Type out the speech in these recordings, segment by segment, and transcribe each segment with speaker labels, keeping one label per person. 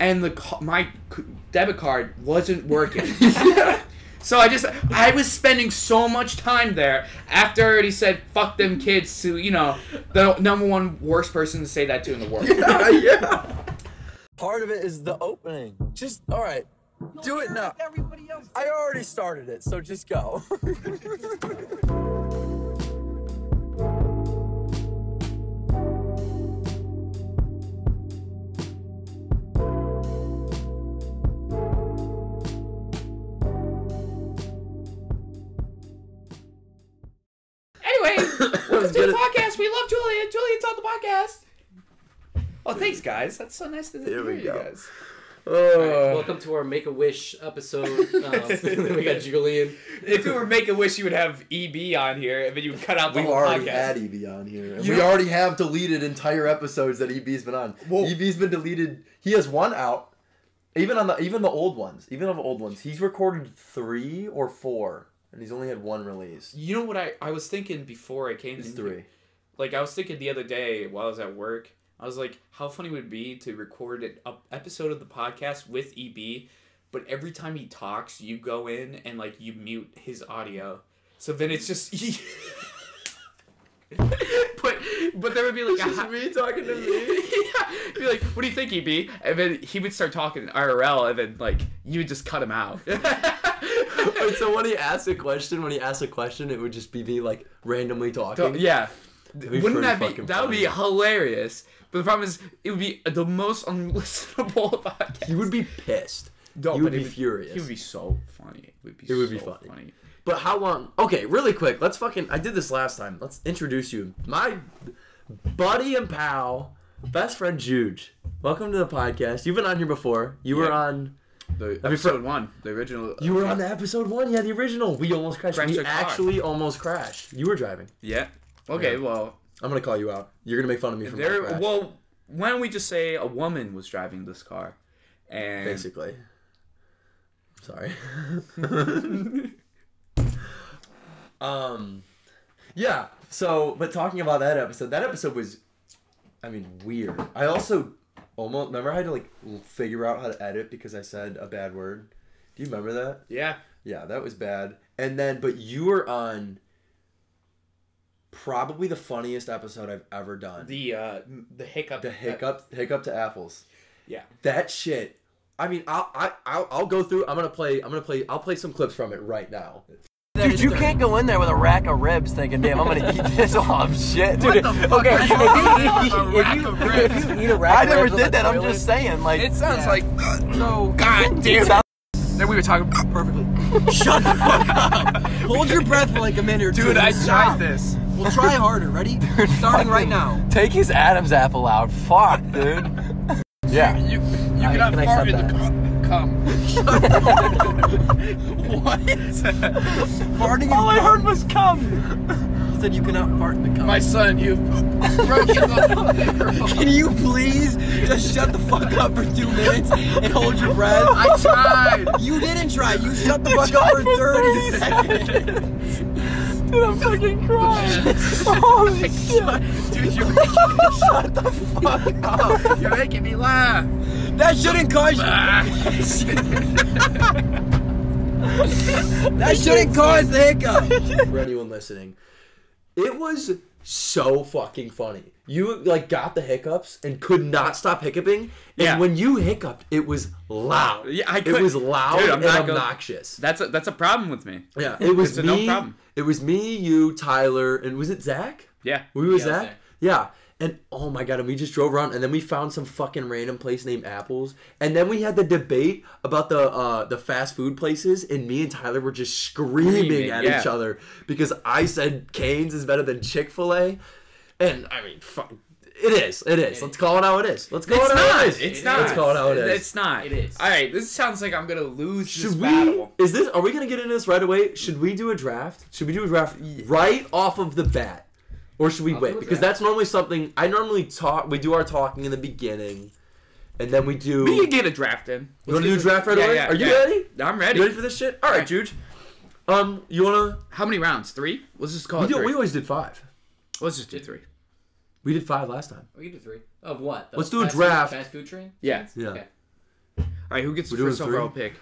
Speaker 1: and the ca- my c- debit card wasn't working. So I just I was spending so much time there after I already said fuck them kids to you know the number one worst person to say that to in the world.
Speaker 2: yeah.
Speaker 3: Part of it is the opening. Just all right. Do it now.
Speaker 4: Everybody else.
Speaker 3: I already started it, so just go.
Speaker 1: Anyway, welcome to the podcast. We love Julia. Julian's on the podcast. Oh, thanks guys. That's so nice to
Speaker 2: Here
Speaker 1: hear
Speaker 2: we
Speaker 1: you
Speaker 2: go.
Speaker 1: guys.
Speaker 2: Oh.
Speaker 5: Welcome to our Make a Wish episode. Um, we got Julian.
Speaker 1: If it were Make a Wish, you would have EB on here, and then you would cut out the
Speaker 2: We've
Speaker 1: whole
Speaker 2: already
Speaker 1: podcast.
Speaker 2: had E EB on here. And
Speaker 1: You-
Speaker 2: we already have deleted entire episodes that EB's been on.
Speaker 1: Well-
Speaker 2: EB's been deleted. He has one out. Even on the even the old ones, even on the old ones, he's recorded three or four, and he's only had one release.
Speaker 1: You know what I, I was thinking before I came
Speaker 2: It's
Speaker 1: in?
Speaker 2: three.
Speaker 1: Like I was thinking the other day while I was at work, I was like, how funny would it be to record an up- episode of the podcast with EB, but every time he talks, you go in and like you mute his audio. So then it's just But but there would be like a hi-
Speaker 2: me talking to
Speaker 1: yeah. Be like, what do you think, EB? And then he would start talking IRL, and then like you would just cut him out.
Speaker 3: Wait, so when he asks a question, when he asks a question, it would just be me like randomly
Speaker 1: So,
Speaker 3: talking.
Speaker 1: yeah.
Speaker 3: be
Speaker 1: Wouldn't
Speaker 3: pretty
Speaker 1: that be
Speaker 3: fucking
Speaker 1: that would be hilarious? But the problem is, it would be the most unlistenable podcast.
Speaker 3: He would be pissed.
Speaker 1: No,
Speaker 3: he would
Speaker 1: but it
Speaker 3: be furious.
Speaker 1: He would be so funny. It would be.
Speaker 3: It would be
Speaker 1: so
Speaker 3: funny. But how long? Okay, really quick. Let's fucking. I did this last time. Let's introduce you, my buddy and pal, best friend Juge. Welcome to the podcast. You've been on here before. You were
Speaker 1: Yeah.
Speaker 3: on.
Speaker 1: The
Speaker 3: fr-
Speaker 1: episode one, the original.
Speaker 3: You were on the episode one. Yeah, the original. We almost crashed.
Speaker 1: Crashed
Speaker 3: we
Speaker 1: our car.
Speaker 3: actually almost crashed. You were driving.
Speaker 1: Yeah. Okay. Well,
Speaker 3: I'm gonna call you out. You're gonna make fun of me for my
Speaker 1: there.
Speaker 3: crash.
Speaker 1: Well, why don't we just say a woman was driving this car, and
Speaker 3: basically. Sorry. um, yeah. So, but talking about that episode, that episode was, I mean, weird. I also almost remember I had to like l- figure out how to edit because I said a bad word. Do you remember that?
Speaker 1: yeah,
Speaker 2: Yeah, that was bad.
Speaker 3: And then, but you were on probably the funniest episode I've ever done. The,
Speaker 1: the uh, the hiccup. Uh,
Speaker 3: hiccup, hiccup to apples.
Speaker 1: Yeah.
Speaker 3: That shit. I mean, I'll I, I'll, I'll go through. I'm gonna play. I'm gonna play. I'll play some clips from it right now.
Speaker 4: Dude, you can't
Speaker 3: go in there with a rack of ribs thinking, "Damn, I'm gonna eat this off shit." Dude, okay.
Speaker 4: if you- if you-
Speaker 3: if you eat a rack, I never did that. I'm just saying, like,
Speaker 4: It sounds like so. God damn. Then we were talking perfectly. Shut the fuck up. Hold your breath for like a minute or two. Dude, I tried this. We'll try harder. Ready? Starting right now.
Speaker 3: take his Adam's apple out. Fuck, dude. yeah.
Speaker 4: You, you
Speaker 3: I-
Speaker 4: cannot
Speaker 3: can I
Speaker 4: fart in
Speaker 3: stop
Speaker 4: the cum. cum. what? Farting in All I heard was cum. He said you cannot fart in the cum. My son, you've broken the Can you please just shut the fuck up for two minutes and hold your breath? I tried. You didn't try. You shut the fuck up for 30 seconds. Dude, I'm fucking crying. Holy shit. Dude, you're making shut the fuck up. You're making me laugh. That shouldn't cause
Speaker 3: Ah.
Speaker 4: that shouldn't cause the hiccup.
Speaker 3: for anyone listening. It was so fucking funny. You like got the hiccups and could not stop hiccuping. And
Speaker 1: Yeah.
Speaker 3: when you hiccuped, it was loud.
Speaker 1: Yeah, I
Speaker 3: it
Speaker 1: could-
Speaker 3: was loud
Speaker 1: Dude, I'm
Speaker 3: and
Speaker 1: not gonna-
Speaker 3: obnoxious.
Speaker 1: That's a that's a problem with me.
Speaker 3: yeah, it was
Speaker 1: It's a
Speaker 3: me.
Speaker 1: no problem.
Speaker 3: It was me, you, Tyler, and was it Zach?
Speaker 1: Yeah.
Speaker 3: We was
Speaker 5: Yeah, it was
Speaker 3: Zach.
Speaker 5: Zach.
Speaker 3: Yeah. And oh my god, and we just drove around, and then we found some fucking random place named Apples, and then we had the debate about the uh, the fast food places, and me and Tyler were just screaming,
Speaker 1: Screaming,
Speaker 3: at
Speaker 1: yeah.
Speaker 3: each other because I said Canes is better than Chick Fil A, and I mean, fuck, it is, it is. Let's call it how it is. Let's call it
Speaker 1: It's
Speaker 3: how
Speaker 1: not.
Speaker 3: it is.
Speaker 1: It's
Speaker 5: It
Speaker 1: not.
Speaker 3: Let's call it how it is.
Speaker 1: It's not.
Speaker 5: It is.
Speaker 1: All right. This sounds like I'm gonna lose this
Speaker 3: Should we?
Speaker 1: battle.
Speaker 3: Is this? Are we gonna get into this right away? Should we do a draft? Should we do a draft right off of the bat, or should we
Speaker 5: I'll do
Speaker 3: wait?
Speaker 5: a
Speaker 3: Because
Speaker 5: draft.
Speaker 3: that's normally something I normally talk. We do our talking in the beginning, and then we do.
Speaker 1: We can get a draft in.
Speaker 3: you want to do a draft right
Speaker 1: Yeah,
Speaker 3: away?
Speaker 1: yeah,
Speaker 3: are you
Speaker 1: yeah.
Speaker 3: ready?
Speaker 1: I'm
Speaker 3: You
Speaker 1: ready.
Speaker 3: ready for this shit? All right,
Speaker 1: Right.
Speaker 3: Juge. Um, you wanna?
Speaker 1: How many rounds? Three? Let's just call
Speaker 3: We,
Speaker 1: it
Speaker 3: do,
Speaker 1: three.
Speaker 3: we always did five.
Speaker 1: Let's just do three.
Speaker 3: We did five last time.
Speaker 5: We can do three. Of what? The
Speaker 3: Let's do a
Speaker 5: fast
Speaker 3: draft.
Speaker 5: Food, fast food train?
Speaker 1: Yeah.
Speaker 3: Yeah.
Speaker 5: Okay.
Speaker 1: right, who gets the
Speaker 3: doing
Speaker 1: first
Speaker 3: three?
Speaker 1: overall pick?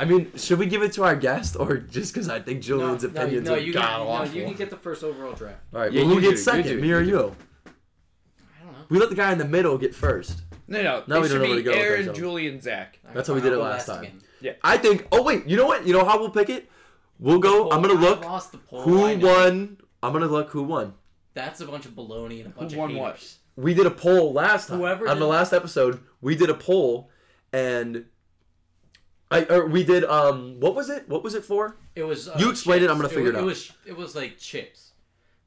Speaker 3: I mean, should we give it to our guest or just because I think Julian's opinions
Speaker 5: no,
Speaker 3: are
Speaker 5: you
Speaker 3: god
Speaker 5: can, no,
Speaker 3: awful?
Speaker 5: you can get the first overall draft.
Speaker 3: All right,
Speaker 1: Yeah,
Speaker 3: well, who
Speaker 1: you do,
Speaker 3: gets
Speaker 1: you
Speaker 3: second,
Speaker 1: do,
Speaker 3: me
Speaker 1: you
Speaker 3: or
Speaker 1: do.
Speaker 3: you?
Speaker 5: I don't know.
Speaker 3: We let the guy in the middle get first.
Speaker 1: No, no.
Speaker 3: Now we
Speaker 1: it
Speaker 3: don't
Speaker 1: should
Speaker 3: know where to
Speaker 1: be
Speaker 3: go with
Speaker 1: Aaron,
Speaker 3: ourselves.
Speaker 1: Julian, Zach.
Speaker 3: That's how we did it
Speaker 5: I'll go
Speaker 3: last time.
Speaker 5: again.
Speaker 3: I think. Oh wait, you know what? You know how we'll pick it? We'll go. I'm gonna
Speaker 5: Poll, I
Speaker 3: look
Speaker 5: lost the poll, Oh, I
Speaker 3: who
Speaker 5: know.
Speaker 3: won. I'm gonna look who won.
Speaker 5: That's a bunch of baloney and a bunch
Speaker 1: won
Speaker 5: of
Speaker 1: what?
Speaker 5: haters.
Speaker 3: We did a poll last time
Speaker 5: Whoever
Speaker 3: on the
Speaker 5: did-
Speaker 3: last episode. We did a poll, and I or we did um what was it? What was it for?
Speaker 5: It was. Uh,
Speaker 3: You explain it,
Speaker 5: chips.
Speaker 3: I'm gonna figure
Speaker 5: was,
Speaker 3: it out.
Speaker 5: It was. It was like chips.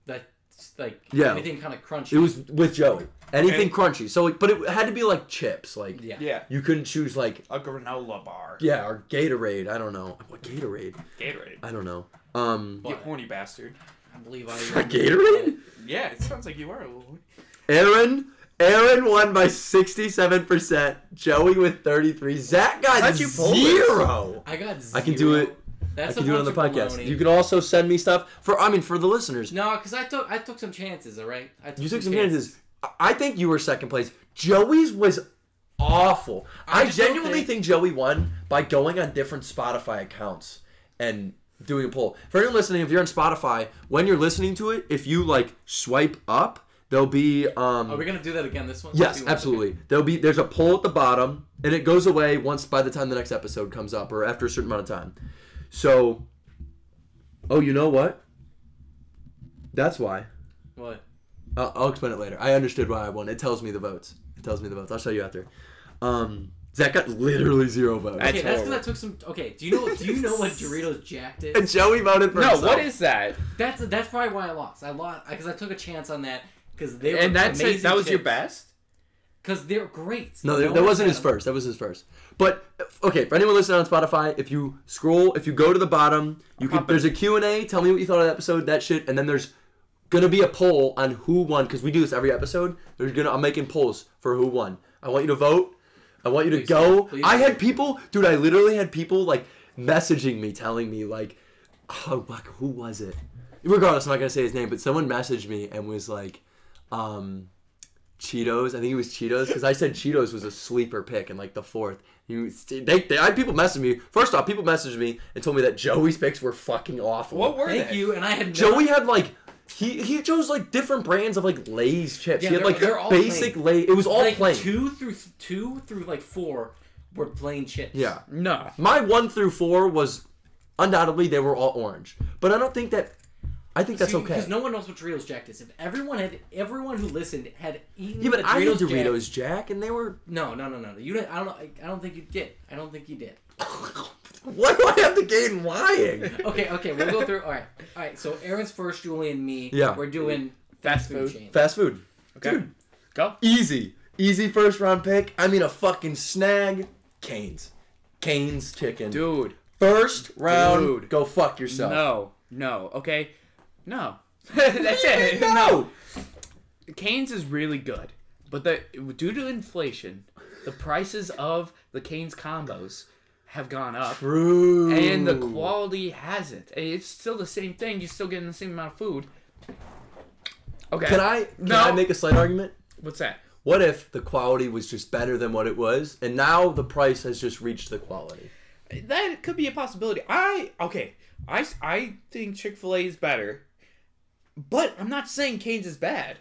Speaker 5: That like
Speaker 3: Yeah.
Speaker 5: Anything kind of crunchy.
Speaker 3: It was with Joey.
Speaker 1: Okay.
Speaker 3: Anything crunchy. So like, but it had to be like chips. Like
Speaker 5: Yeah.
Speaker 1: Yeah.
Speaker 3: you couldn't choose like
Speaker 1: A granola bar.
Speaker 3: yeah or Gatorade. I don't know what Gatorade.
Speaker 1: Gatorade.
Speaker 3: I don't know. Um,
Speaker 1: You
Speaker 5: But
Speaker 1: horny bastard.
Speaker 5: I believe I.
Speaker 3: Gatorade.
Speaker 1: Yeah, it sounds like you are a little horny.
Speaker 3: Aaron. Aaron won by sixty-seven percent. Joey with thirty-three. Zach got
Speaker 1: How'd you pull this?
Speaker 3: zero.
Speaker 5: I got. Zero.
Speaker 3: I can do it.
Speaker 5: That's
Speaker 3: I
Speaker 5: a
Speaker 3: can do it on the
Speaker 5: bunch of
Speaker 3: podcast.
Speaker 5: baloney.
Speaker 3: You can also send me stuff for. I mean, for the listeners,
Speaker 5: No, because I took I took some chances. All right. I
Speaker 3: you took some chances. I- I think you were second place. Joey's was awful.
Speaker 5: I
Speaker 3: I,
Speaker 5: just don't
Speaker 3: genuinely
Speaker 5: think-
Speaker 3: think Joey won by going on different Spotify accounts and doing a poll. For anyone listening, if you're on Spotify, when you're listening to it, if you like swipe up, there'll be um.
Speaker 5: Are we gonna do that again? This one.
Speaker 3: Yes,
Speaker 5: Two ones,
Speaker 3: absolutely. There'll be there's a poll at the bottom, and it goes away once by the time the next episode comes up, or after a certain amount of time. So, oh, you know what? That's why.
Speaker 5: okay. What?
Speaker 3: I'll, I'll explain it later. I understood why I won. It tells me the votes. It tells me the votes. I'll show you after. Um, Zach got literally zero votes.
Speaker 1: That's
Speaker 5: Okay, that's because I
Speaker 1: horrible.
Speaker 5: took some. Okay, do you know? Do you know what Doritos jacked it?
Speaker 3: and Joey voted for
Speaker 1: No,
Speaker 3: himself.
Speaker 1: what is that?
Speaker 5: That's that's probably why I lost. I lost because I took a chance on that because they were
Speaker 1: And that's
Speaker 5: amazing
Speaker 1: it. That was your
Speaker 5: chips.
Speaker 1: best.
Speaker 5: Because they're great.
Speaker 3: No, that, that
Speaker 5: one
Speaker 3: wasn't
Speaker 5: had
Speaker 3: his
Speaker 5: them.
Speaker 3: first. That was his first. But uh, okay, for anyone listening on Spotify, if you scroll, if you go to the bottom, you can. There's a Q and A. Tell me what you thought of the episode, that shit, and then there's gonna be a poll on who won because we do this every episode. There's gonna I'm making polls for who won. I want you to vote. I want you to
Speaker 5: Please
Speaker 3: go.
Speaker 5: do. Please
Speaker 3: I had
Speaker 5: do.
Speaker 3: people, dude. I literally had people like messaging me, telling me like, oh fuck, who was it? Regardless, I'm not gonna say his name, but someone messaged me and was like, um. Cheetos. I think it was Cheetos because I said Cheetos was a sleeper pick in like the fourth. You, they, they, I had people messaging me. First off, people messaged me and told me that Joey's picks were fucking awful.
Speaker 1: What were
Speaker 5: Thank
Speaker 1: they?
Speaker 5: you, and I had no,
Speaker 3: Joey had like he he chose like different brands of like Lay's chips.
Speaker 5: Yeah,
Speaker 3: he had
Speaker 5: they're-
Speaker 3: like
Speaker 5: they're all
Speaker 3: basic
Speaker 5: plain.
Speaker 3: Lay. It was all
Speaker 5: like
Speaker 3: plain.
Speaker 5: two through two through like four were plain chips.
Speaker 3: Yeah,
Speaker 1: No.
Speaker 3: my one through four was undoubtedly they were all orange, but I don't think that. I think that's okay.
Speaker 5: Because no one knows what Doritos Jacked is. If everyone had everyone who listened had eaten
Speaker 3: yeah, but
Speaker 5: the
Speaker 3: I
Speaker 5: Doritos
Speaker 3: had Doritos
Speaker 5: Jacked-
Speaker 3: Jack, and they were.
Speaker 5: no, no, no, no. no. You didn't. I don't. I, I don't think you did. I don't think you did.
Speaker 3: What do I have to gain lying?
Speaker 5: Okay, okay. We'll go through. All right, all right. So Aaron's first, Julie, and me.
Speaker 3: Yeah.
Speaker 5: We're doing
Speaker 1: Fast
Speaker 5: food
Speaker 1: food.
Speaker 5: chain.
Speaker 3: Fast food.
Speaker 1: Okay.
Speaker 3: Dude.
Speaker 1: Go.
Speaker 3: Easy. Easy first round pick. I mean a fucking snag. Canes. Canes chicken.
Speaker 1: Dude.
Speaker 3: First round.
Speaker 1: Dude.
Speaker 3: Go fuck yourself.
Speaker 1: No. No. Okay. No. That's it.
Speaker 3: No.
Speaker 1: Canes is really good, but the due to inflation, the prices of the Canes combos have gone up,
Speaker 3: True.
Speaker 1: and the quality hasn't. It's still the same thing. You're still getting the same amount of food. Okay.
Speaker 3: Can I can
Speaker 1: No.
Speaker 3: I make a slight argument?
Speaker 1: What's that?
Speaker 3: What if the quality was just better than what it was, and now the price has just reached the quality?
Speaker 1: That could be a possibility. I okay. I s- I think Chick Fil A is better, but I'm not saying Canes is bad.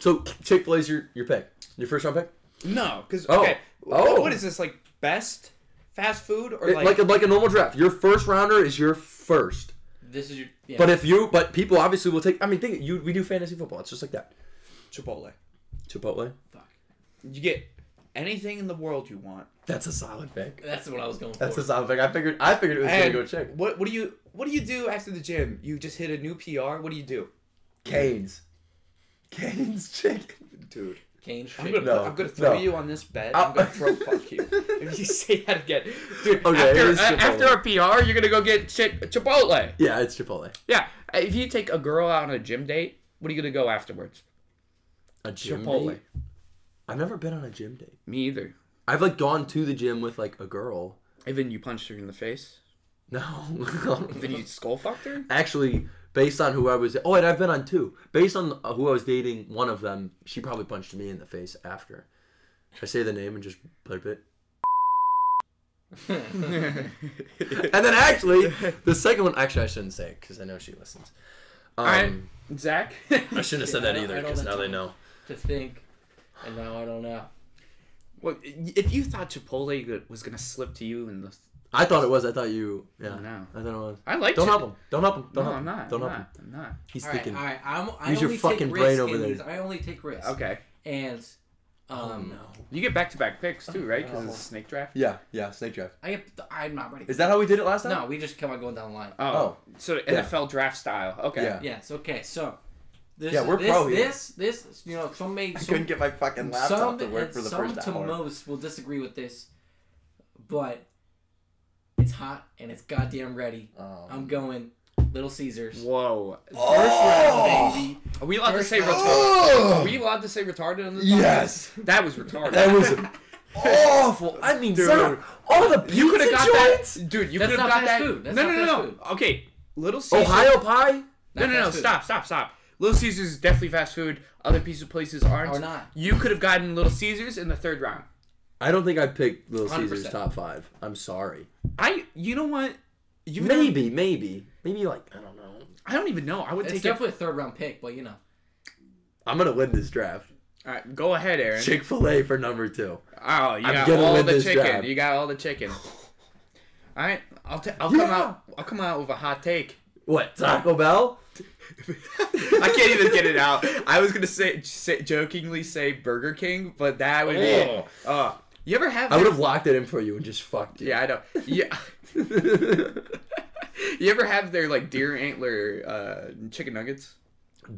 Speaker 3: So Chick Fil A's your your pick, your first round pick,
Speaker 1: No, because
Speaker 3: Oh.
Speaker 1: okay.
Speaker 3: Oh.
Speaker 1: What is this like? Best fast food or
Speaker 3: It-
Speaker 1: like?
Speaker 3: like, like a normal draft. Your first rounder is your first.
Speaker 5: This is your. Yeah.
Speaker 3: But if you, but people obviously will take. I mean, think you. We do fantasy football. It's just like that.
Speaker 1: Chipotle.
Speaker 3: Chipotle.
Speaker 5: Fuck.
Speaker 1: You get anything in the world you want.
Speaker 3: That's a solid pick.
Speaker 5: That's what I was going for.
Speaker 3: That's a solid pick. I figured. I figured it was
Speaker 1: And
Speaker 3: gonna go check.
Speaker 1: What what do you what do you do after the gym? You just hit a new PR. What do you do,
Speaker 3: Canes. Canes chicken.
Speaker 1: dude?
Speaker 5: Cane shit.
Speaker 1: I'm gonna,
Speaker 3: No,
Speaker 1: I'm gonna throw
Speaker 3: no.
Speaker 1: you on this bed.
Speaker 3: Ow.
Speaker 1: I'm gonna throw fuck you if you say that again, dude.
Speaker 3: Okay, it
Speaker 1: after,
Speaker 3: is
Speaker 1: a-
Speaker 3: Chipotle.
Speaker 1: after a PR, you're gonna go get shit Chipotle.
Speaker 3: Yeah, it's Chipotle.
Speaker 1: Yeah, if you take a girl out on a gym date, what are you gonna go afterwards?
Speaker 3: A gym
Speaker 1: Chipotle.
Speaker 3: date. I've never been on a gym date.
Speaker 1: Me either.
Speaker 3: I've like gone to the gym with like a girl.
Speaker 1: And then you punched her in the face.
Speaker 3: No.
Speaker 1: Then you skull fucked her.
Speaker 3: Actually, based on who I was, oh, and I've been on two. Based on uh, who I was dating, one of them, she probably punched me in the face after. Should I say the name and just blurb it? And then actually, the second one, actually, I shouldn't say because I know she listens. Um,
Speaker 1: right. Zach.
Speaker 3: I shouldn't have said
Speaker 5: Yeah, I
Speaker 3: that
Speaker 5: don't-
Speaker 3: either
Speaker 5: I don't
Speaker 3: because now they
Speaker 5: intend-
Speaker 3: know.
Speaker 5: to think, and now I don't know.
Speaker 1: well, if you thought Chipotle go- was gonna slip to you in the,
Speaker 3: I thought it was. I thought you. Yeah.
Speaker 1: I know.
Speaker 3: I thought it was.
Speaker 1: I like.
Speaker 3: Don't
Speaker 1: Chi-
Speaker 3: help him. Don't help him. Don't
Speaker 1: No,
Speaker 3: help
Speaker 1: I'm
Speaker 3: him.
Speaker 1: not.
Speaker 3: Don't
Speaker 1: I'm
Speaker 3: help him.
Speaker 1: not. I'm not.
Speaker 3: He's
Speaker 5: All right,
Speaker 3: thinking.
Speaker 5: all right. I'm, I
Speaker 3: Use your
Speaker 5: only
Speaker 3: fucking
Speaker 5: take
Speaker 3: brain
Speaker 5: risk
Speaker 3: over
Speaker 5: in
Speaker 3: there.
Speaker 5: These. I only take risks.
Speaker 1: Okay.
Speaker 5: And um,
Speaker 1: You get back to back picks too, right? Because it's a snake draft.
Speaker 2: Yeah, yeah, snake draft.
Speaker 5: I get, I'm not ready.
Speaker 2: Is that how we did it last time?
Speaker 5: No, we just come on going down the line.
Speaker 1: Oh, so NFL draft style. Okay.
Speaker 2: Yeah.
Speaker 5: Yes. Okay. So. This,
Speaker 2: Yeah, we're
Speaker 5: this,
Speaker 2: pro here.
Speaker 5: This, this, you know, some may,
Speaker 2: I
Speaker 5: some,
Speaker 2: couldn't get my fucking laptop
Speaker 5: some,
Speaker 2: to work
Speaker 5: and
Speaker 2: for the
Speaker 5: some
Speaker 2: first
Speaker 5: to
Speaker 2: hour.
Speaker 5: most will disagree with this, but it's hot and it's goddamn ready.
Speaker 2: Um, Oh!
Speaker 5: I'm going Little Caesars.
Speaker 1: Whoa.
Speaker 3: Oh.
Speaker 5: First round, baby.
Speaker 1: Are we allowed to
Speaker 5: First
Speaker 1: say
Speaker 5: round.
Speaker 1: retarded? Are
Speaker 3: Oh.
Speaker 1: we allowed to say retarded on this? podcast?
Speaker 2: Yes.
Speaker 1: That was retarded.
Speaker 2: That was
Speaker 3: awful. I mean,
Speaker 2: Dude.
Speaker 3: Zach, all the pizza
Speaker 1: you could have got
Speaker 3: joints.
Speaker 1: that, dude. You
Speaker 5: That's
Speaker 1: could have
Speaker 5: not
Speaker 1: got
Speaker 5: fast
Speaker 1: that.
Speaker 5: food. That's
Speaker 1: no,
Speaker 5: not
Speaker 1: no,
Speaker 5: fast
Speaker 1: no,
Speaker 5: food.
Speaker 1: no. Okay, Little Caesars.
Speaker 3: Ohio pie.
Speaker 1: No, no,
Speaker 5: Not
Speaker 1: no.
Speaker 5: fast food.
Speaker 1: Stop, stop, stop. Little Caesars is definitely fast food. Other pizza places aren't.
Speaker 5: Are not.
Speaker 1: You could have gotten Little Caesars in the third round.
Speaker 3: I don't think I picked Little
Speaker 5: 100%.
Speaker 3: Caesars top five. I'm sorry.
Speaker 1: I. You know what? You
Speaker 3: Maybe, maybe, maybe like I don't know.
Speaker 1: I don't even know. I would
Speaker 5: It's
Speaker 1: take
Speaker 5: definitely a third round pick, but you know.
Speaker 3: I'm gonna win this draft.
Speaker 1: it. All right, go ahead, Aaron.
Speaker 3: Chick Fil A for number two.
Speaker 1: Oh, you
Speaker 3: I'm
Speaker 1: got
Speaker 3: gonna
Speaker 1: all
Speaker 3: win
Speaker 1: the
Speaker 3: this
Speaker 1: chicken.
Speaker 3: job.
Speaker 1: You got all the chicken. All right, I'll ta- I'll come
Speaker 3: Yeah.
Speaker 1: out. I'll come out with a hot take.
Speaker 3: What Taco Bell?
Speaker 1: I can't even get it out. I was gonna say, say jokingly say Burger King, but that would be.
Speaker 3: Ugh.
Speaker 1: it. Uh, you ever have?
Speaker 3: Oh. I would have locked it in for you and just fucked you.
Speaker 1: Yeah, I know. Yeah. you ever have their like deer antler uh, chicken nuggets?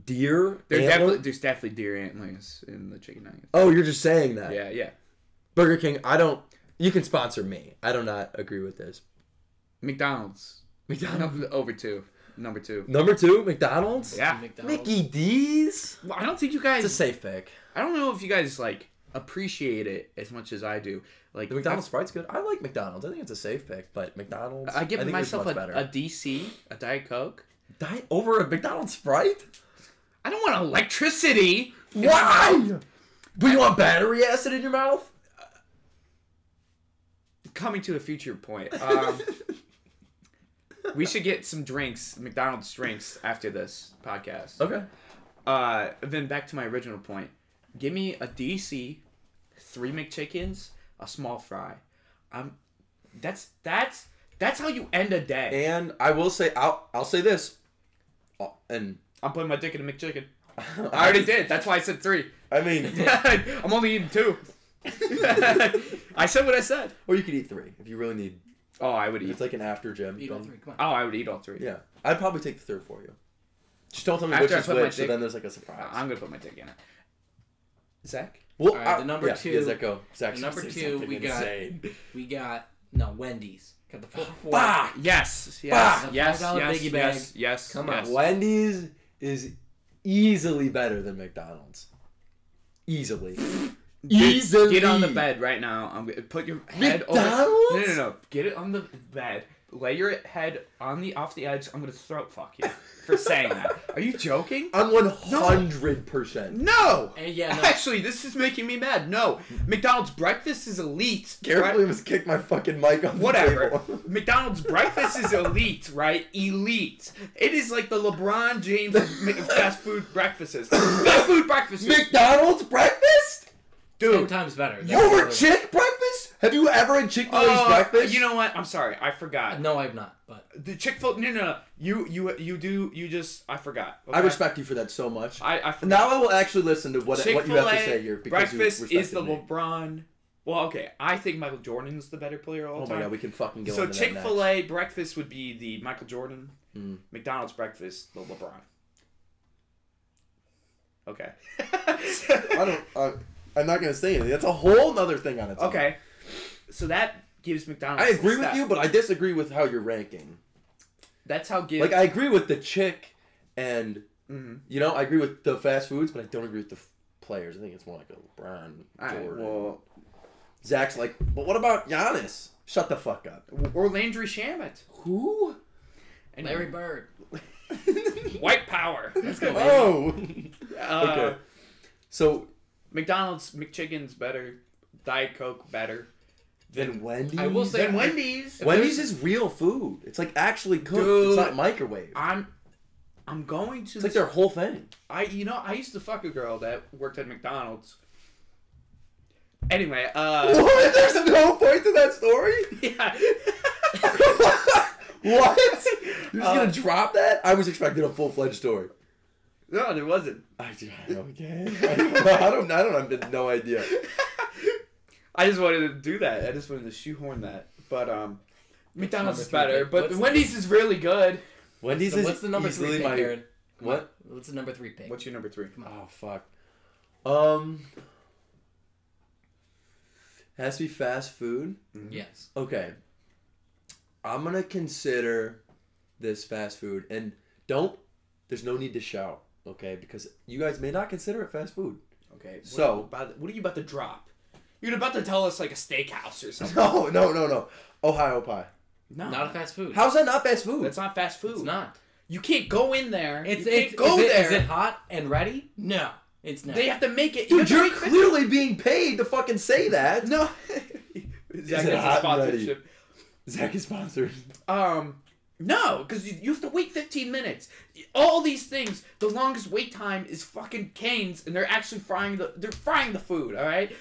Speaker 3: Deer.
Speaker 1: There's
Speaker 3: antler?
Speaker 1: definitely there's definitely deer antlers in the chicken nuggets.
Speaker 3: Oh, you're just saying that.
Speaker 1: Yeah, yeah.
Speaker 3: Burger King. I don't. You can sponsor me. I do not agree with this.
Speaker 1: McDonald's
Speaker 3: McDonald's.
Speaker 1: Num- over two, number two.
Speaker 3: Number two, McDonald's.
Speaker 1: Yeah.
Speaker 5: McDonald's.
Speaker 3: Mickey D's.
Speaker 1: Well, I don't think you guys.
Speaker 3: It's a safe pick.
Speaker 1: I don't know if you guys like appreciate it as much as I do. Like
Speaker 3: The McDonald's Sprite's good. I like McDonald's. I think it's a safe pick, but McDonald's.
Speaker 1: I, I give
Speaker 3: think it was
Speaker 1: myself a,
Speaker 3: much
Speaker 1: a DC, a Diet Coke.
Speaker 3: Diet over a McDonald's Sprite.
Speaker 1: I don't want electricity.
Speaker 3: Why? But you want battery acid in your mouth?
Speaker 1: Coming to a future point. Um, we should get some drinks, McDonald's drinks, after this podcast.
Speaker 3: Okay.
Speaker 1: Uh, then back to my original point. Give me a DC, three McChickens, a small fry. Um, that's that's that's how you end a day.
Speaker 2: And I will say, I'll I'll say this, Uh, and
Speaker 1: I'm putting my dick in a McChicken. I already did. That's why I said three.
Speaker 2: I mean,
Speaker 1: I'm only eating two. I said what I said.
Speaker 2: or you could eat three if you really need.
Speaker 1: Oh, I would eat.
Speaker 2: It's like an after gym.
Speaker 5: Eat all
Speaker 2: thing.
Speaker 5: three. Come
Speaker 1: Oh,
Speaker 5: on.
Speaker 1: I would eat all three.
Speaker 2: Yeah, I'd probably take the third for you. Just don't tell me
Speaker 1: After
Speaker 2: which
Speaker 1: I
Speaker 2: is
Speaker 1: put my
Speaker 2: which, so
Speaker 1: dick-
Speaker 2: then there's like a surprise.
Speaker 1: I'm gonna put my dick in it. Zach.
Speaker 2: well, uh,
Speaker 5: All right, the number
Speaker 2: yeah,
Speaker 5: two-
Speaker 2: Yeah, Zeko. Zach,
Speaker 5: the number
Speaker 2: say
Speaker 5: two,
Speaker 2: something
Speaker 5: we got-
Speaker 2: insane.
Speaker 5: We got no Wendy's. Got the full four.
Speaker 2: Bah!
Speaker 1: Yes.
Speaker 5: Bah!
Speaker 1: Yes. Yes.
Speaker 5: $5
Speaker 1: Yes.
Speaker 5: biggie bag.
Speaker 1: Yes. Yes.
Speaker 5: Come
Speaker 1: yes.
Speaker 5: on.
Speaker 3: Wendy's is easily better than McDonald's. Easily. easily.
Speaker 1: Get on the bed right now. I'm gonna put your head
Speaker 3: McDonald's?
Speaker 1: over. No, no, no. Get it on the bed. Lay your head on the off the edge. I'm gonna throat fuck you for saying that. Are you joking?
Speaker 3: I'm 100 percent.
Speaker 1: Uh, No.
Speaker 5: And Eh, yeah, no.
Speaker 1: Actually, this is making me mad. No, McDonald's breakfast is elite.
Speaker 2: Garrett
Speaker 1: right?
Speaker 2: Williams kicked my fucking mic on the
Speaker 1: Whatever.
Speaker 2: table.
Speaker 1: McDonald's breakfast is elite, right? Elite. It is like the LeBron James of mi- of fast food breakfasts. Fast food breakfasts.
Speaker 2: McDonald's breakfast?
Speaker 5: ten
Speaker 1: Dude.
Speaker 5: times better. That's
Speaker 2: Over
Speaker 5: better.
Speaker 2: chick breakfast? Have you ever had Chick Fil
Speaker 5: Uh,
Speaker 2: A's
Speaker 1: Oh,
Speaker 2: breakfast?
Speaker 1: you know what? I'm sorry. I forgot.
Speaker 5: No, I've not. But
Speaker 1: The Chick Fil. No, no, no. You, you, you do. You just. I forgot.
Speaker 2: I
Speaker 1: okay?
Speaker 2: respect you for that so much.
Speaker 1: I, I forgot.
Speaker 2: now I will actually listen to what, what you have to say here because
Speaker 1: breakfast
Speaker 2: you respected
Speaker 1: is the
Speaker 2: me.
Speaker 1: LeBron. Well, okay. I think Michael Jordan's the better player of all
Speaker 2: Oh
Speaker 1: time.
Speaker 2: my god, we can fucking go
Speaker 1: so
Speaker 2: into
Speaker 1: Chick
Speaker 2: that
Speaker 1: Fil
Speaker 2: next. Hmm.
Speaker 1: A breakfast would be the Michael Jordan. McDonald's breakfast, the LeBron. Okay.
Speaker 2: I don't. Uh, I'm not gonna say anything. That's a whole nother thing on its own.
Speaker 1: okay. So that gives McDonald's.
Speaker 2: I agree with
Speaker 1: that-
Speaker 2: you, but I disagree with how you're ranking.
Speaker 1: That's how give.
Speaker 2: Like I agree with the chick, and
Speaker 1: Mhm.
Speaker 2: you know I agree with the fast foods, but I don't agree with the f- players. I think it's more like a LeBron,
Speaker 1: All right,
Speaker 2: Jordan.
Speaker 1: well,
Speaker 2: Zach's like, but what about Giannis? Shut the fuck up.
Speaker 1: or Landry Shamet.
Speaker 2: Who?
Speaker 1: And
Speaker 5: Larry Bird.
Speaker 1: White power. Let's go.
Speaker 2: Oh.
Speaker 1: Uh,
Speaker 2: okay. So
Speaker 1: McDonald's McChicken's better. Diet Coke better.
Speaker 3: Then Wendy's.
Speaker 5: I will say
Speaker 1: Then Wendy's.
Speaker 3: Wendy's is real food. It's like actually cooked.
Speaker 1: Dude.
Speaker 3: It's not microwave.
Speaker 1: I'm. I'm going to.
Speaker 3: It's like
Speaker 1: this-
Speaker 3: their whole thing.
Speaker 1: I you know I used to fuck a girl that worked at McDonald's. Anyway, uh,
Speaker 3: What? There's no point to that story.
Speaker 1: yeah.
Speaker 3: What? You're just
Speaker 1: Uh,
Speaker 3: gonna drop that? I was expecting a full fledged story.
Speaker 1: no, there wasn't.
Speaker 3: I, I don't- okay. I don't. I don't. I don't have no idea.
Speaker 1: I just wanted to do that. I just wanted to shoehorn that. But um, McDonald's
Speaker 5: number
Speaker 1: is
Speaker 5: three
Speaker 1: better,
Speaker 5: pick?
Speaker 1: but
Speaker 5: What's-
Speaker 1: Wendy's is really good.
Speaker 3: Wendy's
Speaker 5: So
Speaker 3: is
Speaker 5: what's the number three
Speaker 3: easily
Speaker 5: pick,
Speaker 3: my
Speaker 5: Aaron?
Speaker 3: what?
Speaker 5: What's the number three pick?
Speaker 1: What's your number three?
Speaker 3: Oh fuck. Um. Has to be fast food.
Speaker 5: yes.
Speaker 3: Okay. I'm gonna consider this fast food and don't there's no need to shout, okay? Because you guys may not consider it fast food.
Speaker 1: Okay. What
Speaker 3: So-
Speaker 1: about, what are you about to drop? You're about to tell us like a steakhouse or something.
Speaker 3: No, no, no, no. Ohio pie.
Speaker 1: No,
Speaker 5: Not a fast food.
Speaker 3: How's that not fast food?
Speaker 1: that's not fast food.
Speaker 5: It's not.
Speaker 1: You can't go in there.
Speaker 5: It's,
Speaker 1: you
Speaker 5: it's
Speaker 1: can't go
Speaker 5: is it-
Speaker 1: there.
Speaker 5: is it hot and ready? No, it's not.
Speaker 1: they have to make it. you have
Speaker 3: Dude,
Speaker 1: to
Speaker 3: you're
Speaker 1: make it-
Speaker 3: clearly being paid to fucking say that.
Speaker 1: No. Zach
Speaker 3: it
Speaker 1: has a
Speaker 3: hot and ready?
Speaker 1: sponsorship.
Speaker 3: Zach is sponsored.
Speaker 1: Um, no, because you, you have to wait 15 minutes. All these things. The longest wait time is fucking Canes, and they're actually frying the they're frying the food. All right,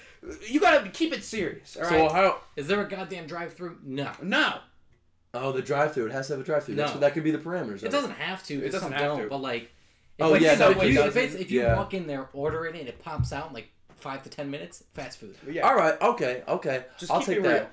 Speaker 1: you gotta keep it serious. All right.
Speaker 3: Ohio
Speaker 5: Is there a goddamn drive-through? No.
Speaker 1: no,
Speaker 3: Oh, the drive through. It has to have a drive through.
Speaker 5: No.
Speaker 3: That could be the parameters. of
Speaker 5: It doesn't have to. It
Speaker 1: doesn't
Speaker 5: doesn't
Speaker 1: have
Speaker 5: don't,
Speaker 1: to.
Speaker 5: But like, if,
Speaker 3: Oh,
Speaker 5: like,
Speaker 3: yeah, no,
Speaker 5: so if
Speaker 3: it
Speaker 5: you, if,
Speaker 3: doesn't.
Speaker 5: it's, if you
Speaker 3: Yeah.
Speaker 5: walk in there, order it, and it pops out in like five to ten minutes, fast food.
Speaker 1: Yeah.
Speaker 3: All right. Okay. Okay.
Speaker 1: Just
Speaker 3: I'll
Speaker 1: keep
Speaker 3: take
Speaker 1: it
Speaker 3: that.
Speaker 1: real.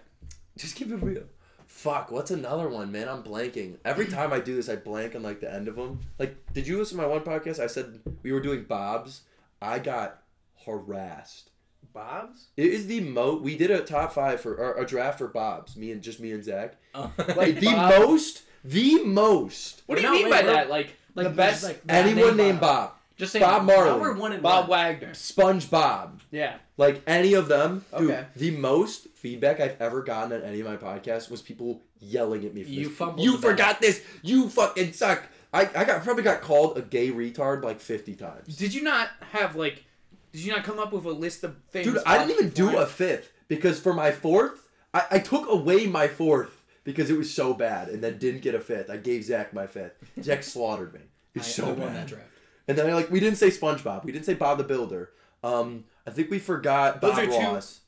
Speaker 3: Just keep it real. Fuck. What's another one, man? I'm blanking. Every time I do this, I blank on like the end of them. Like, did you listen to my one podcast? I said we were doing Bob's. I got harassed.
Speaker 1: Bob's.
Speaker 3: It is the mo. We did a top five for or a draft for Bob's. Me and just me and Zach.
Speaker 5: Like,
Speaker 3: Like the most. The most.
Speaker 1: What do you
Speaker 5: No,
Speaker 1: mean
Speaker 5: wait,
Speaker 1: by
Speaker 5: we're-
Speaker 1: that? Like,
Speaker 5: like
Speaker 1: the best
Speaker 5: like that
Speaker 3: Anyone
Speaker 5: name
Speaker 3: named Bob.
Speaker 5: Just saying.
Speaker 3: Bob
Speaker 5: now
Speaker 3: Marley.
Speaker 5: We're one and
Speaker 1: Bob
Speaker 5: one.
Speaker 1: Wagner.
Speaker 3: SpongeBob.
Speaker 1: Yeah.
Speaker 3: Like any of them, dude.
Speaker 1: Okay.
Speaker 3: The most feedback I've ever gotten on any of my podcasts was people yelling at me. For
Speaker 5: You
Speaker 3: this.
Speaker 5: fumbled
Speaker 3: You
Speaker 5: the bag.
Speaker 3: forgot this. You fucking suck. I, I got probably got called a gay retard like fifty times.
Speaker 1: Did you not have like? Did you not come up with a list of things?
Speaker 3: Dude, I didn't even do a fifth because for my fourth, I, I took away my fourth because it was so bad, and then didn't get a fifth. I gave Zach my fifth. Zach slaughtered me. It's
Speaker 5: I,
Speaker 3: so
Speaker 5: I
Speaker 3: bad.
Speaker 5: won that draft.
Speaker 3: And then I like we didn't say SpongeBob. We didn't say Bob the Builder. Um, I think we forgot
Speaker 1: Those
Speaker 3: Bob
Speaker 1: are two-
Speaker 3: Ross.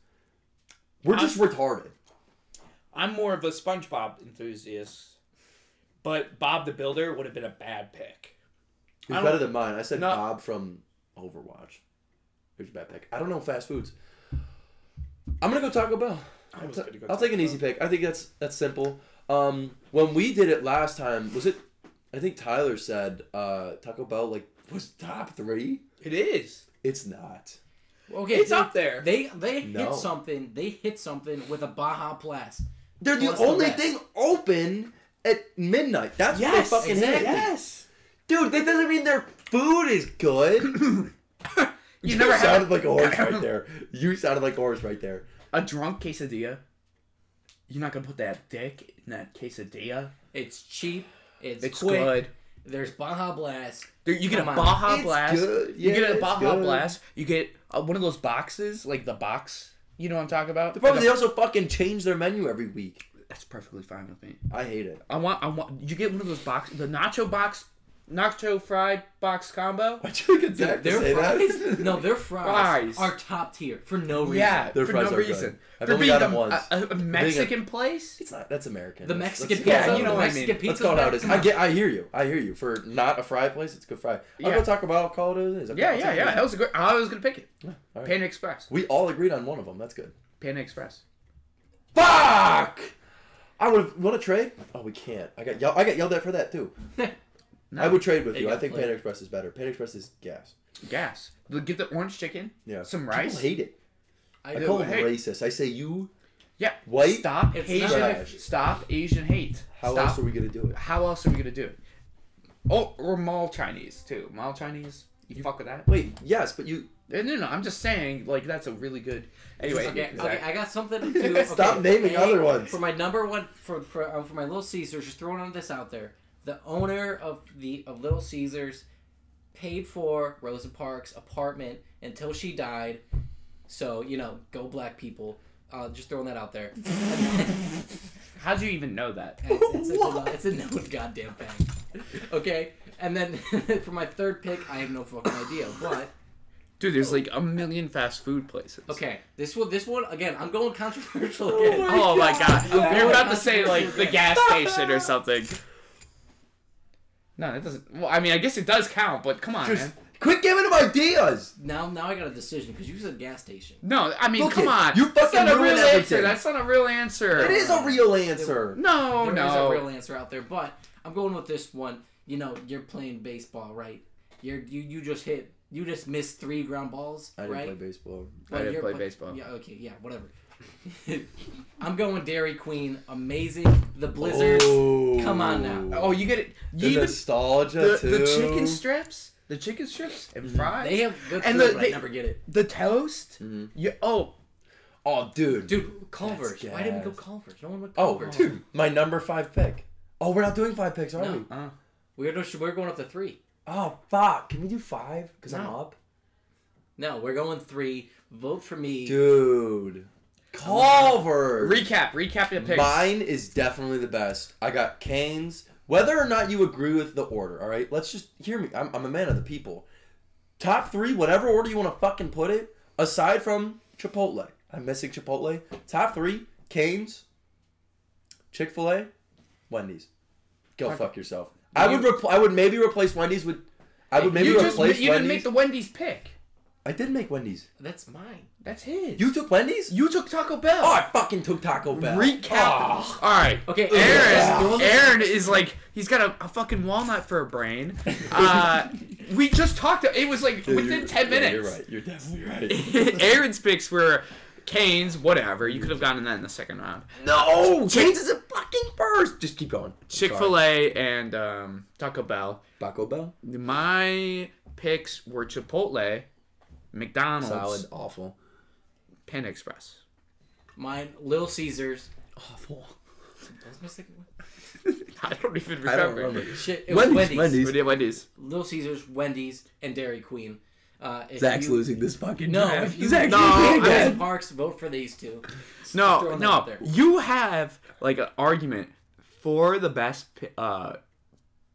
Speaker 3: We're just retarded.
Speaker 1: I'm more of a SpongeBob enthusiast, but Bob the Builder would have been a bad pick. I
Speaker 3: He's
Speaker 1: don't-
Speaker 3: better than mine. I said
Speaker 1: No.
Speaker 3: Bob from Overwatch. Here's a bad pick. I don't know fast foods. I'm gonna go Taco Bell. I'll,
Speaker 1: was
Speaker 3: ta-
Speaker 1: gonna go
Speaker 3: I'll take
Speaker 1: Taco
Speaker 3: an
Speaker 1: Bell.
Speaker 3: easy pick. I think that's that's simple. Um, when we did it last time, was it? I think Tyler said uh, Taco Bell like was top three.
Speaker 1: It is.
Speaker 3: It's not.
Speaker 5: Okay,
Speaker 1: It's
Speaker 5: they-
Speaker 1: up there.
Speaker 5: They they
Speaker 3: No.
Speaker 5: hit something. They hit something with a Baja Blast.
Speaker 3: They're the
Speaker 5: What's the
Speaker 3: only
Speaker 5: rest?
Speaker 3: thing open at midnight. That's
Speaker 1: Yes,
Speaker 3: what they fucking
Speaker 5: exactly.
Speaker 3: hate. Dude, that doesn't mean their food is good. you
Speaker 1: never had-
Speaker 3: sounded like a horse right there. You sounded like a horse right there.
Speaker 1: a drunk quesadilla. You're not gonna put that dick in that quesadilla.
Speaker 5: It's cheap. It's,
Speaker 1: It's
Speaker 5: quick.
Speaker 1: good.
Speaker 5: There's Baja Blast.
Speaker 1: There- you get
Speaker 5: Come
Speaker 1: a
Speaker 5: on.
Speaker 1: Baja
Speaker 3: It's
Speaker 1: Blast.
Speaker 3: good.
Speaker 1: you
Speaker 3: Yeah,
Speaker 1: get a
Speaker 3: it's
Speaker 1: Baja
Speaker 3: good.
Speaker 1: Blast. You get uh, one of those boxes, like the box. You know what I'm talking about?
Speaker 3: The problem is
Speaker 1: Like
Speaker 3: they also fucking change their menu every week.
Speaker 1: a- that's perfectly fine with me.
Speaker 3: I hate it.
Speaker 1: I want. I want. You get one of those box, the nacho box, nacho fried box combo.
Speaker 3: Why'd you get Zach to
Speaker 5: Their
Speaker 3: say
Speaker 5: fries,
Speaker 3: that?
Speaker 5: no, their fries,
Speaker 1: Fries.
Speaker 5: are top tier for no reason.
Speaker 1: Yeah,
Speaker 3: Oh, Their
Speaker 1: for
Speaker 3: fries
Speaker 1: no
Speaker 3: are good.
Speaker 1: reason.
Speaker 3: I've
Speaker 1: For
Speaker 3: only
Speaker 1: being
Speaker 3: got 'em
Speaker 1: a-
Speaker 3: once.
Speaker 1: A, a Mexican place.
Speaker 3: It's not. That's American.
Speaker 5: The
Speaker 3: Let's-
Speaker 5: Mexican
Speaker 3: let's call it
Speaker 1: Yeah,
Speaker 5: pizza,
Speaker 3: how
Speaker 1: you
Speaker 3: it
Speaker 1: know
Speaker 5: the
Speaker 1: what I
Speaker 3: is.
Speaker 1: mean.
Speaker 5: Mexican
Speaker 3: Let's
Speaker 5: pizza.
Speaker 3: call it how it is. I get. I hear you. I hear you. For not a fried place, it's a good fry. I'll
Speaker 1: Yeah.
Speaker 3: go Taco Bell. I'll call it what it is. I'll
Speaker 1: Yeah,
Speaker 3: call it
Speaker 1: yeah,
Speaker 3: Taco
Speaker 1: yeah.
Speaker 3: Bell.
Speaker 1: That was a good. I was gonna pick it.
Speaker 3: all right.
Speaker 1: Panda Express.
Speaker 3: We all agreed on one of them. That's good.
Speaker 1: Panda Express.
Speaker 3: Fuck! I would want to trade. Oh, we can't. I got yelled. I got yelled at for that too. I would trade with
Speaker 5: They
Speaker 3: you. I
Speaker 5: got
Speaker 3: think
Speaker 5: played.
Speaker 3: Panda Express is better. Panda Express is gas.
Speaker 1: Gas. Get the orange chicken.
Speaker 3: Yeah.
Speaker 1: Some rice.
Speaker 3: People hate it.
Speaker 5: I
Speaker 3: I
Speaker 5: do.
Speaker 3: call them
Speaker 1: hey.
Speaker 3: racist. I say you.
Speaker 1: Yeah.
Speaker 3: White
Speaker 1: Stop
Speaker 5: It's
Speaker 1: Asian.
Speaker 3: not-
Speaker 1: Stop Asian hate.
Speaker 3: How
Speaker 1: Stop.
Speaker 3: else are we gonna do it?
Speaker 1: How else are we gonna do it? Oh, or mall Chinese too. Mall Chinese. You, fuck with that?
Speaker 3: Wait. Yes, but you
Speaker 1: No, no, no. I'm just saying. Like that's a really good. Anyway.
Speaker 5: Okay,
Speaker 1: Zach.
Speaker 5: okay, I got something to okay.
Speaker 3: Stop naming other ones.
Speaker 5: For my number one, for for, uh, for my Little Caesars, just throwing this out there. The owner of the of Little Caesars paid for Rosa Parks' apartment until she died. So you know, go black people. Uh, just throwing that out there.
Speaker 1: How'd you even know that?
Speaker 5: It's, it's, it's, a, it's a known goddamn thing. Okay, and then for my third pick, I have no fucking idea. But
Speaker 1: Dude, there's like a million fast food places.
Speaker 5: okay, this one, this one again, I'm going controversial again.
Speaker 1: Oh my god.
Speaker 5: Yeah.
Speaker 1: You're about to say like the gas station or something. No, that doesn't. Well, I mean, I guess it does count, but come on, man.
Speaker 6: Quit giving him ideas.
Speaker 5: Now, now I got a decision because you said gas station.
Speaker 1: No, I mean,
Speaker 6: Look
Speaker 1: come
Speaker 6: it,
Speaker 1: on.
Speaker 6: you
Speaker 1: That's
Speaker 6: fucking
Speaker 1: not a real
Speaker 6: ruined
Speaker 1: answer.
Speaker 6: everything.
Speaker 1: That's not a real answer.
Speaker 6: It is a real answer.
Speaker 1: No,
Speaker 5: There is
Speaker 1: no.
Speaker 5: a real answer out there, but I'm going with this one. You know, you're playing baseball, right? You're you you just hit, you just missed three ground balls,
Speaker 3: I didn't
Speaker 5: right?
Speaker 3: play baseball.
Speaker 5: But
Speaker 1: I didn't
Speaker 5: you're-
Speaker 1: play
Speaker 5: but-
Speaker 1: baseball.
Speaker 5: Yeah, okay, yeah, whatever. I'm going Dairy Queen. Amazing. The Blizzards. Come on now.
Speaker 1: oh, you get it.
Speaker 3: The
Speaker 1: You the,
Speaker 3: nostalgia
Speaker 1: the,
Speaker 3: too. Mm-hmm.
Speaker 1: the chicken strips, the chicken strips and fries,
Speaker 5: They have good
Speaker 1: And
Speaker 5: food,
Speaker 1: the-
Speaker 5: but I
Speaker 1: they-
Speaker 5: never get it.
Speaker 1: the toast.
Speaker 3: Mm-hmm.
Speaker 1: You, oh,
Speaker 3: Oh, dude.
Speaker 5: Dude, Culver's.
Speaker 3: That's
Speaker 5: Why didn't we go
Speaker 3: gas.
Speaker 5: Culver's? No one went
Speaker 3: Oh,
Speaker 5: Culver's.
Speaker 3: dude. My number five pick. Oh, we're not doing five picks, are
Speaker 5: No.
Speaker 3: we?
Speaker 5: We're, just, we're going up to three.
Speaker 3: Oh, fuck. Can we do five? Because I'm
Speaker 5: No.
Speaker 3: up.
Speaker 5: No, we're going three. Vote for me.
Speaker 3: Dude. Culver.
Speaker 1: recap, recap your picks.
Speaker 3: Mine is definitely the best. I got Canes. Whether or not you agree with the order, all right? Let's just hear me. I'm, I'm a man of the people. Top three, whatever order you want to fucking put it, aside from Chipotle. I'm missing Chipotle. Top three, Canes, Chick fil A, Wendy's. Go fuck yourself. I would repl- I would maybe replace Wendy's with. I would maybe
Speaker 1: you just
Speaker 3: replace
Speaker 1: you didn't
Speaker 3: Wendy's.
Speaker 1: make the Wendy's pick.
Speaker 3: I did make Wendy's.
Speaker 5: That's mine.
Speaker 1: That's his.
Speaker 3: You took Wendy's?
Speaker 1: you took Taco Bell.
Speaker 3: oh, I fucking took Taco Bell. Ah,
Speaker 1: Recap. All right.
Speaker 5: Okay,
Speaker 1: Aaron. Aaron is like he's got a, a fucking walnut for a brain. Uh, we just talked. It was like
Speaker 3: Dude,
Speaker 1: within
Speaker 3: you're-
Speaker 1: ten
Speaker 3: yeah,
Speaker 1: minutes.
Speaker 3: you're right. You're definitely right.
Speaker 1: Aaron's picks were Canes, whatever. You could have gotten that in the second round.
Speaker 3: No, Oh, James is a fucking first. Just keep going.
Speaker 1: Chick fil A and um, Taco Bell.
Speaker 3: Taco Bell.
Speaker 1: My picks were Chipotle, McDonald's,
Speaker 3: Solid. Awful.
Speaker 1: Panda Express.
Speaker 5: Mine, Little Caesars.
Speaker 3: Awful.
Speaker 5: What was my second one?
Speaker 1: I don't even remember.
Speaker 3: I don't remember.
Speaker 5: Shit, it was
Speaker 3: Wendy's.
Speaker 5: Wendy's.
Speaker 3: Wendy's.
Speaker 1: We did Wendy's.
Speaker 5: Little Caesars, Wendy's, and Dairy Queen. Uh, if
Speaker 3: Zach's
Speaker 5: you-
Speaker 3: losing this fucking.
Speaker 5: No,
Speaker 3: draft.
Speaker 5: if you
Speaker 3: Zach,
Speaker 1: No,
Speaker 3: you're doing
Speaker 1: I-
Speaker 3: that.
Speaker 5: Guys, Parks, vote for these two.
Speaker 1: No,
Speaker 5: throwing that
Speaker 1: no.
Speaker 5: out there.
Speaker 1: You have like an argument for the best, pi- uh,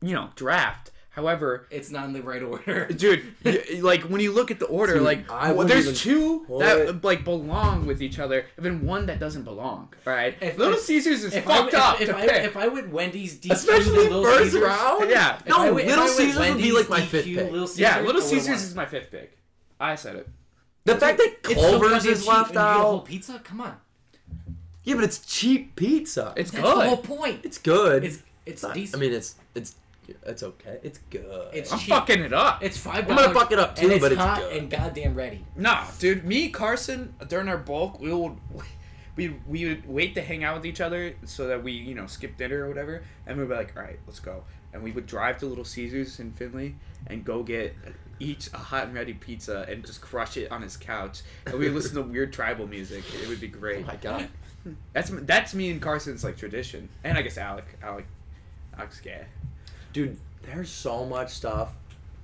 Speaker 1: you know, draft. However,
Speaker 5: It's not in the right order.
Speaker 1: dude, you, like when you look at the order,
Speaker 3: Dude,
Speaker 1: like
Speaker 3: I
Speaker 1: well,
Speaker 3: wouldn't
Speaker 1: there's
Speaker 3: even-
Speaker 1: two
Speaker 3: Hold
Speaker 1: that
Speaker 3: it.
Speaker 1: like belong with each other, and then one that doesn't belong. All right,
Speaker 5: If-
Speaker 1: Little
Speaker 5: if-
Speaker 1: Caesars is
Speaker 5: If I,
Speaker 1: fucked
Speaker 5: if,
Speaker 1: up.
Speaker 5: if,
Speaker 1: to
Speaker 5: I,
Speaker 1: pick.
Speaker 5: if I went Wendy's, DQ,
Speaker 3: Especially
Speaker 5: Little
Speaker 3: first
Speaker 5: Caesars,
Speaker 3: round.
Speaker 1: yeah,
Speaker 5: If I
Speaker 3: No,
Speaker 5: went- if
Speaker 3: Little
Speaker 5: I went
Speaker 3: Caesars would be,
Speaker 5: Wendy's,
Speaker 3: like, my
Speaker 5: DQ,
Speaker 3: fifth pick.
Speaker 5: Little Caesars,
Speaker 1: yeah, Little
Speaker 5: I would've
Speaker 1: Caesars
Speaker 5: won.
Speaker 1: is my fifth pick. I said it.
Speaker 3: The fact that
Speaker 5: It's so
Speaker 3: Culver's
Speaker 5: goddamn
Speaker 3: is
Speaker 5: cheap,
Speaker 3: left
Speaker 5: and you get a whole
Speaker 3: out.
Speaker 5: Pizza, come on.
Speaker 3: Yeah, but it's cheap pizza.
Speaker 1: It's
Speaker 5: That's the whole
Speaker 1: good.
Speaker 5: point. It's
Speaker 3: it's good.
Speaker 5: it's, it's
Speaker 3: not-
Speaker 5: decent.
Speaker 3: I mean, it's it's it's okay. It's good.
Speaker 5: it's
Speaker 1: I'm
Speaker 5: cheap.
Speaker 1: fucking it up.
Speaker 5: It's five.
Speaker 3: I'm gonna fuck it up
Speaker 5: and
Speaker 3: too, but it's
Speaker 5: hot
Speaker 3: good.
Speaker 5: and goddamn ready.
Speaker 1: No, dude, me Carson during our bulk, we would we we would wait to hang out with each other so that we you know skip dinner or whatever, and we'd be like, all right, let's go, and we would drive to Little Caesars in Finley and go get each a hot and ready pizza and just crush it on his couch, and we would listen to weird tribal music. It would be great.
Speaker 3: Oh my god.
Speaker 1: That's that's me and Carson's like tradition, and I guess Alec Alec Alec's gay.
Speaker 3: Dude, there's so much stuff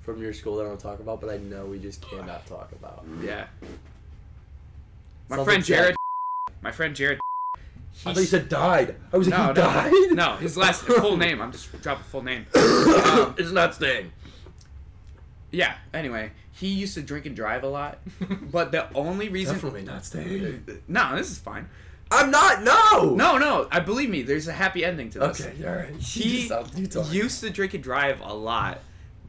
Speaker 3: from your school that I want to talk about, but I know we just cannot talk about.
Speaker 1: Yeah. My
Speaker 3: Sounds
Speaker 1: friend
Speaker 3: like
Speaker 1: Jared. My friend Jared.
Speaker 3: I thought you said died. I was like,
Speaker 1: No,
Speaker 3: he
Speaker 1: no,
Speaker 3: died?
Speaker 1: no, his last full name. I'm just dropping full name. Um,
Speaker 3: it's not staying.
Speaker 1: yeah. Anyway, he used to drink and drive a lot, but the only reason
Speaker 3: Definitely not staying.
Speaker 1: no, this is fine.
Speaker 3: I'm not. No.
Speaker 1: No, no, I believe me. There's a happy ending to this.
Speaker 3: Okay. All right.
Speaker 1: He
Speaker 3: you talk.
Speaker 1: used to drink and drive a lot,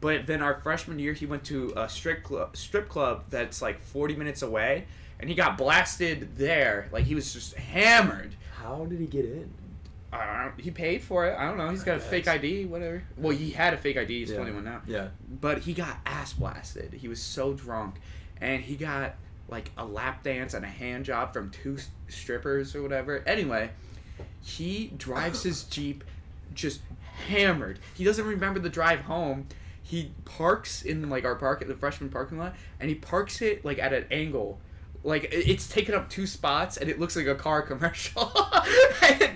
Speaker 1: but then our freshman year he went to a strip club, strip club that's like 40 minutes away, and he got blasted there. Like he was just hammered.
Speaker 3: How did he get in?
Speaker 1: I don't, he paid for it. I don't know. He's got a fake
Speaker 3: guess.
Speaker 1: ID, whatever. Well, he had a fake ID. He's
Speaker 3: Yeah.
Speaker 1: 21 now.
Speaker 3: Yeah.
Speaker 1: But he got ass blasted. He was so drunk, and he got like a lap dance and a hand job from two s- strippers or whatever. Anyway, he drives his jeep, just hammered. He doesn't remember the drive home. He parks in like our park the freshman parking lot, and he parks it like at an angle. Like it- it's taken up two spots, and it looks like a car commercial. and,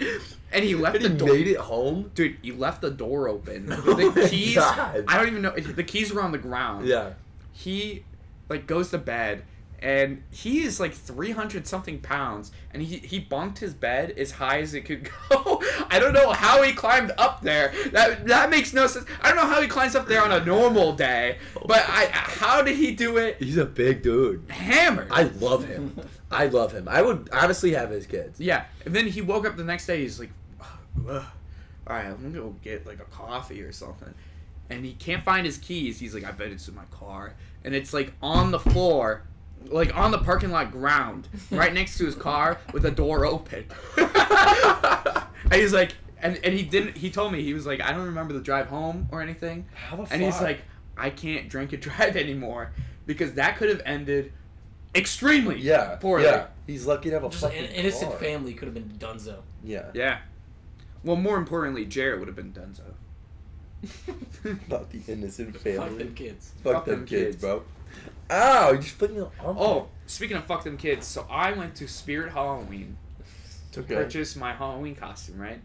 Speaker 1: and he left
Speaker 3: He
Speaker 1: the door
Speaker 3: made it home.
Speaker 1: dude you left the door open
Speaker 3: Oh my
Speaker 1: the keys
Speaker 3: God.
Speaker 1: i don't even know the keys were on the ground
Speaker 3: Yeah.
Speaker 1: he like goes to bed and he is like 300 something pounds and he, he bunked his bed as high as it could go i don't know how he climbed up there that that makes no sense i don't know how he climbs up there on a normal day but i how did he do it
Speaker 3: He's a big dude.
Speaker 1: hammered
Speaker 3: I love him. I love him. I would honestly have his kids.
Speaker 1: yeah and then he woke up the next day he's like "Ugh, all right i'm gonna go get like a coffee or something and he can't find his keys he's like i bet it's in my car and it's like on the floor like on the parking lot ground, right next to his car with the door open. and he's like, and, and he didn't, he told me, he was like, I don't remember the drive home or anything.
Speaker 3: How the
Speaker 1: and he's
Speaker 3: fuck?
Speaker 1: like, I can't drink and drive anymore because that could have ended extremely
Speaker 3: Yeah.
Speaker 1: poorly.
Speaker 3: Yeah. He's lucky to have a
Speaker 5: Just like
Speaker 3: fucking
Speaker 5: an innocent
Speaker 3: car.
Speaker 5: family could have been Dunzo.
Speaker 3: Yeah.
Speaker 1: Yeah. Well, more importantly, Jared would have been done so.
Speaker 3: About the innocent
Speaker 5: Fuck
Speaker 3: family.
Speaker 5: them kids.
Speaker 3: Fuck,
Speaker 1: Fuck
Speaker 3: them,
Speaker 1: them
Speaker 3: kids,
Speaker 1: kids.
Speaker 3: bro. Ow! You just put me on.
Speaker 1: Oh, speaking of fuck them kids, so I went to Spirit Halloween to
Speaker 3: Okay.
Speaker 1: purchase my Halloween costume, right?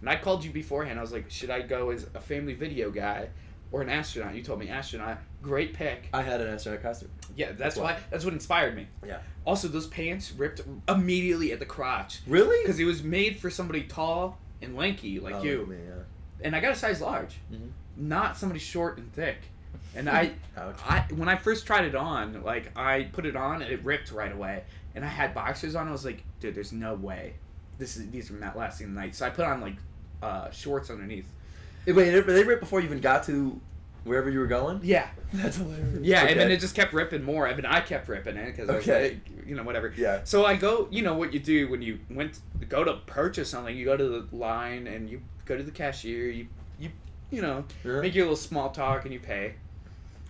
Speaker 1: And I called you beforehand. I was like, should I go as a family video guy or an astronaut? You told me astronaut. Great pick.
Speaker 3: I had an astronaut costume.
Speaker 1: Yeah, that's
Speaker 3: why.
Speaker 1: why. That's what inspired me.
Speaker 3: Yeah.
Speaker 1: Also, those pants ripped immediately at the crotch
Speaker 3: Really?
Speaker 1: because it was made for somebody tall and lanky like
Speaker 3: Oh,
Speaker 1: you.
Speaker 3: Man, yeah.
Speaker 1: And I got a size large,
Speaker 3: Mhm.
Speaker 1: not somebody short and thick. And I,
Speaker 3: Ouch.
Speaker 1: I when I first tried it on, like I put it on and it ripped right away. And I had boxers on. I was like, dude, there's no way. This is these are not lasting the night. So I put on like uh, shorts underneath.
Speaker 3: Hey, Wait, they- they right before you even got to wherever you were going?
Speaker 1: Yeah,
Speaker 3: That's hilarious.
Speaker 1: yeah. And then
Speaker 3: Okay.
Speaker 1: it just kept ripping more. I mean, I kept ripping it because
Speaker 3: Okay.
Speaker 1: you know, whatever.
Speaker 3: Yeah.
Speaker 1: So I go, you know what you do when you went go to purchase something, you go to the line and you go to the cashier, you you you know,
Speaker 3: Yeah.
Speaker 1: make your little small talk and you pay.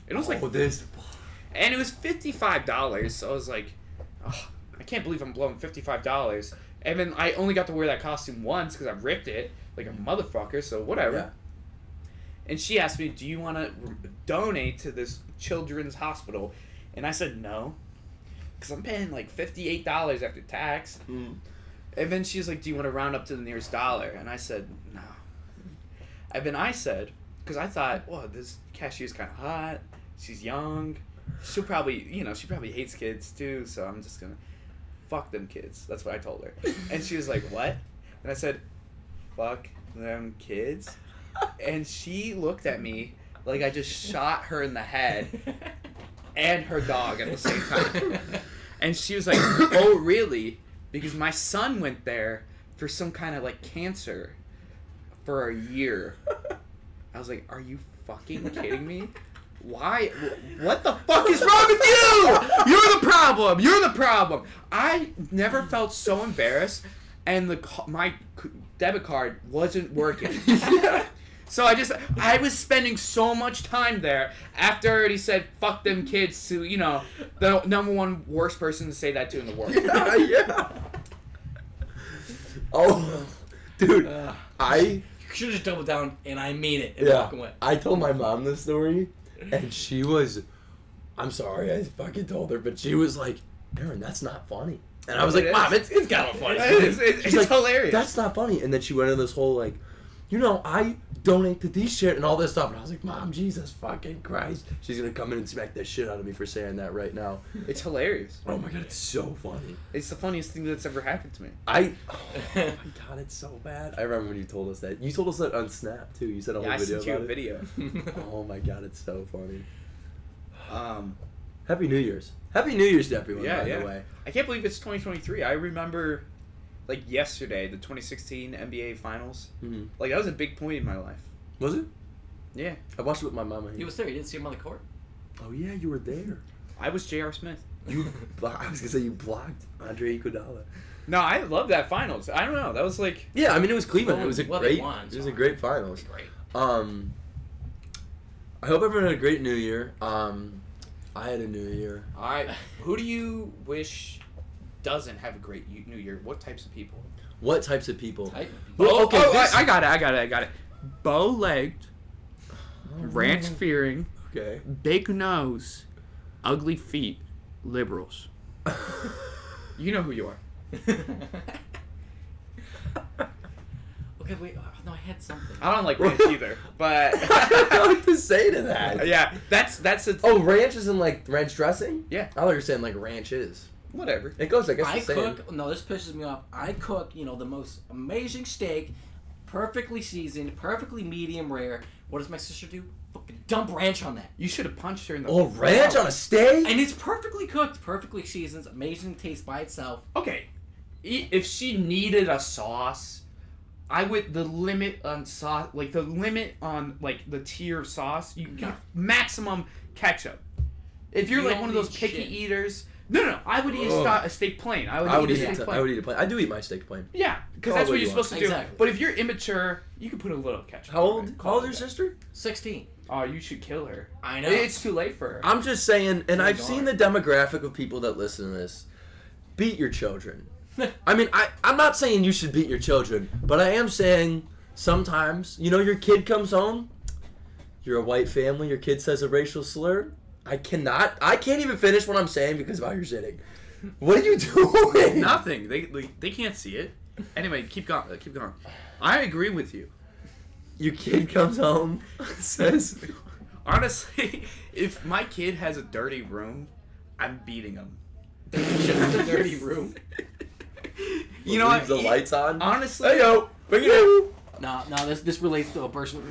Speaker 1: It was like
Speaker 3: Oh, this.
Speaker 1: and it was fifty five dollars, so I was like, oh, I can't believe I'm blowing fifty five dollars. And then I only got to wear that costume once because I ripped it like a motherfucker. So whatever.
Speaker 3: Yeah.
Speaker 1: And she asked me, "Do you want to donate to this children's hospital?" And I said no, because I'm paying like fifty eight dollars after tax.
Speaker 3: Mm.
Speaker 1: And then she's like, "Do you want to round up to the nearest dollar?" And I said no. And then I said, because I thought, "Whoa, this cashier's kind of hot. She's young. She'll probably, you know, she probably hates kids too. So I'm just gonna fuck them kids." That's what I told her. And she was like, "What?" And I said, "Fuck them kids." and she looked at me like I just shot her in the head and her dog at the same time. and she was like, "Oh, really?" Because my son went there for some kind of like cancer for a year. I was like, "Are you fucking kidding me?" Why? wh- What the fuck is wrong with you? You're the problem. You're the problem. I never felt so embarrassed, and the ca- my c- debit card wasn't working. So I just I was spending so much time there after I already said fuck them kids to you know the number one worst person to say that to in the world.
Speaker 3: yeah, yeah. Oh, dude, I
Speaker 5: You should have just doubled down, and I mean it, and
Speaker 3: yeah.
Speaker 5: walk away.
Speaker 3: I told my mom this story, and she was, I'm sorry, I fucking told her, but she was like, Aaron, that's not funny. And I was
Speaker 1: It
Speaker 3: like,
Speaker 1: is.
Speaker 3: Mom, it's it's kind of funny.
Speaker 1: It's, it's-
Speaker 3: She's
Speaker 1: it's
Speaker 3: like,
Speaker 1: hilarious.
Speaker 3: That's not funny. And then she went in this whole like, you know, I donate to these shit and all this stuff. And I was like, Mom, Jesus fucking Christ, she's gonna come in and smack the shit out of me for saying that right now.
Speaker 1: it's hilarious.
Speaker 3: Oh my god, it's so funny.
Speaker 1: It's the funniest thing that's ever happened to me.
Speaker 3: I oh my god, it's so bad. I remember when you told us that. You told us that on Snap too. You said a whole
Speaker 1: Yeah, I
Speaker 3: video
Speaker 1: sent you a
Speaker 3: about it.
Speaker 1: video.
Speaker 3: Oh my god, it's so funny.
Speaker 1: Um,
Speaker 3: Happy New Year's. Happy New Year's to everyone,
Speaker 1: Yeah,
Speaker 3: by
Speaker 1: yeah.
Speaker 3: the way.
Speaker 1: I can't believe it's 2023. I remember like yesterday the 2016 NBA Finals.
Speaker 5: Mm-hmm.
Speaker 3: Mhm.
Speaker 1: Like that was a big point in my life.
Speaker 3: Was it?
Speaker 1: Yeah,
Speaker 3: I watched it with my mama.
Speaker 5: He was there. You didn't see him on the court.
Speaker 3: oh yeah, you were there.
Speaker 1: I was J.R. Smith.
Speaker 3: You, I was gonna say you blocked Andre Iguodala.
Speaker 1: No, I love that Finals. I don't know. That was like
Speaker 3: Yeah, I mean it was Cleveland.
Speaker 5: Well,
Speaker 3: it was a
Speaker 5: well, they
Speaker 3: great.
Speaker 5: won,
Speaker 3: it was
Speaker 5: so-
Speaker 3: a great finals.
Speaker 5: Great.
Speaker 3: Um, I hope everyone had a great New Year. Um, I had a New Year.
Speaker 1: All right. Who do you wish doesn't have a great y- New Year? What types of people?
Speaker 3: What types of people?
Speaker 5: Tight.
Speaker 3: Well,
Speaker 1: oh,
Speaker 3: okay,
Speaker 1: oh,
Speaker 3: this-
Speaker 1: I, I got it. I got it. I got it. Bow legged,
Speaker 3: Oh.
Speaker 1: ranch fearing,
Speaker 3: Okay.
Speaker 1: big nose, ugly feet, liberals. You know who you are.
Speaker 5: Okay, wait. Oh, no, I had something.
Speaker 1: I don't like ranch either, but
Speaker 3: I don't know what to say to that.
Speaker 1: yeah, that's that's a
Speaker 3: Oh, ranch is in like ranch dressing?
Speaker 1: Yeah.
Speaker 3: I thought you were saying like ranch is.
Speaker 1: whatever.
Speaker 3: It goes, I guess,
Speaker 5: I
Speaker 3: the same.
Speaker 5: cook. No, this pisses me off. I cook, you know, the most amazing steak, perfectly seasoned, perfectly medium rare. What does my sister do? Fucking dump ranch on that.
Speaker 1: You should have punched her in the.
Speaker 3: Oh, ranch on a steak?
Speaker 5: And it's perfectly cooked, perfectly seasoned, amazing taste by itself.
Speaker 1: Okay, E- if she needed a sauce, I would the limit on sauce, like the limit on like the tier of sauce. You
Speaker 5: No.
Speaker 1: maximum ketchup. If you're
Speaker 5: You
Speaker 1: like
Speaker 5: don't
Speaker 1: one of those
Speaker 5: need
Speaker 1: picky
Speaker 5: shit.
Speaker 1: eaters, no, no, no, I would eat a, sta- a steak plain. I would,
Speaker 3: I would
Speaker 1: eat,
Speaker 3: eat
Speaker 1: a
Speaker 3: it.
Speaker 1: steak
Speaker 3: t-
Speaker 1: plain.
Speaker 3: I would eat it plain. I do eat my steak plain.
Speaker 1: Yeah, because
Speaker 3: Call
Speaker 1: that's
Speaker 3: it
Speaker 1: what
Speaker 3: what
Speaker 1: you're
Speaker 3: you want.
Speaker 1: supposed to do.
Speaker 5: Exactly.
Speaker 1: But if you're immature, you can put a little ketchup.
Speaker 3: How
Speaker 1: on it.
Speaker 3: old? How old's your sister?
Speaker 5: Sixteen.
Speaker 1: Oh, you should kill her.
Speaker 5: I know.
Speaker 1: It's too late for her.
Speaker 3: I'm just saying, and
Speaker 5: Oh,
Speaker 3: I've
Speaker 5: darn.
Speaker 3: seen the demographic of people that listen to this. Beat your children. I mean, I, I'm not saying you should beat your children, but I am saying sometimes, you know, your kid comes home, you're a white family, your kid says a racial slur. I cannot, I can't even finish what I'm saying because of how you're sitting. What are you doing?
Speaker 1: Nothing. They, they they can't see it. Anyway, keep going. Keep going. I agree with you.
Speaker 3: Your kid comes home, says,
Speaker 1: Honestly, if my kid has a dirty room, I'm beating him.
Speaker 5: Just a dirty room.
Speaker 1: You know what?
Speaker 3: leaves the lights on.
Speaker 1: Honestly,
Speaker 3: Hey yo, bring it in.
Speaker 5: No, no. This this relates to a person.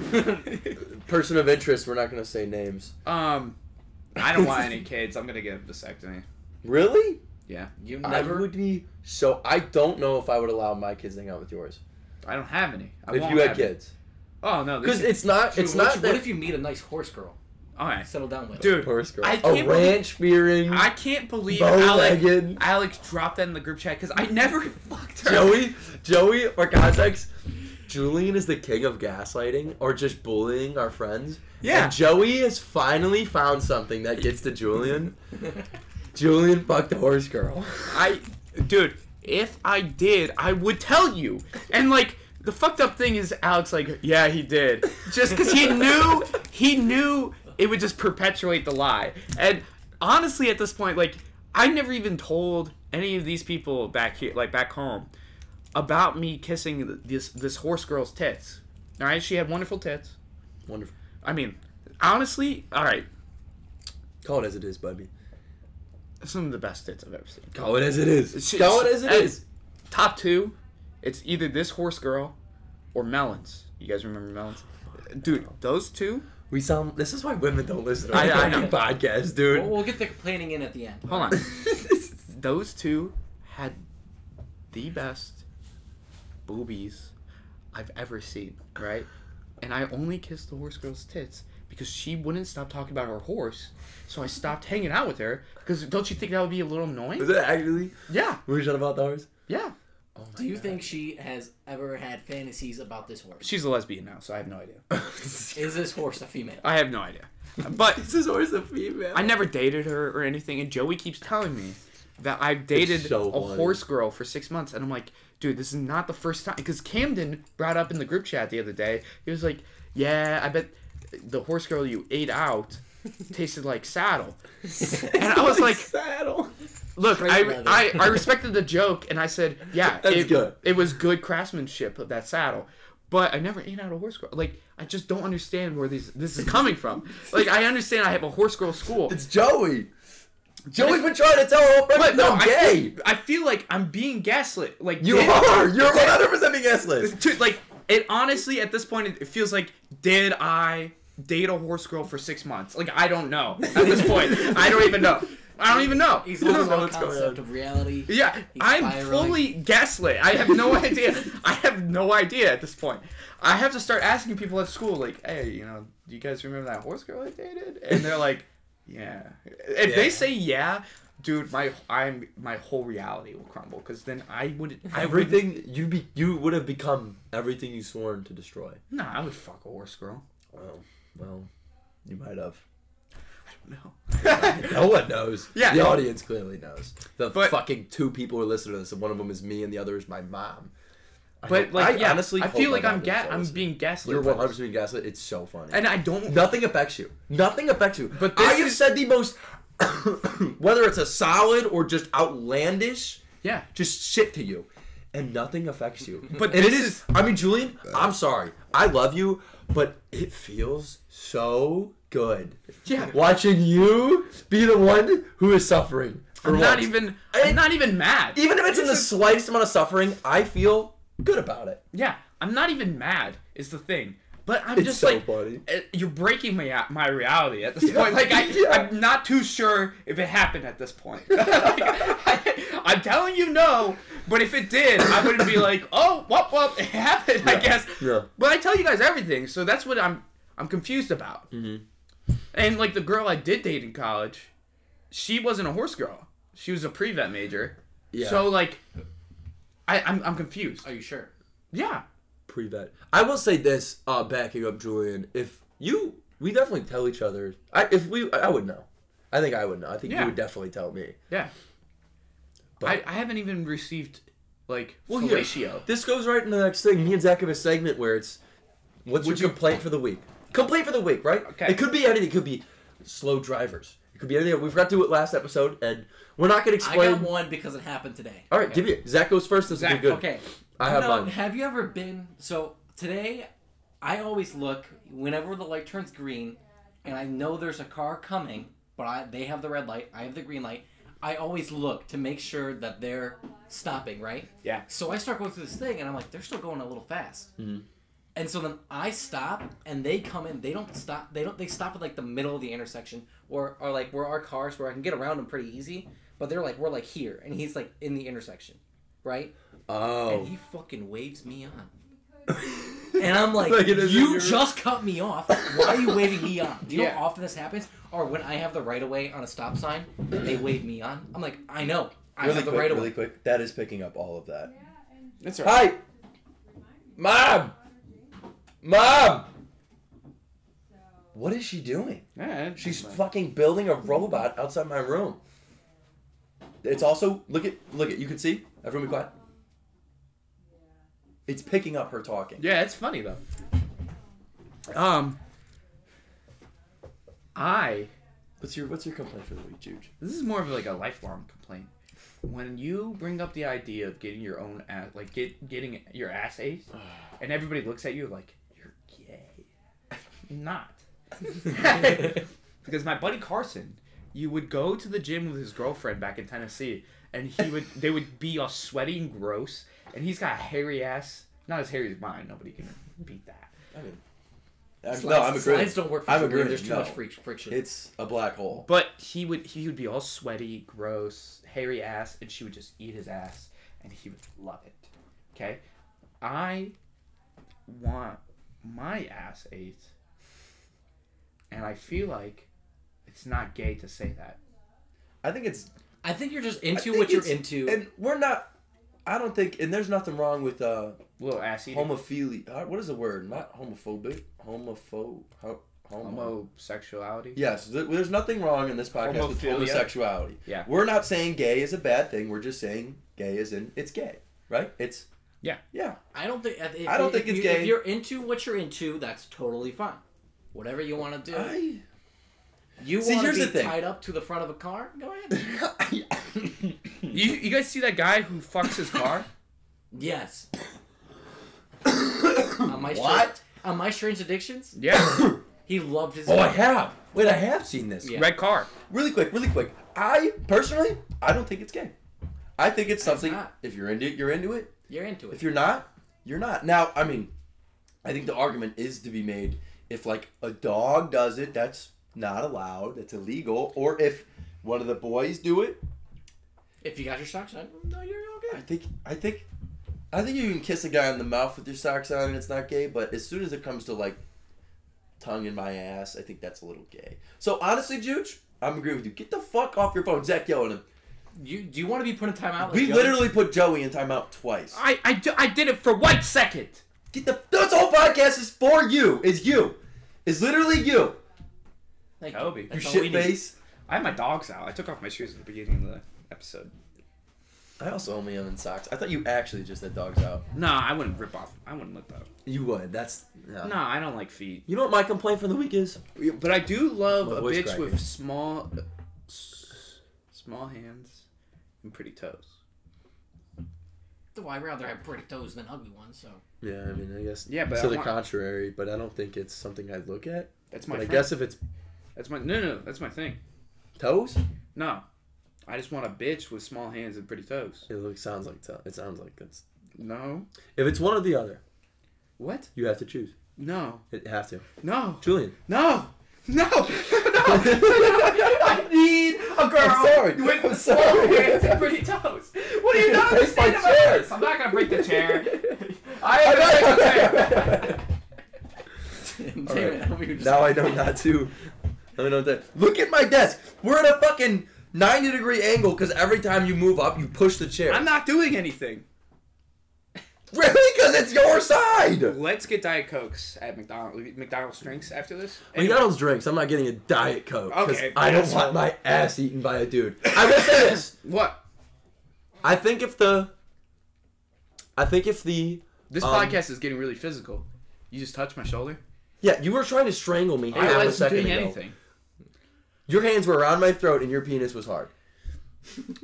Speaker 3: Person of interest, we're not gonna say names.
Speaker 1: um, I don't want any kids. I'm gonna get a vasectomy.
Speaker 3: Really?
Speaker 1: Yeah,
Speaker 5: You
Speaker 3: I
Speaker 5: never.
Speaker 3: would be so. I don't know if I would allow my kids to hang out with yours
Speaker 1: I don't have any. I
Speaker 3: if
Speaker 1: won't
Speaker 3: you had
Speaker 1: have any.
Speaker 3: kids.
Speaker 1: Oh no, this
Speaker 3: Because
Speaker 1: is,
Speaker 3: it's not. It's
Speaker 5: Dude, what
Speaker 3: not
Speaker 5: if-
Speaker 3: that.
Speaker 5: What if you meet a nice horse girl?
Speaker 1: all right,
Speaker 5: Settle down with.
Speaker 1: dude.
Speaker 3: horse girl?
Speaker 1: I
Speaker 3: A
Speaker 1: can't believe-
Speaker 3: ranch fearing.
Speaker 1: I can't believe Alex,
Speaker 3: Bow-legged.
Speaker 1: Alex dropped that in the group chat because I never fucked her.
Speaker 3: Joey. Joey. For context, Julian is the king of gaslighting or just bullying our friends.
Speaker 1: Yeah.
Speaker 3: And Joey has finally found something that gets to Julian. Julian fucked a horse girl.
Speaker 1: I, dude, if I did, I would tell you. And like the fucked up thing is, Alex, like, yeah, he did, just because he knew, he knew it would just perpetuate the lie. And honestly, at this point, like, I never even told any of these people back here, like back home, about me kissing this this horse girl's tits. All right, she had wonderful tits.
Speaker 3: Wonderful.
Speaker 1: I mean, honestly, all right,
Speaker 3: Call it as it is, buddy.
Speaker 1: some of the best tits I've ever seen.
Speaker 3: Call it as it is.
Speaker 1: Shit,
Speaker 3: Call it as it
Speaker 1: hey,
Speaker 3: is.
Speaker 1: Top two, it's either this horse girl or melons. You guys remember melons? Dude, those two.
Speaker 3: We sound. This is why women don't listen to
Speaker 1: I- I
Speaker 3: our
Speaker 1: know. Oh.
Speaker 3: fucking podcast,
Speaker 5: We'll,
Speaker 3: dude.
Speaker 5: we'll get the complaining in at the end.
Speaker 1: Hold on. those two had the best boobies I've ever seen, right? And I only kissed the horse girl's tits because she wouldn't stop talking about her horse. So I stopped hanging out with her because don't you think that would be a little annoying?
Speaker 3: Is it actually?
Speaker 1: Yeah,
Speaker 3: We were talking about Oh the horse.
Speaker 1: yeah.
Speaker 5: Do you think she has ever had fantasies about this horse?
Speaker 1: She's a lesbian now, so I have no idea.
Speaker 5: Is this horse a female?
Speaker 1: I have no idea. But
Speaker 3: Is this horse a female?
Speaker 1: I never dated her or anything, and Joey keeps telling me that I've dated
Speaker 3: so
Speaker 1: a
Speaker 3: funny.
Speaker 1: horse girl for six months, and I'm like, dude, this is not the first time. Because Camden brought up in the group chat the other day, he was like, yeah, I bet the horse girl you ate out tasted like saddle, and I was like,
Speaker 3: saddle.
Speaker 1: look, I,
Speaker 5: leather.
Speaker 1: I I respected the joke, and I said, yeah,
Speaker 3: That's
Speaker 1: it,
Speaker 3: good.
Speaker 1: it was good craftsmanship of that saddle. But I never ate out a horse girl. Like I just don't understand where these this is coming from. Like I understand I have a horse girl school.
Speaker 3: It's Joey. Joey's been trying to tell her whole friend
Speaker 1: But no,
Speaker 3: I'm
Speaker 1: I
Speaker 3: gay.
Speaker 1: Feel, I feel like I'm being gaslit. Like
Speaker 3: you
Speaker 1: did-
Speaker 3: are. You're 100 percent being gaslit.
Speaker 1: Dude, like it honestly at this point it it feels like did I date a horse girl for six months? Like I don't know at this point. I don't even know. I don't even know.
Speaker 5: He's
Speaker 1: No,
Speaker 5: lost
Speaker 1: no,
Speaker 5: all
Speaker 3: what's going
Speaker 5: concept
Speaker 3: on.
Speaker 5: of reality.
Speaker 1: Yeah,
Speaker 5: He's
Speaker 1: I'm
Speaker 5: spiraling.
Speaker 1: fully gaslit. I have no idea. I have no idea at this point. I have to start asking people at school, like, hey, you know, do you guys remember that horse girl I dated? And they're like, yeah. If they
Speaker 3: Yeah.
Speaker 1: say yeah, dude, my I'm my whole reality will crumble because then I would I would
Speaker 3: Everything you be you would have become everything you sworn to destroy.
Speaker 1: Nah, I would fuck a horse girl.
Speaker 3: Well, well, you might have.
Speaker 1: No.
Speaker 3: No one knows.
Speaker 1: Yeah.
Speaker 3: the audience clearly knows. The
Speaker 1: But-
Speaker 3: fucking two people who are listening to this, and one of them is me, and the other is my mom. I
Speaker 1: But
Speaker 3: hope-
Speaker 1: like,
Speaker 3: I
Speaker 1: yeah,
Speaker 3: honestly,
Speaker 1: I
Speaker 3: hope
Speaker 1: feel
Speaker 3: my
Speaker 1: like
Speaker 3: mom
Speaker 1: I'm
Speaker 3: doesn't
Speaker 1: ga-
Speaker 3: tell
Speaker 1: I'm
Speaker 3: this.
Speaker 1: being gaslit.
Speaker 3: You're
Speaker 1: by this.
Speaker 3: 100 percent gaslit. It's so funny.
Speaker 1: And I don't.
Speaker 3: Nothing affects you. Nothing affects you.
Speaker 1: But
Speaker 3: But
Speaker 1: this
Speaker 3: I have
Speaker 1: is-
Speaker 3: said the most, whether it's a solid or just outlandish,
Speaker 1: Yeah.
Speaker 3: just shit to you. and nothing affects you.
Speaker 2: But
Speaker 3: and it
Speaker 2: this
Speaker 3: is,
Speaker 2: is-
Speaker 3: I mean, Julian, I'm sorry. I love you, but it feels so good.
Speaker 1: Yeah.
Speaker 3: Watching you be the one who is suffering. for
Speaker 1: I'm not
Speaker 3: once.
Speaker 1: even. I'm not even mad.
Speaker 3: Even if it's in the slightest amount of suffering, I feel good about it.
Speaker 1: Yeah, I'm not even mad. Is the thing. But I'm
Speaker 3: It's
Speaker 1: just
Speaker 3: so
Speaker 1: like,
Speaker 3: funny.
Speaker 1: uh, you're breaking my my reality at this
Speaker 3: Yeah,
Speaker 1: point. Like I,
Speaker 3: yeah.
Speaker 1: I'm not too sure if it happened at this point. Like, I, am telling you no, but if it did, I wouldn't be like, oh, whoop whoop, it happened. I
Speaker 3: Yeah,
Speaker 1: guess.
Speaker 3: yeah.
Speaker 1: But I tell you guys everything, so that's what I'm I'm confused about. Mm-hmm. And like the girl I did date in college, she wasn't a horse girl. She was a pre vet major.
Speaker 3: Yeah.
Speaker 1: So like, I I'm, I'm confused.
Speaker 5: Are you sure?
Speaker 1: Yeah.
Speaker 3: pre vet. I will say this, uh, backing up Julian. If you, we definitely tell each other. I if we, I would know. I think I would know. I think
Speaker 1: Yeah.
Speaker 3: you would definitely tell me.
Speaker 1: Yeah. I,
Speaker 3: But-
Speaker 1: I haven't even received like
Speaker 3: Well, here,
Speaker 1: fellatio.
Speaker 3: this goes right into the next thing. Me and Zach have a segment where it's what's your complaint for the week? Complaint for the week, right?
Speaker 1: Okay.
Speaker 3: It could be anything. It could be slow drivers. It could be anything. We forgot to do it last episode, and we're not gonna
Speaker 5: I
Speaker 3: explain. Oh.
Speaker 5: got one because it happened today.
Speaker 3: All right, give it. Zach goes first. This will
Speaker 1: Zach,
Speaker 3: be good.
Speaker 5: Okay.
Speaker 3: I have
Speaker 5: No,
Speaker 3: mine.
Speaker 5: Have you ever been so today I always look whenever the light turns green and I know there's a car coming, but I, they have the red light, I have the green light. I always look to make sure that they're stopping, right?
Speaker 1: Yeah.
Speaker 5: So I start going through this thing and I'm like, they're still going a little fast.
Speaker 3: Mm-hmm.
Speaker 5: And so then I stop and they come in. They don't stop. They don't. They stop at like the middle of the intersection or are like where our cars where I can get around them pretty easy. But they're like we're like here and he's like in the intersection, right? and
Speaker 3: Oh,
Speaker 5: he fucking waves me on. and I'm like,
Speaker 3: Like it is in
Speaker 5: you
Speaker 3: your-
Speaker 5: just cut me off. Why are you waving me on? Do you know
Speaker 1: Yeah.
Speaker 5: how often this happens? Or when I have the right of way on a stop sign, they wave me on. I'm like, I know. I
Speaker 2: Really
Speaker 5: have the
Speaker 2: quick,
Speaker 5: right of
Speaker 2: really
Speaker 5: way.
Speaker 2: quick. That is picking up all of that.
Speaker 1: That's all right.
Speaker 3: hi, mom, mom.
Speaker 2: What is she doing?
Speaker 1: Yeah,
Speaker 2: She's
Speaker 1: fine.
Speaker 2: fucking building a robot.
Speaker 3: Robot outside my room. It's also look at look at you can see everyone be quiet. It's picking up her talking.
Speaker 1: yeah, it's funny though. Um, I
Speaker 3: What's your what's your complaint for the week, Juge?
Speaker 1: this is more of like a lifelong complaint. When you bring up the idea of getting your own ass, like get getting your ass aced, and everybody looks at you like you're gay, I'm not. because my buddy Carson, you would go to the gym with his girlfriend back in Tennessee, and he would they would be all sweaty and gross, and he's got a hairy ass, not as hairy as mine. Nobody can beat that.
Speaker 3: I'm, no,
Speaker 5: Slides-
Speaker 3: I'm agreeing.
Speaker 5: Slides don't work for
Speaker 3: I'm
Speaker 5: Julian.
Speaker 3: agreeing,
Speaker 5: There's too
Speaker 3: no.
Speaker 5: much fric- friction.
Speaker 3: It's a black hole.
Speaker 1: But he would he would be all sweaty, gross, hairy ass, and she would just eat his ass, and he would love it. Okay, I want my ass ate, and I feel like it's not gay to say that.
Speaker 3: I think it's
Speaker 5: I think you're just
Speaker 3: I
Speaker 5: into
Speaker 3: think
Speaker 5: what you're
Speaker 3: it's-
Speaker 5: into.
Speaker 3: and we're not. I don't think, and there's nothing wrong with uh
Speaker 1: Little ass eating.
Speaker 3: homophilia. Uh, what is the word? Not homophobic. Homopho. Ho- homo.
Speaker 1: homosexuality.
Speaker 3: Yes, th- there's nothing wrong in this podcast with
Speaker 1: Homophilia.
Speaker 3: homosexuality.
Speaker 1: Yeah.
Speaker 3: We're not saying gay is a bad thing. We're just saying gay is in it's gay, right? It's
Speaker 1: Yeah.
Speaker 3: Yeah.
Speaker 5: I don't think. If,
Speaker 3: I don't
Speaker 5: if
Speaker 3: think it's
Speaker 5: you,
Speaker 3: gay.
Speaker 5: If you're into what you're into, that's totally fine. Whatever you want to do.
Speaker 3: I
Speaker 5: you
Speaker 3: See,
Speaker 5: want
Speaker 3: here's
Speaker 5: to
Speaker 3: the
Speaker 5: be
Speaker 3: thing.
Speaker 5: tied up to the front of a car? Go ahead.
Speaker 1: You, you guys see that guy who fucks his car?
Speaker 5: yes. on my Strange,
Speaker 3: What?
Speaker 5: on my strange addictions,
Speaker 1: yeah,
Speaker 5: He loved his.
Speaker 3: Oh, I have. Wait, I have seen this.
Speaker 5: Yeah.
Speaker 1: red car.
Speaker 3: Really quick, really quick. I personally, I don't think it's gay. I think it's something
Speaker 5: not.
Speaker 3: if you're into it, you're into it.
Speaker 5: You're into it.
Speaker 3: If you're not, you're not. Now, I mean, I think the argument is to be made if like a dog does it, that's not allowed, that's illegal, or if one of the boys do it,
Speaker 5: if you got your socks on, no, you're all
Speaker 3: I
Speaker 5: good.
Speaker 3: think I think I think you can kiss a guy on the mouth with your socks on and it's not gay, but as soon as it comes to like tongue in my ass, I think that's a little gay. So honestly, Juge, I'm agreeing with you. Get the fuck off your phone, Zach yelling him.
Speaker 5: You do you want to be put in timeout? like
Speaker 3: We
Speaker 5: the other-
Speaker 3: literally put Joey in timeout twice.
Speaker 1: I I, do, I did it for one second.
Speaker 3: Get the this whole podcast is for you. Is you. Is literally you.
Speaker 5: Thank you.
Speaker 1: Kobe.
Speaker 5: That's
Speaker 3: You
Speaker 5: all we
Speaker 3: shit
Speaker 5: need.
Speaker 3: face.
Speaker 1: I had my dogs out. I took off my shoes at the beginning of the episode.
Speaker 3: I also only am in socks. I thought you actually just said dogs out.
Speaker 1: Nah, I wouldn't rip off. I wouldn't let that.
Speaker 3: You would. That's no.
Speaker 1: Nah, I don't like feet.
Speaker 3: You know what my complaint for the week is?
Speaker 1: But I do love
Speaker 3: My
Speaker 1: a
Speaker 3: voice
Speaker 1: bitch
Speaker 3: cracking.
Speaker 1: with small, s- small hands and pretty toes.
Speaker 5: Well, I'd rather have pretty toes than ugly ones. So
Speaker 3: Yeah, I mean, I guess.
Speaker 1: Yeah, but I
Speaker 3: to the
Speaker 1: want-
Speaker 3: contrary, but I don't think it's something I'd look at.
Speaker 1: That's my.
Speaker 3: But I
Speaker 1: friend.
Speaker 3: guess if it's
Speaker 1: That's my. No, no, that's my thing.
Speaker 3: toes,
Speaker 1: No, I just want a bitch with small hands and pretty toes.
Speaker 3: it looks sounds like to- it sounds like that's.
Speaker 1: No.
Speaker 3: If it's one or the other,
Speaker 1: What?
Speaker 3: you have to choose.
Speaker 1: No.
Speaker 3: It has to.
Speaker 1: No.
Speaker 3: Julian.
Speaker 1: No. No. No. I need a girl
Speaker 3: I'm sorry.
Speaker 1: with
Speaker 3: I'm
Speaker 1: small
Speaker 3: sorry.
Speaker 1: hands and pretty toes. What do you not
Speaker 3: Break my
Speaker 1: understand about
Speaker 3: chair.
Speaker 1: this? I'm not gonna break the chair. I am gonna break the chair.
Speaker 5: Damn
Speaker 3: right.
Speaker 5: it, I hope you just-
Speaker 3: Now I know not to. I know that. Look at my desk. We're at a fucking ninety degree angle because every time you move up, you push the chair.
Speaker 1: I'm not doing anything.
Speaker 3: Really? Because it's your side.
Speaker 1: Let's get Diet Cokes at McDonald's. McDonald's drinks after this.
Speaker 3: McDonald's drinks. I'm not getting a diet coke because
Speaker 1: Okay,
Speaker 3: I don't
Speaker 1: asshole.
Speaker 3: want my ass eaten by a dude. I will say this.
Speaker 1: What?
Speaker 3: I think if the, I think if the,
Speaker 1: This
Speaker 3: Um,
Speaker 1: podcast is getting really physical. You just touched my shoulder.
Speaker 3: yeah, you were trying to strangle me half
Speaker 1: I
Speaker 3: a
Speaker 1: wasn't
Speaker 3: second
Speaker 1: doing
Speaker 3: ago.
Speaker 1: anything.
Speaker 3: Your hands were around my throat and your penis was hard.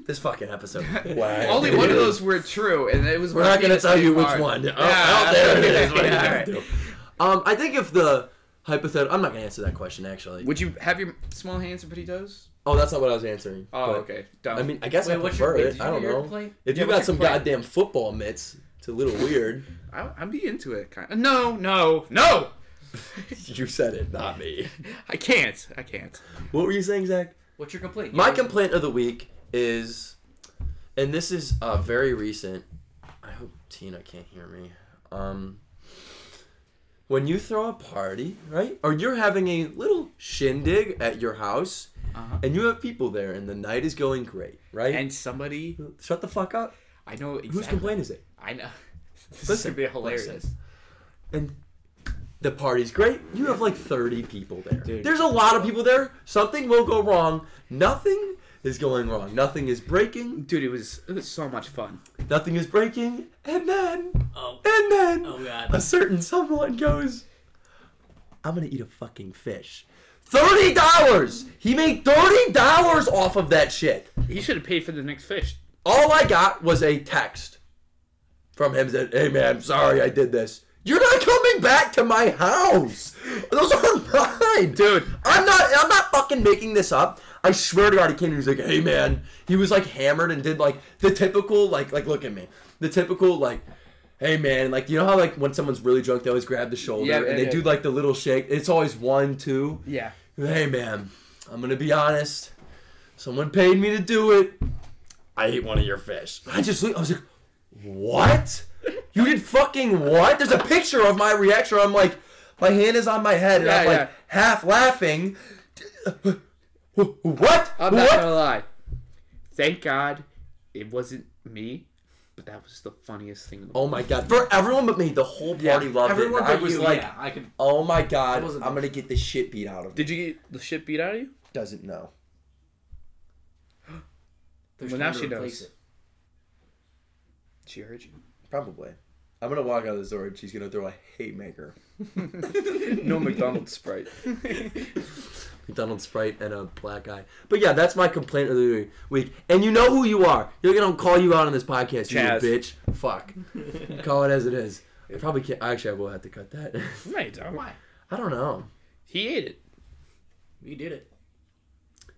Speaker 3: this fucking episode.
Speaker 2: Wow.
Speaker 1: Only one of those were true, and it was.
Speaker 3: We're not gonna
Speaker 1: gonna
Speaker 3: tell you which one. Oh, oh, there it is. What are you gonna do? Um, I think if the hypothetical, I'm not gonna answer that question actually.
Speaker 1: Would you have your small hands and pretty toes?
Speaker 3: Oh, that's not what I was answering.
Speaker 1: Oh,
Speaker 3: But,
Speaker 1: okay. Dumb.
Speaker 3: I mean, I guess
Speaker 5: Wait,
Speaker 3: I
Speaker 5: what's your-
Speaker 3: prefer
Speaker 5: wait, did
Speaker 3: it.
Speaker 5: you
Speaker 3: I don't
Speaker 5: do your
Speaker 3: know.
Speaker 5: complaint?
Speaker 3: If
Speaker 1: Yeah,
Speaker 3: you
Speaker 1: what's
Speaker 3: got
Speaker 1: your
Speaker 3: some
Speaker 1: complaint?
Speaker 3: goddamn football mitts, it's a little weird.
Speaker 1: I, I'd be into it. Kind of. No, no, no.
Speaker 3: you said it, not me.
Speaker 1: I can't. I can't.
Speaker 3: What were you saying, Zach?
Speaker 5: What's your complaint? You
Speaker 3: My
Speaker 5: know-
Speaker 3: complaint of the week is, and this is uh, very recent. I hope Tina can't hear me. Um, when you throw a party, right, or you're having a little shindig at your house,
Speaker 1: Uh-huh.
Speaker 3: and you have people there, and the night is going great, right?
Speaker 1: And somebody,
Speaker 3: shut the fuck up.
Speaker 1: I know exactly.
Speaker 3: Whose complaint is it?
Speaker 1: I know. This is
Speaker 3: Listen,
Speaker 1: gonna be hilarious.
Speaker 3: listen. And the party's great. You have like 30 people there.
Speaker 1: Dude.
Speaker 3: There's a lot of people there. Something will go wrong. Nothing is going wrong. Nothing is breaking.
Speaker 1: Dude, it was it was so much fun.
Speaker 3: Nothing is breaking, and then,
Speaker 5: Oh.
Speaker 3: and then,
Speaker 5: Oh
Speaker 3: a
Speaker 5: god.
Speaker 3: certain someone goes, I'm gonna eat a fucking fish. $30! He made $30 off of that shit.
Speaker 1: He should have paid for the next fish.
Speaker 3: All I got was a text from him that, hey man, I'm sorry I did this. You're not coming back to my house. Those are mine.
Speaker 1: Dude.
Speaker 3: I'm not I'm not fucking making this up. I swear to God he came and he was like, hey man. He was like hammered and did like the typical like like look at me. The typical like Hey man, like you know how like when someone's really drunk, they always grab the shoulder
Speaker 1: Yeah,
Speaker 3: and they
Speaker 1: yeah.
Speaker 3: do like the little shake. It's always one, two.
Speaker 1: Yeah.
Speaker 3: Hey man, I'm gonna be honest. Someone paid me to do it. I ate one of your fish. I just I was like, what? You did fucking what? There's a picture of my reaction. I'm like, my hand is on my head and
Speaker 1: Yeah,
Speaker 3: I'm like
Speaker 1: yeah.
Speaker 3: half laughing. What?
Speaker 1: I'm not
Speaker 3: what?
Speaker 1: gonna lie. Thank God it wasn't me, but that was the funniest thing. in the
Speaker 3: Oh my god! For everyone but me, the whole party loved it.
Speaker 5: Everyone
Speaker 3: And I
Speaker 5: but
Speaker 3: was
Speaker 5: you,
Speaker 3: like,
Speaker 5: yeah, I could.
Speaker 3: oh my god,
Speaker 5: wasn't
Speaker 3: I'm gonna get the shit beat out of me.
Speaker 1: Did you get the shit beat out of you?
Speaker 3: Doesn't know.
Speaker 5: There's
Speaker 1: Well, now
Speaker 5: time to
Speaker 1: she
Speaker 5: replace
Speaker 1: knows.
Speaker 5: it.
Speaker 1: She heard you.
Speaker 3: Probably. I'm gonna walk out of this door and she's gonna throw a hate maker.
Speaker 1: No McDonald's Sprite.
Speaker 3: McDonald's Sprite and a black eye. But yeah, that's my complaint of the week. And you know who you are. You're gonna call you out on this podcast, you
Speaker 1: Chaz.
Speaker 3: little bitch. Fuck. call it as it is. I probably can't. Actually, I will have to cut that.
Speaker 1: Right. um,
Speaker 5: Why?
Speaker 3: I don't know.
Speaker 1: He ate it.
Speaker 5: You did it.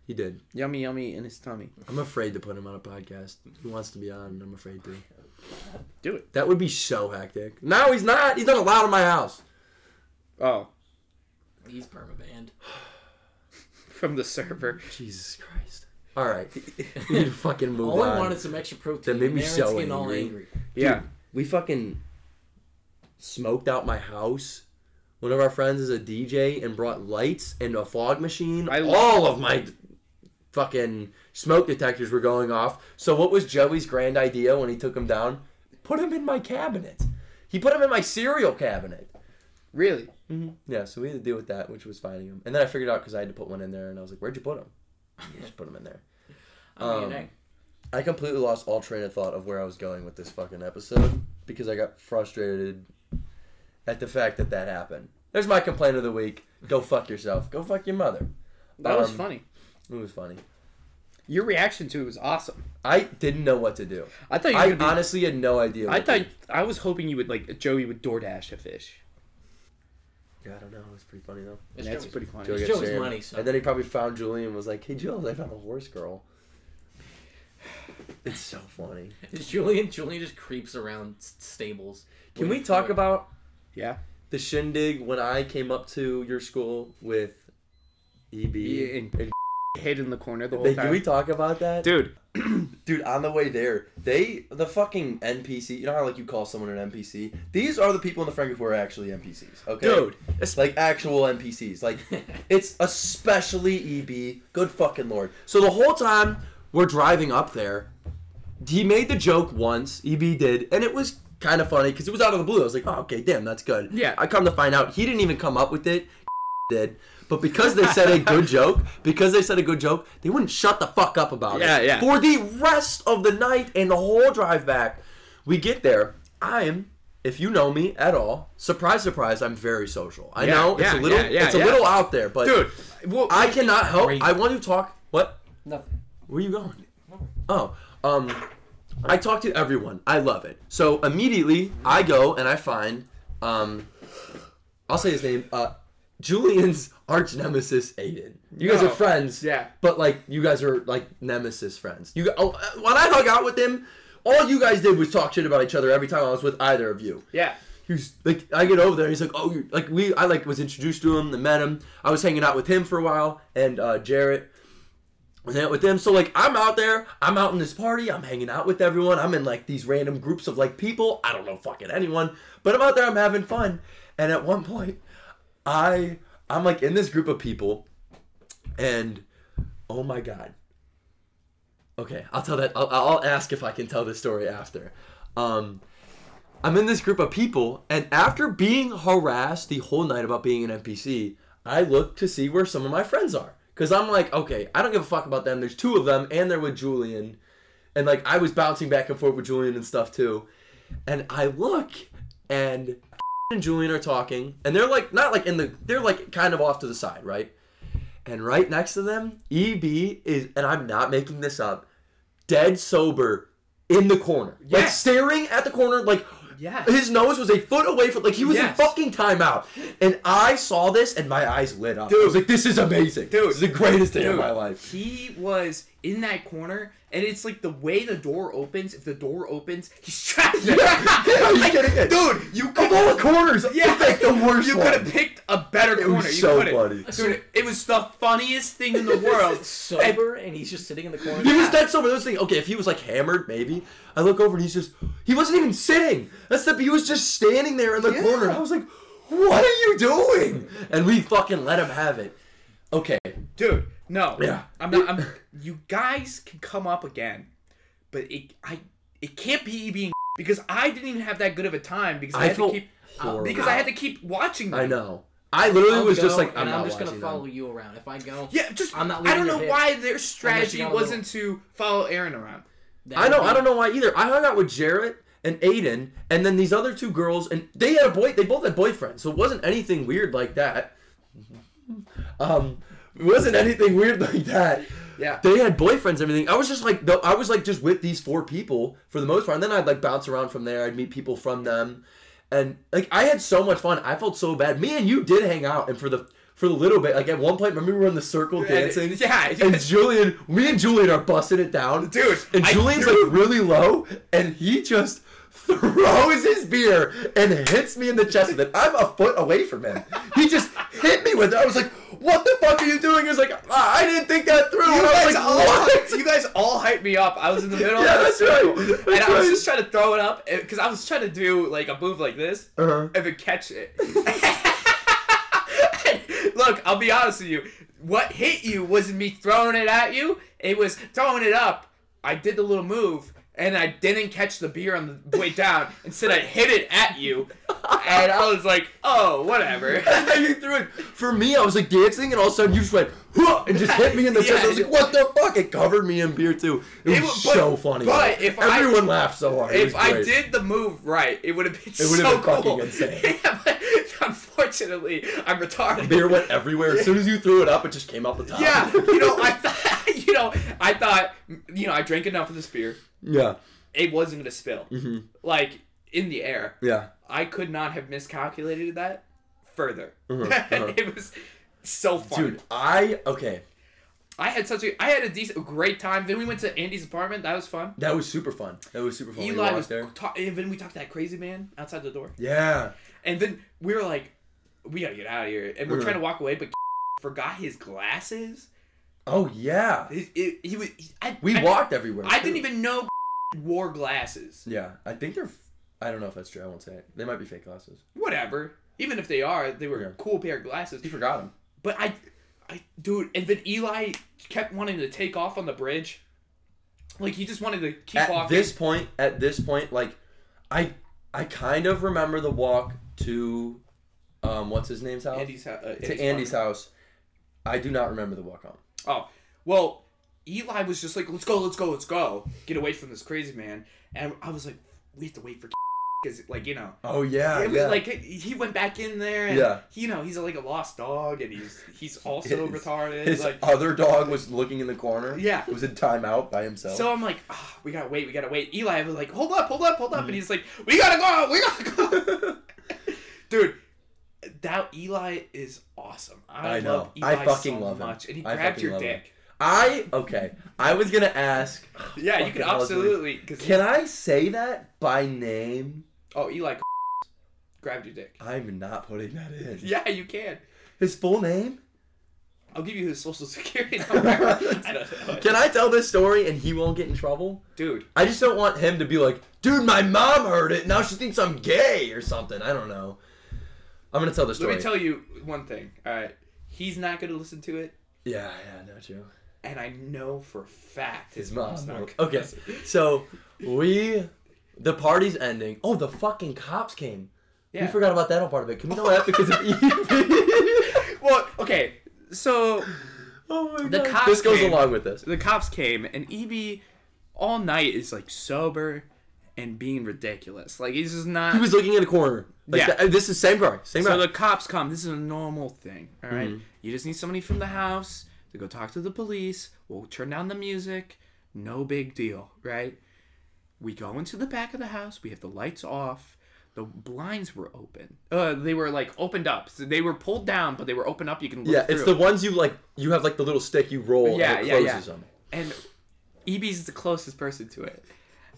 Speaker 3: He did.
Speaker 1: Yummy, yummy in his tummy.
Speaker 3: I'm afraid to put him on a podcast. He wants to be on, and I'm afraid to.
Speaker 1: Do it.
Speaker 3: That would be so hectic. No, he's not. He's not allowed in my house.
Speaker 1: Oh,
Speaker 5: He's permabanned.
Speaker 1: from the server.
Speaker 3: Jesus Christ. All right. we need to fucking move
Speaker 5: All
Speaker 3: on.
Speaker 5: I wanted some extra protein.
Speaker 3: That made
Speaker 5: and
Speaker 3: me
Speaker 5: now it's
Speaker 3: so
Speaker 5: getting all
Speaker 3: angry.
Speaker 5: angry.
Speaker 1: Yeah.
Speaker 3: we fucking smoked out my house. One of our friends is a DJ and brought lights and a fog machine.
Speaker 1: I-
Speaker 3: All of my fucking smoke detectors were going off. So what was Joey's grand idea when he took him down? Put him in my cabinet. He put him in my cereal cabinet.
Speaker 1: Really?
Speaker 3: Yeah, so we had to deal with that, which was finding him. And then I figured out because I had to put one in there, and I was like, "Where'd you put him?" You just put him in there.
Speaker 5: I'm
Speaker 3: Um,
Speaker 5: getting angry.
Speaker 3: I completely lost all train of thought of where I was going with this fucking episode because I got frustrated at the fact that that happened. There's my complaint of the week. Go fuck yourself. Go fuck your mother.
Speaker 1: That was
Speaker 3: Um,
Speaker 1: funny.
Speaker 3: It was funny.
Speaker 7: Your reaction to it was awesome.
Speaker 3: I didn't know what to do.
Speaker 7: I thought you were
Speaker 3: I
Speaker 7: gonna be,
Speaker 3: honestly had no idea.
Speaker 7: I
Speaker 3: what to
Speaker 7: thought I was hoping you would like Joey would DoorDash a fish.
Speaker 3: do. Yeah, I don't know. It was pretty funny though.
Speaker 5: It's
Speaker 7: that's
Speaker 5: Joey's-
Speaker 7: pretty funny.
Speaker 3: Joey
Speaker 5: it's
Speaker 3: got
Speaker 5: Joey's
Speaker 3: shamed.
Speaker 5: money, so-
Speaker 3: And then he probably found Julie and was like, "Hey, Jules, I found a horse girl." It's so funny.
Speaker 5: It's Julian. Julian just creeps around s- stables.
Speaker 3: Can we
Speaker 5: Waiting
Speaker 3: talk
Speaker 5: for-
Speaker 3: about
Speaker 7: Yeah.
Speaker 3: the shindig when I came up to your school with EB?
Speaker 7: Yeah, E and-
Speaker 3: and
Speaker 7: Hid in the corner the whole
Speaker 3: Hey,
Speaker 7: time.
Speaker 3: can we talk about that?
Speaker 7: Dude,
Speaker 3: Dude, on the way there, they the fucking NPC. You know how like you call someone an NPC. These are the people in the Frankie who are actually NPCs. Okay,
Speaker 7: Dude,
Speaker 3: it's like actual NPCs. Like it's especially EB. Good fucking lord. So the whole time we're driving up there, he made the joke once. EB did, and it was kind of funny because it was out of the blue. I was like, oh okay, damn, that's good.
Speaker 7: Yeah.
Speaker 3: I come to find out he didn't even come up with it. Did. But because they said a good joke, because they said a good joke, they wouldn't shut the fuck up about
Speaker 7: Yeah,
Speaker 3: it.
Speaker 7: yeah.
Speaker 3: For the rest of the night and the whole drive back, we get there. I am, if you know me at all, surprise, surprise, I'm very social. I
Speaker 7: Yeah,
Speaker 3: know it's
Speaker 7: yeah,
Speaker 3: a little,
Speaker 7: yeah, yeah,
Speaker 3: it's a
Speaker 7: yeah.
Speaker 3: little out there, but
Speaker 7: dude. Well,
Speaker 3: I cannot help.
Speaker 5: Great.
Speaker 3: I want to talk. What?
Speaker 5: Nothing.
Speaker 3: Where you going? Oh, um, I talk to everyone. I love it. So immediately I go and I find, um, I'll say his name, uh, Julian's arch nemesis Aiden. You guys
Speaker 7: No.
Speaker 3: are friends,
Speaker 7: Yeah.
Speaker 3: But like you guys are like nemesis friends. You gu- oh, uh, when I hung out with him, all you guys did was talk shit about each other every time I was with either of you
Speaker 7: yeah.
Speaker 3: he was like I get over there and he's like oh you like we I like was introduced to him and met him I was hanging out with him for a while and uh Jarrett was hanging out with them so like I'm out there I'm out in this party I'm hanging out with everyone I'm in like these random groups of like people I don't know fucking anyone but I'm out there I'm having fun and at one point I I'm like in this group of people and oh my god okay I'll tell that I'll, I'll ask if I can tell this story after um I'm in this group of people, and after being harassed the whole night about being an NPC, I look to see where some of my friends are. Because I'm like, okay, I don't give a fuck about them. There's two of them, and they're with Julian. And like, I was bouncing back and forth with Julian and stuff too. And I look, and and Julian are talking, and they're like, not like in the, they're like kind of off to the side, right? And right next to them, EB is, and I'm not making this up, dead sober in the corner. Like
Speaker 7: Yes.
Speaker 3: staring at the corner, like,
Speaker 7: Yes.
Speaker 3: his nose was a foot away from like he was
Speaker 7: Yes.
Speaker 3: in fucking timeout. And I saw this and my eyes lit up. Dude, I was like, this is amazing. Dude, this is the greatest day of my life.
Speaker 1: He was in that corner, and it's like the way the door opens. If the door opens, he's trapped. there.
Speaker 3: Yeah, you get it.
Speaker 1: dude, you
Speaker 3: Of
Speaker 1: could
Speaker 3: all the corners, yeah, like the worst
Speaker 1: you
Speaker 3: one.
Speaker 1: could have picked a better
Speaker 3: It
Speaker 1: corner.
Speaker 3: was
Speaker 1: you
Speaker 3: so
Speaker 1: couldn't.
Speaker 3: funny.
Speaker 1: dude. It was the funniest thing in the world.
Speaker 5: Sober, and he's just sitting in the corner.
Speaker 3: He was dead sober. I was thinking, okay, if he was like hammered, maybe. I look over and he's just, he wasn't even sitting. That's the, he was just standing there in the corner. I was like, what are you doing? And we fucking let him have it. Okay.
Speaker 1: dude no
Speaker 3: Yeah.
Speaker 1: i'm not i'm you guys can come up again but it i it can't be being because i didn't even have that good of a time because i,
Speaker 3: I
Speaker 1: had to
Speaker 3: felt
Speaker 1: keep uh,
Speaker 3: horrible.
Speaker 1: because i had to keep watching them.
Speaker 3: I know. I literally
Speaker 5: I'll
Speaker 3: was just
Speaker 5: go,
Speaker 3: like, I'm
Speaker 5: and
Speaker 3: not
Speaker 5: I'm just gonna
Speaker 3: watching them.
Speaker 5: follow you around. If I go,
Speaker 1: yeah just
Speaker 5: I'm not
Speaker 1: i
Speaker 5: leaving
Speaker 1: don't
Speaker 5: your
Speaker 1: know
Speaker 5: hip.
Speaker 1: why their strategy
Speaker 5: got a
Speaker 1: wasn't to follow aaron around
Speaker 5: that
Speaker 3: I know.
Speaker 5: would
Speaker 3: I
Speaker 5: be-
Speaker 3: don't know why either. I hung out with Jarrett and Aiden, and then these other two girls, and they had a boy. They both had boyfriends, so it wasn't anything weird like that. Um, it wasn't anything weird like that.
Speaker 7: Yeah.
Speaker 3: They had boyfriends, and everything. I was just like, no, I was like just with these four people for the most part, and then I'd like bounce around from there. I'd meet people from them, and like I had so much fun. I felt so bad. Me and you did hang out, and for the for the little bit, like at one point, remember we were in the circle dancing.
Speaker 1: and, yeah
Speaker 3: And Julian, me and Julian are busting it down,
Speaker 1: Dude,
Speaker 3: And
Speaker 1: I-
Speaker 3: Julian's
Speaker 1: dude.
Speaker 3: like really low, and he just throws his beer and hits me in the chest with it. I'm a foot away from him. He just hit me with it. I was like, "What the fuck are you doing?" He was like, "Ah, "I didn't think that through."
Speaker 1: you
Speaker 3: and I
Speaker 1: guys,
Speaker 3: was like,
Speaker 1: all,
Speaker 3: "What?"
Speaker 1: you guys all hyped me up. I was in the middle.
Speaker 3: Yeah,
Speaker 1: of the
Speaker 3: that's
Speaker 1: circle,
Speaker 3: right.
Speaker 1: And I
Speaker 3: That's
Speaker 1: was
Speaker 3: right.
Speaker 1: just trying to throw it up because I was trying to do like a move like this
Speaker 3: Uh-huh.
Speaker 1: and then catch it. Look, I'll be honest with you. What hit you wasn't me throwing it at you. It was throwing it up. I did the little move and I didn't catch the beer on the way down. Instead, I hit it at you, and I was like, "Oh, whatever."
Speaker 3: And you threw it. For me, I was like dancing, and all of a sudden you just went "Huh," and just hit me in the chest. I was like, "What the fuck?" It covered me in beer too. It was
Speaker 1: It was- but-
Speaker 3: so funny.
Speaker 1: but if I-
Speaker 3: everyone laughed so hard, It
Speaker 1: If
Speaker 3: was
Speaker 1: I
Speaker 3: great.
Speaker 1: did the move right, it would have been
Speaker 3: would've
Speaker 1: so
Speaker 3: been fucking
Speaker 1: cool.
Speaker 3: insane.
Speaker 1: Yeah, but unfortunately, I'm retarded.
Speaker 3: beer went everywhere. As soon as you threw it up, it just came out the top.
Speaker 1: yeah, you know, I thought, you know, so I thought, you know, I drank enough of this beer.
Speaker 3: Yeah. Mm-hmm.
Speaker 1: It wasn't gonna spill, like in the air.
Speaker 3: Yeah.
Speaker 1: I could not have miscalculated that further.
Speaker 3: uh-huh.
Speaker 1: it was so fun.
Speaker 3: Dude, I okay.
Speaker 1: I had such a I had a decent great time. Then we went to Andy's apartment. That was fun.
Speaker 3: That was super fun. That was super fun. We
Speaker 1: Eli
Speaker 3: walked
Speaker 1: was
Speaker 3: there.
Speaker 1: ta- and then we talked to that crazy man outside the door.
Speaker 3: Yeah.
Speaker 1: And then we were like, we gotta get out of here. And we're
Speaker 3: Yeah.
Speaker 1: trying to walk away, but forgot his glasses.
Speaker 3: Oh yeah.
Speaker 1: His, it, he was. he- I,
Speaker 3: We
Speaker 1: I,
Speaker 3: walked everywhere.
Speaker 1: I
Speaker 3: too.
Speaker 1: didn't even know wore glasses.
Speaker 3: Yeah, I think they're. f- I don't know if that's true. I won't say it. They might be fake glasses.
Speaker 1: Whatever. Even if they are, they were
Speaker 3: Yeah.
Speaker 1: cool pair of glasses.
Speaker 3: You forgot them.
Speaker 1: But I, I, dude, and then Eli kept wanting to take off on the bridge. Like he just wanted to keep
Speaker 3: at
Speaker 1: walking.
Speaker 3: this point at this point like i i kind of remember the walk to um what's his name's house
Speaker 1: Andy's, hou- uh,
Speaker 3: to andy's
Speaker 1: farm.
Speaker 3: house i do not remember the walk home
Speaker 1: Oh, well, Eli was just like, "Let's go, let's go, let's go, get away from this crazy man." And I was like, "We have to wait for because, like, you know."
Speaker 3: oh yeah
Speaker 1: It was like he went back in there, and
Speaker 3: Yeah.
Speaker 1: you know he's like a lost dog, and he's he's also
Speaker 3: His-
Speaker 1: retarded.
Speaker 3: his
Speaker 1: like,
Speaker 3: other dog was looking in the corner
Speaker 1: Yeah.
Speaker 3: it was in timeout by himself
Speaker 1: So I'm like, "Ah, we gotta wait, we gotta wait. Eli was like, hold up, hold up, hold up,
Speaker 3: Mm.
Speaker 1: and he's like, we gotta go, we gotta go, dude. That Eli is awesome. I,
Speaker 3: I know.
Speaker 1: love Eli
Speaker 3: I fucking
Speaker 1: so
Speaker 3: love him.
Speaker 1: much, and he
Speaker 3: I
Speaker 1: grabbed
Speaker 3: fucking
Speaker 1: your
Speaker 3: love him.
Speaker 1: dick.
Speaker 3: i okay i was gonna ask
Speaker 1: Yeah, you
Speaker 3: Fucking
Speaker 1: can
Speaker 3: hell, dude.
Speaker 1: absolutely. Cause
Speaker 3: can i say that by name
Speaker 1: oh, Eli grabbed your dick.
Speaker 3: i'm not putting that in
Speaker 1: Yeah, you can.
Speaker 3: his full name
Speaker 1: I'll give you his social security number,
Speaker 3: can i tell this story and he won't get in trouble
Speaker 1: dude.
Speaker 3: I just don't want him to be like, dude, my mom heard it. Now she thinks I'm gay or something. I don't know. I'm gonna tell the story.
Speaker 1: Let me tell you one thing. All right, he's not gonna listen to it,
Speaker 3: yeah, yeah, no true.
Speaker 1: and I know for a fact
Speaker 3: His mom's
Speaker 1: not.
Speaker 3: not.
Speaker 1: gonna
Speaker 3: Okay,
Speaker 1: listen.
Speaker 3: so we, the party's ending. Oh, the fucking cops came.
Speaker 1: Yeah.
Speaker 3: We forgot about that whole part of it. Can we know that because of E EP?
Speaker 1: Well, okay, so
Speaker 3: oh my
Speaker 7: The
Speaker 3: god.
Speaker 7: cops
Speaker 3: this goes
Speaker 7: came.
Speaker 3: along with this.
Speaker 7: the cops came and EB all night is like sober and being ridiculous. Like he's just not.
Speaker 3: He was looking in a corner. Like,
Speaker 7: Yeah.
Speaker 3: th- this is same guy. Same guy.
Speaker 7: so the cops come. This is a normal thing. All right?
Speaker 3: Mm-hmm.
Speaker 7: You just need somebody from the house to go talk to the police. We'll turn down the music. No big deal, right? We go into the back of the house. We have the lights off. The blinds were open. Uh, they were like opened up. So they were pulled down, but they were open up. You can look
Speaker 3: yeah, it's
Speaker 7: through.
Speaker 3: the ones you like. You have like the little stick you roll.
Speaker 7: Yeah,
Speaker 3: and it
Speaker 7: yeah, yeah.
Speaker 3: closes them.
Speaker 7: and EB's the closest person to it.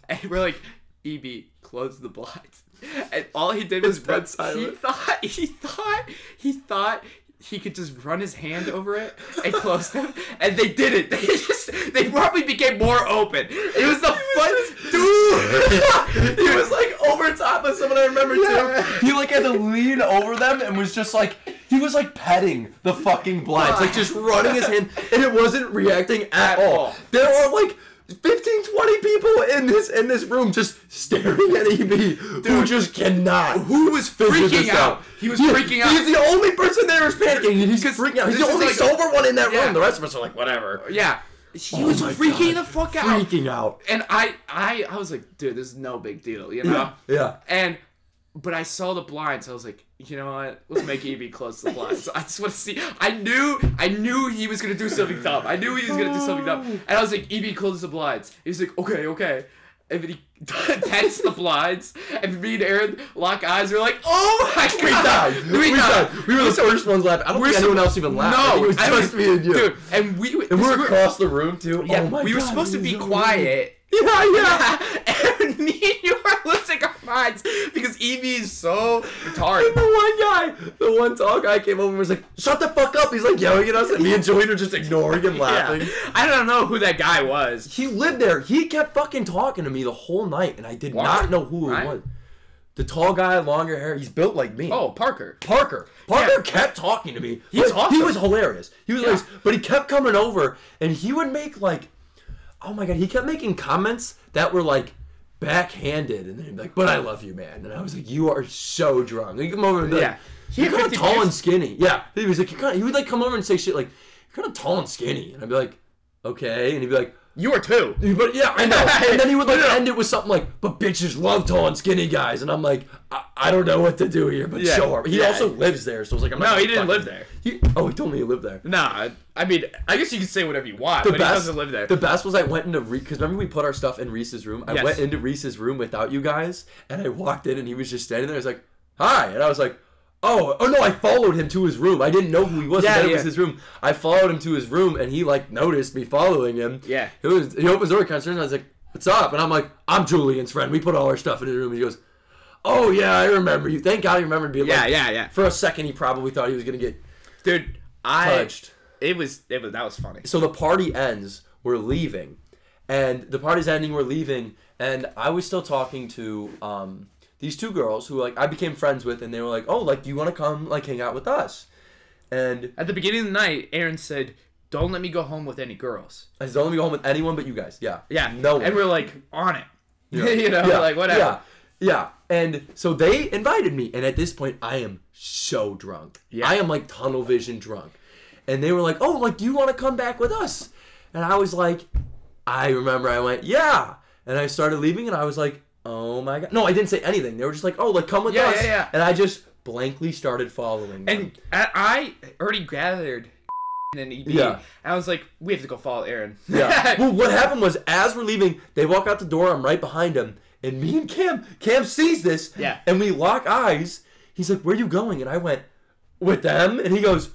Speaker 7: And we're like, EB, close the blinds. And all he did was run. He
Speaker 3: silent.
Speaker 7: thought he thought he thought he could just run his hand over it and close them. And they did it. They just they probably became more open. It was the fun
Speaker 3: dude. he was like over top of someone I remember too. He like had to lean over them and was just like he was like petting the fucking blinds, like just running his hand, and it wasn't reacting at all. There are like. 15 20 people in this in this room just staring at EB who just cannot who was
Speaker 7: freaking out. He was freaking out.
Speaker 3: he's the only person there who's panicking and he's
Speaker 7: 'Cause
Speaker 3: freaking out he's
Speaker 7: this is
Speaker 3: the only
Speaker 7: like a-
Speaker 3: sober one in that
Speaker 7: Yeah.
Speaker 3: room the rest of us are like whatever
Speaker 7: Yeah. He
Speaker 3: Oh
Speaker 7: was
Speaker 3: my
Speaker 7: freaking
Speaker 3: God.
Speaker 7: the fuck out.
Speaker 3: freaking out
Speaker 7: And I I I was like, dude, this is no big deal, you know?
Speaker 3: yeah
Speaker 7: And but I saw the blinds. I was like, you know what? Let's make EB close the blinds. I just want to see. I knew, I knew he was gonna do something dumb. I knew he was gonna do something dumb. And I was like, EB close the blinds. He was like, okay, okay. And then he tents the blinds, and me and Aaron lock eyes. We're like, oh my god,
Speaker 3: We died. We, died. We were the first ones laughing. I don't
Speaker 7: We're
Speaker 3: think
Speaker 7: so-
Speaker 3: anyone else even laughed. I think
Speaker 7: No,
Speaker 3: it was
Speaker 7: I was-
Speaker 3: just me and you.
Speaker 7: dude. And we,
Speaker 3: and we
Speaker 7: this-
Speaker 3: were across the room too.
Speaker 7: yeah,
Speaker 3: oh my
Speaker 7: we were
Speaker 3: God,
Speaker 7: supposed to
Speaker 3: this
Speaker 7: be
Speaker 3: is so
Speaker 7: quiet.
Speaker 3: weird. Yeah, yeah.
Speaker 7: and me and you are losing our minds because EB is so retarded.
Speaker 3: And the one guy, the one tall guy came over and was like, "Shut the fuck up!" He's like yelling at us, and me and Joey are just ignoring and laughing.
Speaker 7: Yeah. I don't know who that guy was.
Speaker 3: He lived there. He kept fucking talking to me the whole night, and I did not know who
Speaker 7: Why?
Speaker 3: it was. The tall guy, longer hair. He's built like me.
Speaker 7: Oh, Parker.
Speaker 3: Parker. Parker kept talking to me.
Speaker 7: He's
Speaker 3: Like, He
Speaker 7: awesome.
Speaker 3: was hilarious. He was like, but he kept coming over, and he would make like, oh my god, he kept making comments that were like backhanded, and then he'd be like, "But I love you, man," and I was like, "You are so drunk." He come over and be
Speaker 7: Yeah.
Speaker 3: like, "You're kind of
Speaker 7: 50
Speaker 3: tall
Speaker 7: years-
Speaker 3: and skinny." Yeah, he was like, "You're kind." He would like come over and say shit like, "You're kind of tall and skinny," and I'd be like, "Okay," and he'd be like.
Speaker 1: You are too.
Speaker 3: But yeah, I know. And then he would like end it with something like, "But bitches love tall and skinny guys," and I'm like, I, I don't know what to do here, but
Speaker 1: Yeah.
Speaker 3: show her. He
Speaker 1: Yeah.
Speaker 3: also lives there, so I was like, I'm
Speaker 1: No,
Speaker 3: not
Speaker 1: he didn't
Speaker 3: fucking-
Speaker 1: live there.
Speaker 3: He, oh, he told me he lived there.
Speaker 1: Nah, I mean, I guess you can say whatever you want,
Speaker 3: The
Speaker 1: but
Speaker 3: best
Speaker 1: he doesn't live there.
Speaker 3: The best was I went into because remember we put our stuff in Reese's room. I
Speaker 1: Yes.
Speaker 3: went into Reese's room without you guys, and I walked in and he was just standing there. I was like, "Hi," and I was like. Oh, oh no! I followed him to his room. I didn't know who he was.
Speaker 1: Yeah,
Speaker 3: Yeah, It was
Speaker 1: yeah.
Speaker 3: his room. I followed him to his room, and he like noticed me following him.
Speaker 1: Yeah.
Speaker 3: He was. He opens the door, kind of and I was like, "What's up?" And I'm like, "I'm Julian's friend. We put all our stuff in his room." And he goes, "Oh yeah, I remember you. Thank God he remembered me."
Speaker 1: yeah,
Speaker 3: Like,
Speaker 1: yeah, yeah.
Speaker 3: For a second, he probably thought he was gonna get
Speaker 1: Dude, I
Speaker 3: touched.
Speaker 1: it was it was that was funny.
Speaker 3: so the party ends we're leaving and the party's ending we're leaving and i was still talking to um, these two girls who like i became friends with and they were like oh like do you want to come like hang out with us and
Speaker 1: At the beginning of the night, Aaron said, "Don't let me go home with any girls."
Speaker 3: i said don't let me go home with anyone but you guys yeah
Speaker 1: Yeah,
Speaker 3: no one.
Speaker 1: and we're like on it. you know,
Speaker 3: Yeah,
Speaker 1: like whatever.
Speaker 3: yeah yeah and so they invited me and at this point i am so drunk yeah. i am like tunnel vision drunk and they were like oh like do you want to come back with us and i was like I remember I went, yeah. And I started leaving and I was like, oh my God. No, I didn't say anything. They were just like, oh, like, come with
Speaker 1: Yeah,
Speaker 3: us.
Speaker 1: yeah, yeah.
Speaker 3: And I just blankly started following them.
Speaker 1: And I I already gathered and EB.
Speaker 3: Yeah.
Speaker 1: And I was like, we have to go follow Aaron.
Speaker 3: Yeah. well, what happened was, as we're leaving, they walk out the door. I'm right behind them. And me and Cam, Cam sees this.
Speaker 1: Yeah.
Speaker 3: And we lock eyes. He's like, where are you going? And I went, with them. And he goes,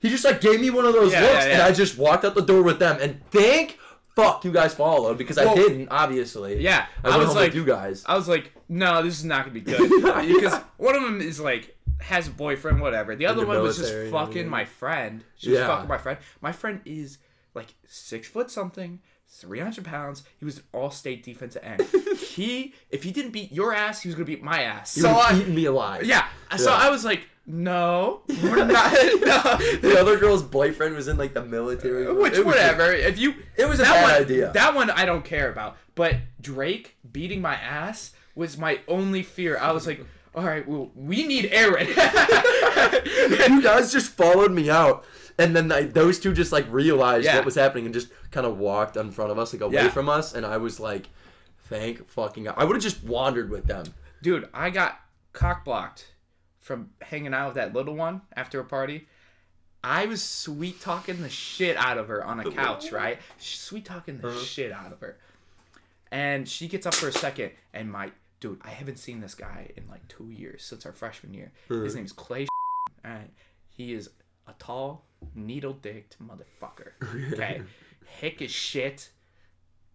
Speaker 3: he just like gave me one of those
Speaker 1: Yeah,
Speaker 3: looks.
Speaker 1: yeah, yeah.
Speaker 3: And I just walked out the door with them. And thank fuck you guys followed because I
Speaker 1: Well,
Speaker 3: didn't, obviously.
Speaker 1: yeah,
Speaker 3: I,
Speaker 1: I
Speaker 3: went
Speaker 1: was
Speaker 3: home
Speaker 1: like-
Speaker 3: with you guys.
Speaker 1: I was like, no, this is not gonna be good
Speaker 3: Yeah, yeah.
Speaker 1: because one of them is like has a boyfriend, whatever. The other
Speaker 3: the
Speaker 1: one was just
Speaker 3: military and
Speaker 1: fucking
Speaker 3: everything.
Speaker 1: my friend. She was
Speaker 3: Yeah.
Speaker 1: fucking my friend. My friend is like six foot something, three hundred pounds. He was an all state defensive end. he, if he didn't beat your ass, he was gonna beat my ass.
Speaker 3: You
Speaker 1: so
Speaker 3: would've
Speaker 1: I,
Speaker 3: eaten me alive.
Speaker 1: yeah, so
Speaker 3: Yeah.
Speaker 1: I was like, no, we're not. no.
Speaker 3: the other girl's boyfriend was in like the military.
Speaker 1: Which,
Speaker 3: It was-
Speaker 1: whatever. If you,
Speaker 3: It was a
Speaker 1: that
Speaker 3: bad
Speaker 1: one,
Speaker 3: idea.
Speaker 1: That one I don't care about. But Drake beating my ass was my only fear. I was like, all right, well, we need Aaron.
Speaker 3: you guys just followed me out, and then I, those two just like realized
Speaker 1: Yeah.
Speaker 3: what was happening and just kind of walked in front of us, like away
Speaker 1: Yeah.
Speaker 3: from us. And I was like, "Thank fucking God!" I would have just wandered with them.
Speaker 1: Dude, I got cock blocked from hanging out with that little one after a party. I was sweet talking the shit out of her on a couch, right? Sweet talking the shit out of her. And she gets up for a second, and my dude, I haven't seen this guy in like two years since our freshman year. His name's Clay. All right, he is a tall, needle-dicked motherfucker. Okay, hick as shit,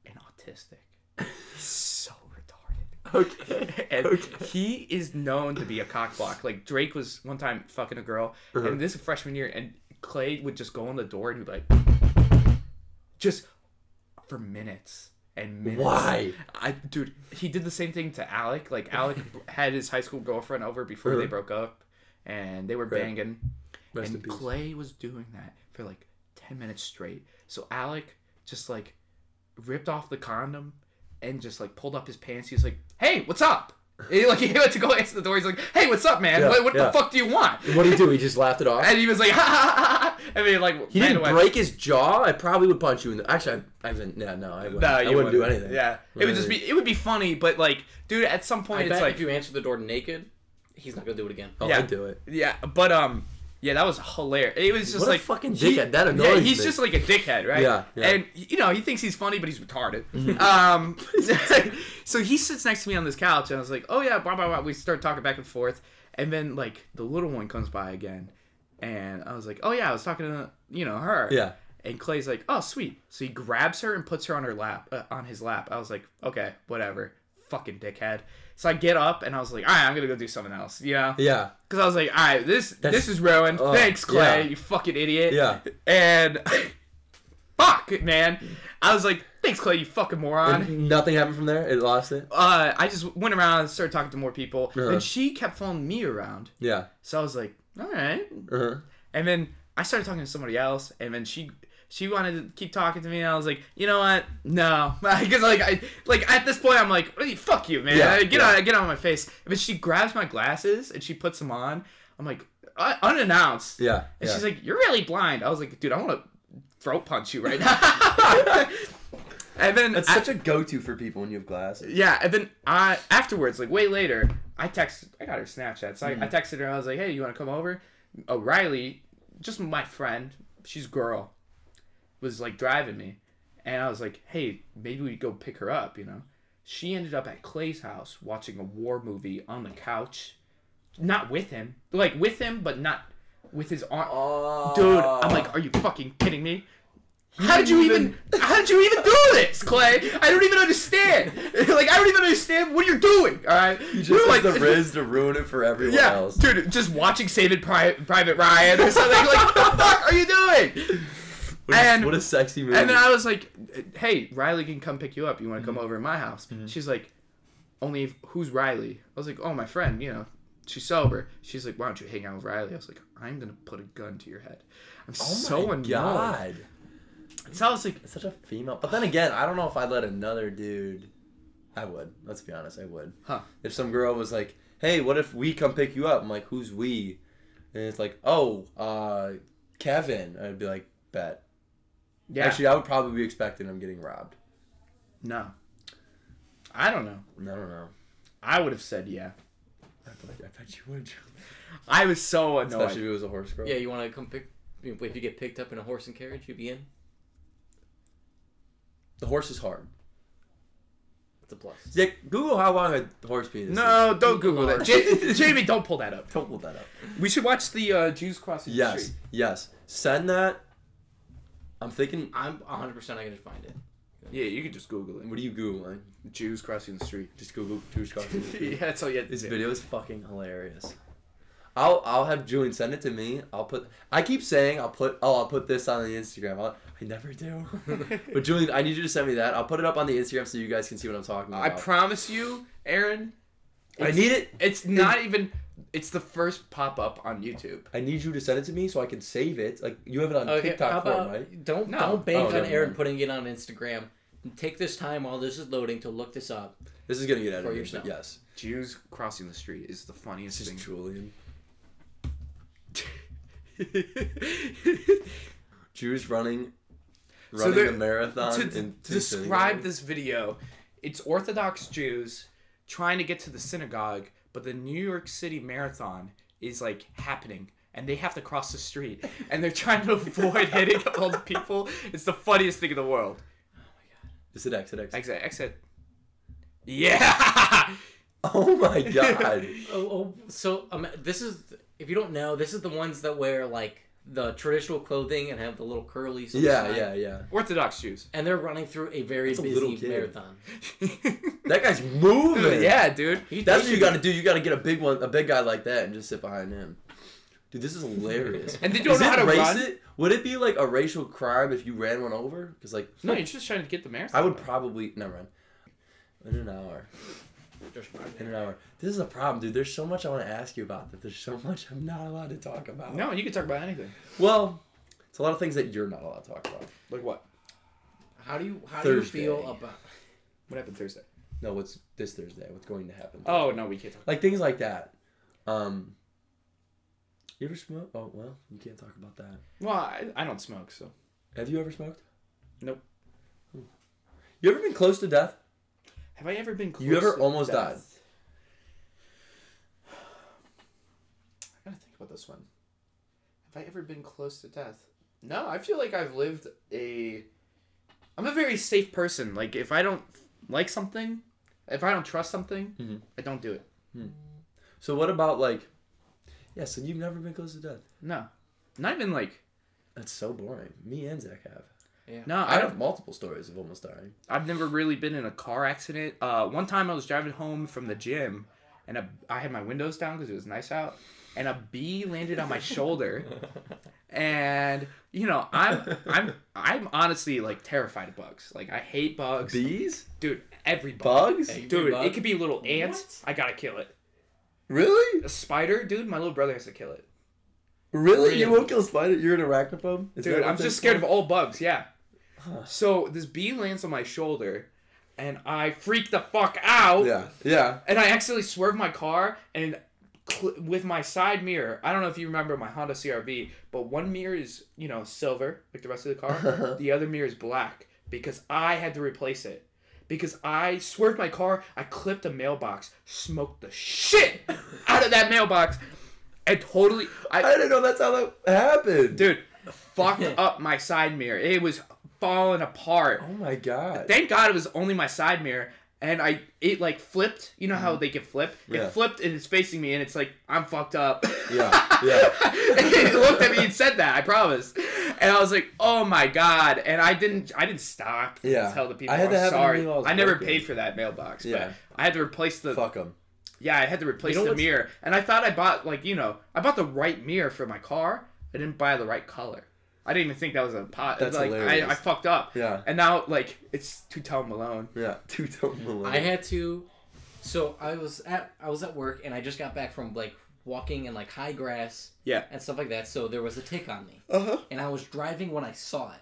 Speaker 1: and autistic. He's so retarded. Okay. and he is known to be a cockblock. Like Drake was one time fucking a girl, and this is freshman year, and Clay would just go in the door and be like, just for minutes and minutes.
Speaker 3: Why?
Speaker 1: I dude, he did the same thing to Alec. Like Alec had his high school girlfriend over before they broke up, and they were banging.
Speaker 3: in
Speaker 1: and
Speaker 3: peace.
Speaker 1: Clay was doing that for like ten minutes straight. So Alec just like ripped off the condom and just like pulled up his pants. He was like, "Hey, what's up?" And he, like he went to go answer the door. He's like, "Hey, what's up, man?
Speaker 3: Yeah,
Speaker 1: what what
Speaker 3: yeah.
Speaker 1: the fuck do you want?"
Speaker 3: What do you do? He just laughed it off.
Speaker 1: And he was like, "Ha ha ha!" ha," And he like
Speaker 3: He
Speaker 1: ran
Speaker 3: didn't
Speaker 1: away.
Speaker 3: break his jaw. I probably would punch you in the. Actually, I, I haven't. Yeah, no, I wouldn't.
Speaker 1: No,
Speaker 3: I
Speaker 1: you
Speaker 3: wouldn't, do anything.
Speaker 1: Yeah, it would just be it would be funny, but like, dude, at some point
Speaker 5: I
Speaker 1: it's
Speaker 5: bet
Speaker 1: like
Speaker 5: if you answer the door naked, he's not gonna do it again.
Speaker 3: Oh,
Speaker 1: Yeah.
Speaker 3: I'd do it.
Speaker 1: Yeah, but um, yeah, that was hilarious. It was just
Speaker 3: What a
Speaker 1: like
Speaker 3: fucking
Speaker 1: he-
Speaker 3: dickhead. That
Speaker 1: Yeah,
Speaker 3: annoys
Speaker 1: he's
Speaker 3: me.
Speaker 1: just like a dickhead, right?
Speaker 3: Yeah, yeah. Mm-hmm.
Speaker 1: And you know, he thinks he's funny, but he's retarded. um, so he sits next to me on this couch, and I was like, "Oh yeah, blah blah blah." We start talking back and forth, and then like the little one comes by again, and I was like, "Oh yeah, I was talking to you know her."
Speaker 3: Yeah.
Speaker 1: And Clay's like, "Oh sweet," so he grabs her and puts her on her lap, uh, on his lap. I was like, "Okay, whatever." Fucking dickhead. So I get up and I was like, all right, I'm gonna go do something else. Yeah.
Speaker 3: Yeah.
Speaker 1: Because I was like, all right, this this is ruined.
Speaker 3: oh,
Speaker 1: Thanks, Clay,
Speaker 3: yeah.
Speaker 1: you fucking idiot.
Speaker 3: Yeah.
Speaker 1: And fuck, man. I was like, thanks, Clay, you fucking moron.
Speaker 3: And nothing happened from there. It lost it.
Speaker 1: Uh, I just went around and started talking to more people.
Speaker 3: Uh-huh.
Speaker 1: Then she kept following me around.
Speaker 3: Yeah.
Speaker 1: So I was like, all right.
Speaker 3: Uh-huh.
Speaker 1: And then I started talking to somebody else, and then she she wanted to keep talking to me, and I was like, you know what? No, because like I like at this point I'm like, "Hey, fuck you, man.
Speaker 3: Yeah,
Speaker 1: get out, get out of my face. But she grabs my glasses and she puts them on. I'm like, uh, unannounced.
Speaker 3: Yeah.
Speaker 1: And
Speaker 3: yeah.
Speaker 1: she's like, you're really blind. I was like, dude, I want to throat punch you right now. And then
Speaker 3: That's
Speaker 1: I-
Speaker 3: such a go-to for people when you have glasses.
Speaker 1: yeah, and then I afterwards, like way later, I text I got her Snapchat. So I, I texted her. I was like, "Hey, you want to come over?" O'Reilly, just my friend, she's a girl, was like driving me, and I was like, "Hey, maybe we go pick her up," you know. She ended up at Clay's house watching a war movie on the couch, not with him, like with him, but not with his arm. Dude,
Speaker 3: Oh.
Speaker 1: I'm like, are you fucking kidding me? How did you even? How did you even do this, Clay? I don't even understand. like, I don't even understand what you're doing. All right, you
Speaker 3: Just as the Riz to ruin it for everyone
Speaker 1: yeah,
Speaker 3: else.
Speaker 1: dude, just watching Saving Pri- Private Ryan or something. like, what the fuck are you doing?
Speaker 3: What a-
Speaker 1: and-
Speaker 3: what a sexy movie.
Speaker 1: And then I was like, hey, Riley can come pick you up. You want
Speaker 3: Mm-hmm.
Speaker 1: to come over to my house? She's like, only if, who's Riley? I was like, oh, my friend, you know, she's sober. She's like, why don't you hang out with Riley? I was like, I'm going to put a gun to your head. I'm so annoyed.
Speaker 3: Oh God,
Speaker 1: So I was like,
Speaker 3: it's such a female. But then again, I don't know if I'd let another dude. I would. Let's be honest, I would.
Speaker 1: Huh.
Speaker 3: If some girl was like, "Hey, what if we come pick you up?" I'm like, "Who's we?" And it's like, "Oh, uh, Kevin." I'd be like, "Bet."
Speaker 1: yeah,
Speaker 3: Actually, I would probably be expecting I'm getting robbed.
Speaker 1: no. I don't know.
Speaker 3: I don't know.
Speaker 1: I would have said yeah.
Speaker 3: I bet, I bet you would.
Speaker 1: I was so
Speaker 3: Especially
Speaker 1: annoyed.
Speaker 3: if it was a horse girl.
Speaker 5: Yeah, you want to come pick? If you get picked up in a horse and carriage, you'd be in.
Speaker 3: The horse is hard.
Speaker 5: It's a plus.
Speaker 3: Yeah, Google how long a horse penis is.
Speaker 1: No, don't Google that. Ja- Jamie, don't pull that up.
Speaker 3: Don't pull that up.
Speaker 1: We should watch the uh, Jews crossing the
Speaker 3: Yes,
Speaker 1: street.
Speaker 3: yes. Send that. I'm thinking,
Speaker 5: I'm 100 percent gonna find it.
Speaker 1: Yeah, you could just Google it.
Speaker 3: what are you Googling?
Speaker 1: Jews crossing the street.
Speaker 3: Just Google Jewish costumes.
Speaker 1: yeah, that's all you had to
Speaker 3: This
Speaker 1: do.
Speaker 3: video is fucking hilarious. I'll I'll have Julian send it to me. I'll put. I keep saying I'll put. Oh, I'll put this on the Instagram. I'll, I never do. but Julian, I need you to send me that. I'll put it up on the Instagram so you guys can see what I'm talking about.
Speaker 1: I promise you, Aaron,
Speaker 3: I need it.
Speaker 1: it's not even. It's the first pop up on YouTube.
Speaker 3: I need you to send it to me so I can save it. Like you have it on TikTok form, right?
Speaker 5: don't
Speaker 1: No.
Speaker 5: don't bank
Speaker 3: Oh,
Speaker 5: on
Speaker 3: never
Speaker 5: Aaron
Speaker 3: mind.
Speaker 5: putting it on Instagram. Take this time while this is loading to look this up.
Speaker 3: This is gonna get edited.
Speaker 5: yourself.
Speaker 3: but Yes.
Speaker 1: Jews crossing the street is the funniest
Speaker 3: This is Julian.
Speaker 1: thing.
Speaker 3: Jews running,
Speaker 1: So
Speaker 3: running
Speaker 1: they're-
Speaker 3: a marathon.
Speaker 1: to d-
Speaker 3: in two
Speaker 1: describe
Speaker 3: synagogues.
Speaker 1: this video, it's Orthodox Jews trying to get to the synagogue, but the New York City Marathon is like happening. And they have to cross the street, and they're trying to avoid hitting all the people. It's the funniest thing in the world.
Speaker 3: Is it X? It X?
Speaker 1: Exit, exit. Yeah.
Speaker 3: Oh my god.
Speaker 5: Oh, oh so um, this is if you don't know, this is the ones that wear like the traditional clothing and have the little curlies. on the
Speaker 3: yeah,
Speaker 5: side.
Speaker 3: yeah, yeah.
Speaker 1: Orthodox Jews.
Speaker 5: And they're running through a very
Speaker 3: That's a little
Speaker 5: busy
Speaker 3: kid.
Speaker 5: marathon.
Speaker 3: That guy's moving.
Speaker 1: yeah, dude.
Speaker 3: That's what you got to do. You got to get a big one, a big guy like that, and just sit behind him. Dude, this is hilarious.
Speaker 1: And they don't
Speaker 3: Is
Speaker 1: know
Speaker 3: it
Speaker 1: how to
Speaker 3: raci-
Speaker 1: run.
Speaker 3: Would it be like a racial crime if you ran one over? Because like
Speaker 1: No, you're just trying to get the marathon.
Speaker 3: I would probably never mind. In an hour. In an hour. This is a problem, dude. There's so much I want to ask you about that. There's so much I'm not allowed to talk about.
Speaker 1: No, you can talk about anything.
Speaker 3: Well, it's a lot of things that you're not allowed to talk about.
Speaker 1: Like what?
Speaker 5: How do you how
Speaker 3: Thursday.
Speaker 5: do you feel about?
Speaker 1: What happened Thursday?
Speaker 3: No, what's this Thursday? What's going to happen?
Speaker 1: Oh no, we can't talk.
Speaker 3: like things like that. Um, you ever smoke? Oh well, you can't talk about that.
Speaker 1: Well, I, I don't smoke, so
Speaker 3: Have you ever smoked?
Speaker 1: Nope.
Speaker 3: Hmm. You ever been close to death?
Speaker 1: have I ever been? Close
Speaker 3: you ever
Speaker 1: to
Speaker 3: almost
Speaker 1: death?
Speaker 3: died?
Speaker 1: I gotta think about this one. Have I ever been close to death? No, I feel like I've lived a. I'm a very safe person. Like if I don't like something, if I don't trust something,
Speaker 3: Mhm.
Speaker 1: I don't do it.
Speaker 3: So what about like? Yeah, so you've never been close to death.
Speaker 1: No, not even like
Speaker 3: That's so boring. Me and Zach have.
Speaker 1: no.
Speaker 3: I
Speaker 1: I don't.
Speaker 3: have multiple stories of almost dying.
Speaker 1: I've never really been in a car accident. Uh, one time I was driving home from the gym, and a, I had my windows down because it was nice out, and a bee landed on my shoulder, and you know I'm I'm I'm honestly like terrified of bugs. Like I hate bugs,
Speaker 3: Bees?
Speaker 1: dude. Every bug,
Speaker 3: Bugs?
Speaker 5: Hey.
Speaker 1: dude.
Speaker 5: bug?
Speaker 1: It could be little ants. I gotta kill it.
Speaker 3: Really?
Speaker 1: A spider, dude. My little brother has to kill it,
Speaker 3: really? You won't kill a spider? You're an arachnophobe? Is that
Speaker 1: dude.
Speaker 3: what
Speaker 1: I'm
Speaker 3: they
Speaker 1: just scared of
Speaker 3: call
Speaker 1: all bugs. Yeah. So this bee lands on my shoulder, and I freak the fuck
Speaker 3: it?
Speaker 1: out.
Speaker 3: Yeah. Yeah.
Speaker 1: and I accidentally swerved my car and cl- with my side mirror. I don't know if you remember my Honda CRV, but one mirror is you know silver like the rest of the car. the other mirror is black. because I had to replace it. Because I swerved my car, I clipped a mailbox, smoked the shit out of that mailbox, and totally I
Speaker 3: I didn't know that's how that happened.
Speaker 1: dude fucked up my side mirror. It was falling apart.
Speaker 3: Oh my god.
Speaker 1: Thank God it was only my side mirror, and I it like flipped. You know how they can flip? It
Speaker 3: Mm-hmm. Yeah.
Speaker 1: flipped and it's facing me, and it's like I'm fucked up.
Speaker 3: Yeah, yeah.
Speaker 1: he looked at me and said that. I promise. And I was like, "Oh my god!" And I didn't, I didn't stop. to
Speaker 3: Yeah.
Speaker 1: tell the people
Speaker 3: I had
Speaker 1: I'm
Speaker 3: that happen to
Speaker 1: sorry.
Speaker 3: me while I was
Speaker 1: I never
Speaker 3: working.
Speaker 1: paid for that mailbox.
Speaker 3: Yeah.
Speaker 1: but I had to replace the.
Speaker 3: Fuck them.
Speaker 1: Yeah, I had to replace
Speaker 7: You know
Speaker 1: the
Speaker 7: what's-
Speaker 1: mirror, and I thought I bought like you know, I bought the right mirror for my car. I didn't buy the right color. I didn't even think that was a pot.
Speaker 3: That's
Speaker 1: like,
Speaker 3: hilarious.
Speaker 1: I, I fucked up.
Speaker 3: Yeah.
Speaker 1: And now like it's two tone Malone.
Speaker 3: Yeah. Two tone Malone.
Speaker 5: I had to. So I was at I was at work and I just got back from like walking in like high grass.
Speaker 1: Yeah.
Speaker 5: And stuff like that. So there was a tick on me,
Speaker 3: Uh-huh.
Speaker 5: and I was driving when I saw it.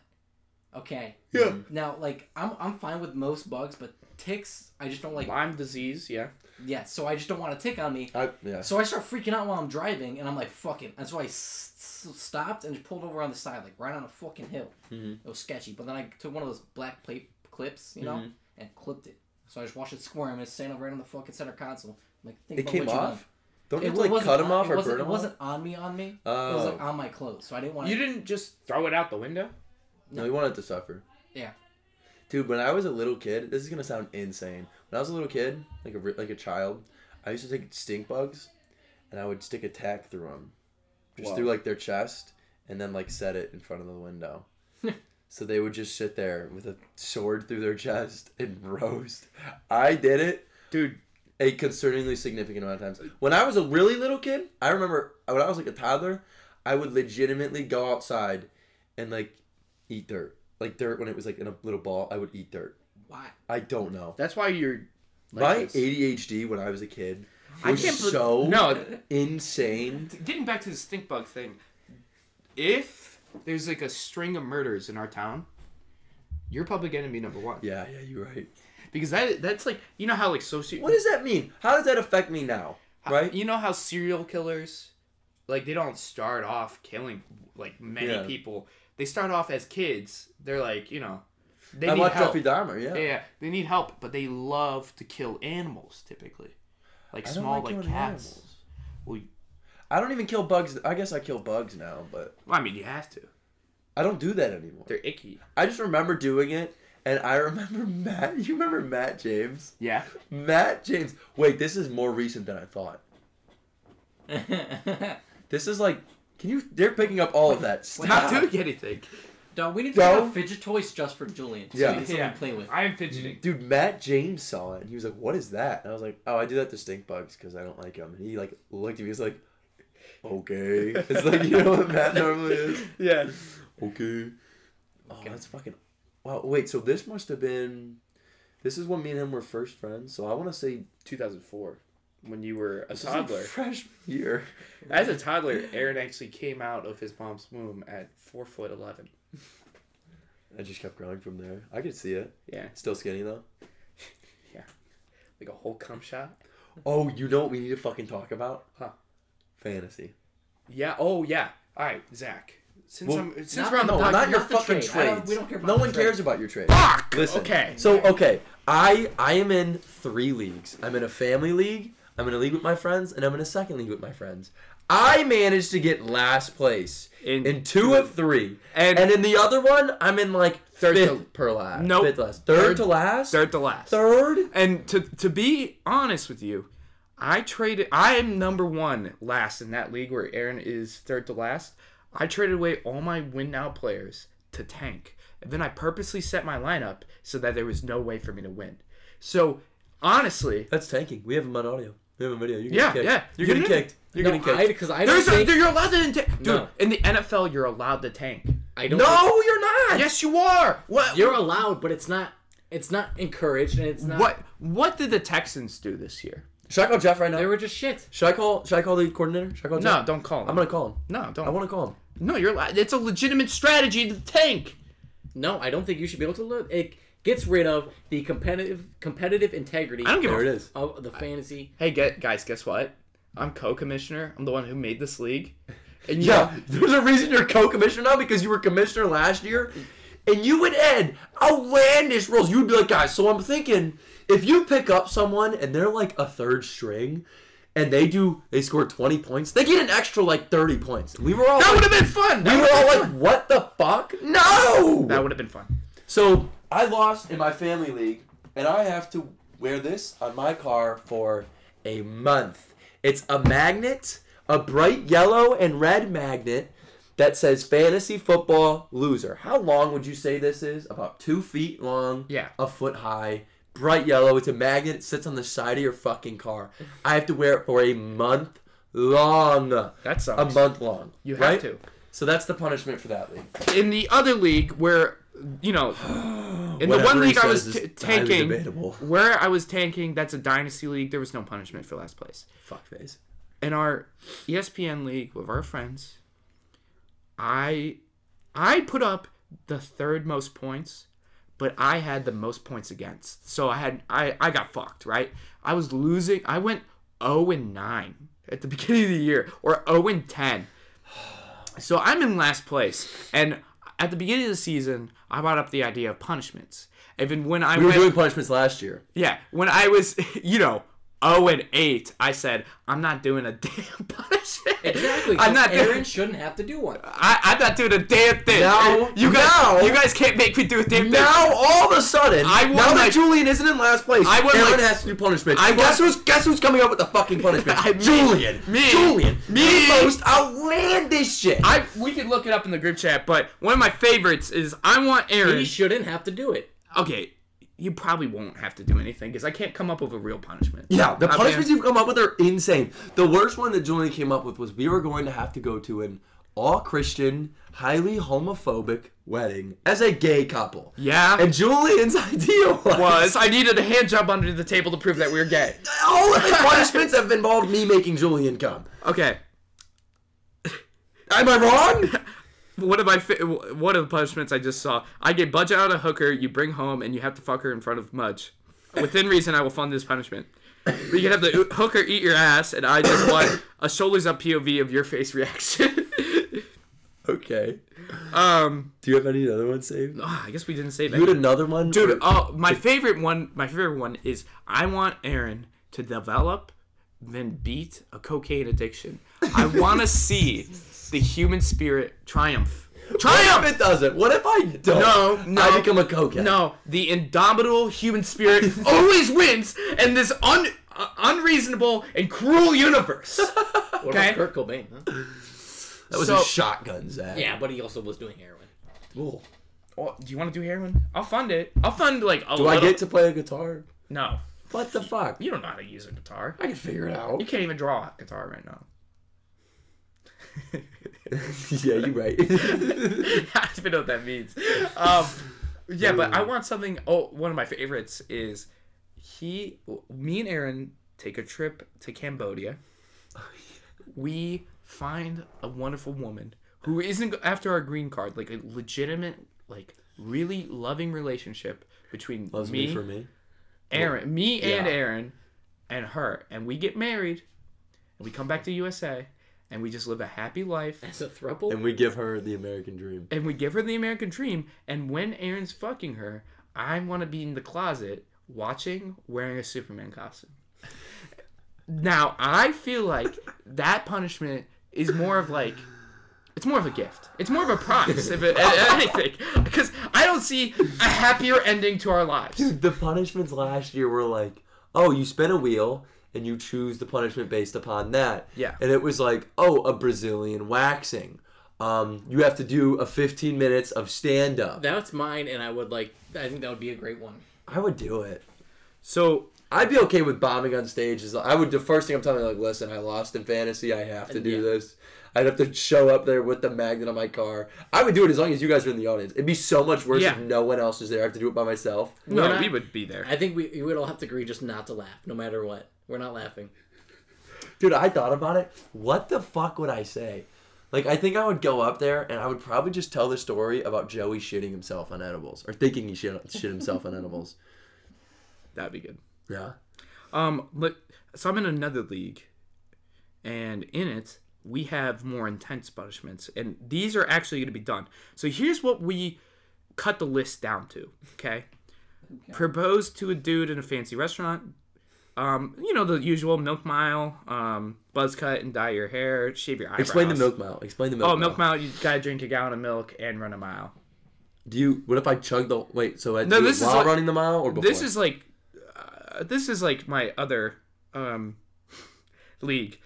Speaker 5: Okay.
Speaker 3: Yeah.
Speaker 5: Now like I'm I'm fine with most bugs, but ticks I just don't like.
Speaker 1: Lyme disease. Yeah.
Speaker 5: Yeah. So I just don't want a tick on me.
Speaker 3: I, yeah.
Speaker 5: So I start freaking out while I'm driving, and I'm like, "Fucking!" And so I s- s- stopped and just pulled over on the side, like right on a fucking hill.
Speaker 3: Mm-hmm.
Speaker 5: It was sketchy, but then I took one of those black plate clips, you know,
Speaker 3: Mm-hmm.
Speaker 5: and clipped it. So I just watched it squirm and it sat up right on the fucking center console. I'm like, think
Speaker 3: It
Speaker 5: about
Speaker 3: came
Speaker 5: what you
Speaker 3: off? Don't
Speaker 5: done.
Speaker 3: you
Speaker 5: It
Speaker 3: have to like
Speaker 5: wasn't
Speaker 3: cut them
Speaker 5: on-
Speaker 3: off
Speaker 5: it
Speaker 3: or
Speaker 5: wasn't-
Speaker 3: burn them off?
Speaker 5: It wasn't on me, on me. It was
Speaker 3: Oh.
Speaker 5: like on my clothes, so I didn't want
Speaker 1: You
Speaker 5: to.
Speaker 1: didn't just throw it out the window.
Speaker 3: No, you want it to suffer.
Speaker 5: Yeah.
Speaker 3: Dude, when I was a little kid, this is gonna sound insane. When I was a little kid, like a re- like a child, I used to take stink bugs, and I would stick a tack through them, just through like their chest, and then like set it in front of the window. so they would just sit there with a sword through their chest and roast. I did it
Speaker 1: Dude,
Speaker 3: a concerningly significant amount of times. When I was a really little kid, I remember when I was like a toddler, I would legitimately go outside and like eat dirt, like dirt when it was like in a little ball. I would eat dirt.
Speaker 5: Why?
Speaker 3: I don't know.
Speaker 1: that's why you're.
Speaker 3: My
Speaker 1: like this.
Speaker 3: ADHD when I was a kid was
Speaker 1: I can't bel-
Speaker 3: so
Speaker 1: No,
Speaker 3: insane.
Speaker 7: Getting back to the stink bug thing, if there's like a string of murders in our town, you're public enemy number one.
Speaker 3: Yeah, yeah, you're right.
Speaker 7: Because that that's like you know how like soci
Speaker 3: What does that mean? How does that affect me now?
Speaker 1: Uh,
Speaker 3: Right?
Speaker 7: you know how serial killers like they don't start off killing like many
Speaker 3: Yeah.
Speaker 7: people. They start off as kids. They're like, you know, they
Speaker 3: I
Speaker 7: need
Speaker 3: watched
Speaker 7: help.
Speaker 3: Jeffrey Dahmer. Yeah.
Speaker 7: Yeah, they need help, but they love to kill animals typically. Like
Speaker 3: I don't
Speaker 7: small
Speaker 3: like
Speaker 7: like,
Speaker 3: killing
Speaker 7: cats.
Speaker 3: animals.
Speaker 7: Well, you-
Speaker 3: I don't even kill bugs. I guess I kill bugs now, but
Speaker 7: well, I mean, you have to.
Speaker 3: I don't do that anymore.
Speaker 7: They're icky.
Speaker 3: I just remember doing it, and I remember Matt. You remember Matt James?
Speaker 7: Yeah.
Speaker 3: Matt James. Wait, this is more recent than I thought. this is like, can you? They're picking up all of that.
Speaker 7: Not
Speaker 3: Stop.
Speaker 7: doing anything.
Speaker 5: Dog, we need to
Speaker 3: Don't-
Speaker 5: get fidget toys just for Julian. So
Speaker 3: Yeah.
Speaker 5: yeah. Something to play with.
Speaker 1: I am fidgeting.
Speaker 3: Dude, Matt James saw it, and he was like, "What is that?" And I was like, "Oh, I do that to stink bugs because I don't like them." And he like looked at me. He was like, "Okay." It's like you know what Matt normally is.
Speaker 1: Yeah.
Speaker 3: Okay. Oh, that's fucking. Wow. Wait. So this must have been. This is when me and him were first friends. So I want to say
Speaker 1: 2004, when you were a
Speaker 3: This is like
Speaker 1: toddler.
Speaker 3: Freshman year.
Speaker 1: As a toddler, Aaron actually came out of his mom's womb at four foot eleven.
Speaker 3: I just kept growing from there. I could see it.
Speaker 1: Yeah,
Speaker 3: Still skinny though.
Speaker 1: like a whole cum shot.
Speaker 3: Oh, you know what we need to fucking talk about?
Speaker 1: Huh.
Speaker 3: Fantasy.
Speaker 1: Yeah. Oh yeah. All right, Zach. Since
Speaker 3: Well,
Speaker 1: I'm since
Speaker 5: not-
Speaker 1: we're on the
Speaker 3: No,
Speaker 5: Not-
Speaker 3: not your
Speaker 5: not the
Speaker 3: fucking
Speaker 5: trade. I don't-
Speaker 3: trades.
Speaker 5: we don't care about
Speaker 3: no
Speaker 5: the
Speaker 3: one
Speaker 5: trade.
Speaker 3: cares about your trades.
Speaker 1: Fuck!
Speaker 3: Listen.
Speaker 1: Okay.
Speaker 3: So okay, I I am in three leagues. I'm in a family league. I'm in a league with my friends, and I'm in a second league with my friends. I managed to get last place in,
Speaker 1: In
Speaker 3: two of three,
Speaker 1: and-
Speaker 3: and, in the other one, I'm in like
Speaker 7: Third
Speaker 3: fifth
Speaker 7: to-
Speaker 3: per last.
Speaker 7: Nope.
Speaker 3: fifth last, third,
Speaker 7: Third-
Speaker 3: to last,
Speaker 7: Third to last.
Speaker 3: third.
Speaker 7: And to to be honest with you, I traded. I am number one last in that league where Aaron is third to last. I traded away all my win now players to tank, and then I purposely set my lineup so that there was no way for me to win. So honestly,
Speaker 3: That's tanking. We have him on audio. We have him on video. You're getting
Speaker 7: Yeah,
Speaker 3: kicked.
Speaker 7: yeah. You
Speaker 3: You're getting
Speaker 7: did.
Speaker 3: kicked. You're
Speaker 5: No,
Speaker 3: getting kicked.
Speaker 5: I because I don't
Speaker 7: there's a,
Speaker 5: think
Speaker 7: there- you're allowed to tank, dude.
Speaker 5: No.
Speaker 7: In the NFL, you're allowed to tank.
Speaker 5: I don't. think-
Speaker 3: No, you're not.
Speaker 7: Yes, you are. What?
Speaker 5: You're allowed, but it's not. It's not encouraged, and it's not.
Speaker 7: what? What did the Texans do this year?
Speaker 3: Should I call Jeff right now?
Speaker 5: They were just shit.
Speaker 3: Should I call? Should I call the coordinator? Should I call? Jeff?
Speaker 7: No, don't call him.
Speaker 3: I'm gonna call him.
Speaker 7: No, don't.
Speaker 3: I want to call him.
Speaker 7: No, you're. li- It's a legitimate strategy to tank.
Speaker 5: No, I don't think you should be able to live. It gets rid of the competitive competitive integrity
Speaker 7: I don't give
Speaker 3: There
Speaker 7: a
Speaker 3: it is.
Speaker 5: of the fantasy.
Speaker 7: Hey, get guys, guess what? I'm co-commissioner. I'm the one who made this league. And
Speaker 3: Yeah, there's a reason you're co-commissioner now because you were commissioner last year, and you would add outlandish roles. You'd be like, guys, so I'm thinking if you pick up someone and they're like a third string and they do they score 20 points, they get an extra like 30 points. We were all
Speaker 1: That
Speaker 3: like,
Speaker 1: would have been fun. That
Speaker 3: we were
Speaker 1: would've
Speaker 3: all
Speaker 1: been
Speaker 3: like,
Speaker 1: fun.
Speaker 3: what the fuck? No!
Speaker 1: that would have been fun.
Speaker 3: So I lost in my family league, and I have to wear this on my car for a month. It's a magnet, a bright yellow and red magnet that says fantasy football loser. How long would you say this is? About two feet long,
Speaker 1: Yeah.
Speaker 3: a foot high, bright yellow. It's a magnet, it sits on the side of your fucking car. I have to wear it for a month long.
Speaker 1: That sucks.
Speaker 3: a month long.
Speaker 1: You have
Speaker 3: right?
Speaker 1: to.
Speaker 3: So that's the punishment for that league.
Speaker 1: in the other league where you know in the
Speaker 3: Whatever
Speaker 1: one
Speaker 3: he
Speaker 1: league I
Speaker 3: says
Speaker 1: was
Speaker 3: is
Speaker 1: t-
Speaker 3: highly
Speaker 1: tanking
Speaker 3: debatable.
Speaker 1: where I was tanking that's a dynasty league there was no punishment for last place
Speaker 3: Fuckface.
Speaker 1: in our E ESPN league with our friends I I put up the third most points but I had the most points against so I had I I got fucked right I was losing I went 0 and 9 at the beginning of the year or 0 and 10 so I'm in last place, and at the beginning of the season, I brought up the idea of punishments. Even when I
Speaker 3: We were
Speaker 1: went,
Speaker 3: doing punishments last year.
Speaker 1: yeah, when I was, you know, zero and eight, I said I'm not doing a damn punishment.
Speaker 5: Exactly.
Speaker 1: I'm not
Speaker 5: Aaron
Speaker 1: doing.
Speaker 5: shouldn't have to do one.
Speaker 1: I, I'm not doing a damn thing.
Speaker 3: No,
Speaker 1: you guys,
Speaker 3: no.
Speaker 1: you guys can't make me do a damn thing.
Speaker 3: Now all of a sudden,
Speaker 1: I won
Speaker 3: now
Speaker 1: like-
Speaker 3: that Julian isn't in last place,
Speaker 1: I won
Speaker 3: Aaron
Speaker 1: like-
Speaker 3: has to do punishment.
Speaker 1: I
Speaker 3: I guess
Speaker 1: won-
Speaker 3: who's guess who's coming up with the fucking punishment? Julian,
Speaker 1: me,
Speaker 3: Julian,
Speaker 1: me.
Speaker 3: the most outlandish shit.
Speaker 1: I we could look it up in the group chat, but one of my favorites is I want Aaron.
Speaker 5: He shouldn't have to do it.
Speaker 1: okay, you probably won't have to do anything because I can't come up with a real punishment.
Speaker 3: yeah, the
Speaker 1: I mean-
Speaker 3: punishments you've come up with are insane. The worst one that Julian came up with was we were going to have to go to an all Christian, highly homophobic wedding as a gay couple.
Speaker 1: Yeah.
Speaker 3: and Julian's idea was,
Speaker 1: was I needed a hand job under the table to prove that we were gay.
Speaker 3: all of his punishments have involved me making Julian come.
Speaker 1: Okay.
Speaker 3: Am I wrong?
Speaker 1: One of my fa- one of the punishments I just saw. I get budget out a hooker you bring home and you have to fuck her in front of Mudge. Within reason, I will fund this punishment. But you can have the hooker eat your ass, and I just want a shoulders up POV of your face reaction.
Speaker 3: Okay.
Speaker 1: um,
Speaker 3: Do you have any other ones saved?
Speaker 1: ah, I guess we didn't say that.
Speaker 3: You had another one,
Speaker 1: Dude, oh, my favorite one. My favorite one is I want Aaron to develop, then beat a cocaine addiction. I want to see the human spirit triumph.
Speaker 3: What if
Speaker 1: Triumph.
Speaker 3: it doesn't? What if I don't?
Speaker 1: No, no.
Speaker 3: I become a cokehead.
Speaker 1: No, the indomitable human spirit always wins in this un uh, unreasonable and cruel universe.
Speaker 5: What
Speaker 1: Okay.
Speaker 5: about Kurt Cobain? Huh?
Speaker 3: that was
Speaker 1: so-
Speaker 3: a shotgun, Zach.
Speaker 5: Yeah, but he also was doing heroin.
Speaker 3: Cool.
Speaker 1: Well, do you want to do heroin? I'll fund it. I'll fund like a
Speaker 3: Do I get to play a guitar?
Speaker 1: No,
Speaker 3: What the fuck?
Speaker 1: you don't know how to use a guitar.
Speaker 3: I can figure it out.
Speaker 1: You can't even draw a guitar right now.
Speaker 3: yeah, you're right.
Speaker 1: I don't even know what that means. Um, yeah, but I want something. Oh, one of my favorites is he, me and Aaron take a trip to Cambodia. We find a wonderful woman who isn't after our green card, like a legitimate, like really loving relationship between
Speaker 3: Loves
Speaker 1: me,
Speaker 3: me, for me.
Speaker 1: Aaron, me and
Speaker 3: yeah.
Speaker 1: Aaron, and her, and we get married, and we come back to USA, and we just live a happy life
Speaker 5: As a throuple?
Speaker 3: And we give her the American dream.
Speaker 1: and we give her the American dream. And when Aaron's fucking her, I want to be in the closet watching, wearing a Superman costume. Now I feel like that punishment is more of like. It's more of a gift. It's more of a prize, if it, anything, because I don't see a happier ending to our lives.
Speaker 3: Dude, the punishments last year were like, oh, you spin a wheel and you choose the punishment based upon that.
Speaker 1: Yeah.
Speaker 3: And it was like, oh, a Brazilian waxing. Um, you have to do a 15 minutes of stand up.
Speaker 5: That's mine, and I would like, I think that would be a great one.
Speaker 3: I would do it.
Speaker 1: So
Speaker 3: I'd be okay with bombing on stage. Is I would the first thing I'm telling you, like, listen, I lost in fantasy. I have to do
Speaker 5: Yeah.
Speaker 3: this. I'd have to show up there with the magnet on my car. I would do it as long as you guys are in the audience. It'd be so much worse
Speaker 1: Yeah.
Speaker 3: if no one else is there. I have to do it by myself.
Speaker 5: No, we
Speaker 1: would be there.
Speaker 5: I think we, we would all have to agree just not to laugh, no matter what. We're not laughing.
Speaker 3: Dude, I thought about it. What the fuck would I say? Like, I think I would go up there and I would probably just tell the story about Joey shitting himself on edibles or thinking he shit, shit himself on edibles.
Speaker 1: That'd be good.
Speaker 3: Yeah.
Speaker 1: Um, but so I'm in another league, and in it we have more intense punishments, and these are actually going to be done. So here's what we cut the list down to. Okay, propose to a dude in a fancy restaurant. Um, you know the usual milk mile, um, buzz cut and dye your hair, shave your eyebrows.
Speaker 3: Explain the milk mile. Explain the milk.
Speaker 1: Oh, milk mile! You gotta drink a gallon of milk and run a mile.
Speaker 3: Do you? What if I chug the? Wait. So I
Speaker 1: No,
Speaker 3: do
Speaker 1: this
Speaker 3: it
Speaker 1: is
Speaker 3: while
Speaker 1: like-
Speaker 3: running the mile or before?
Speaker 1: This is like, uh, this is like my other um, league.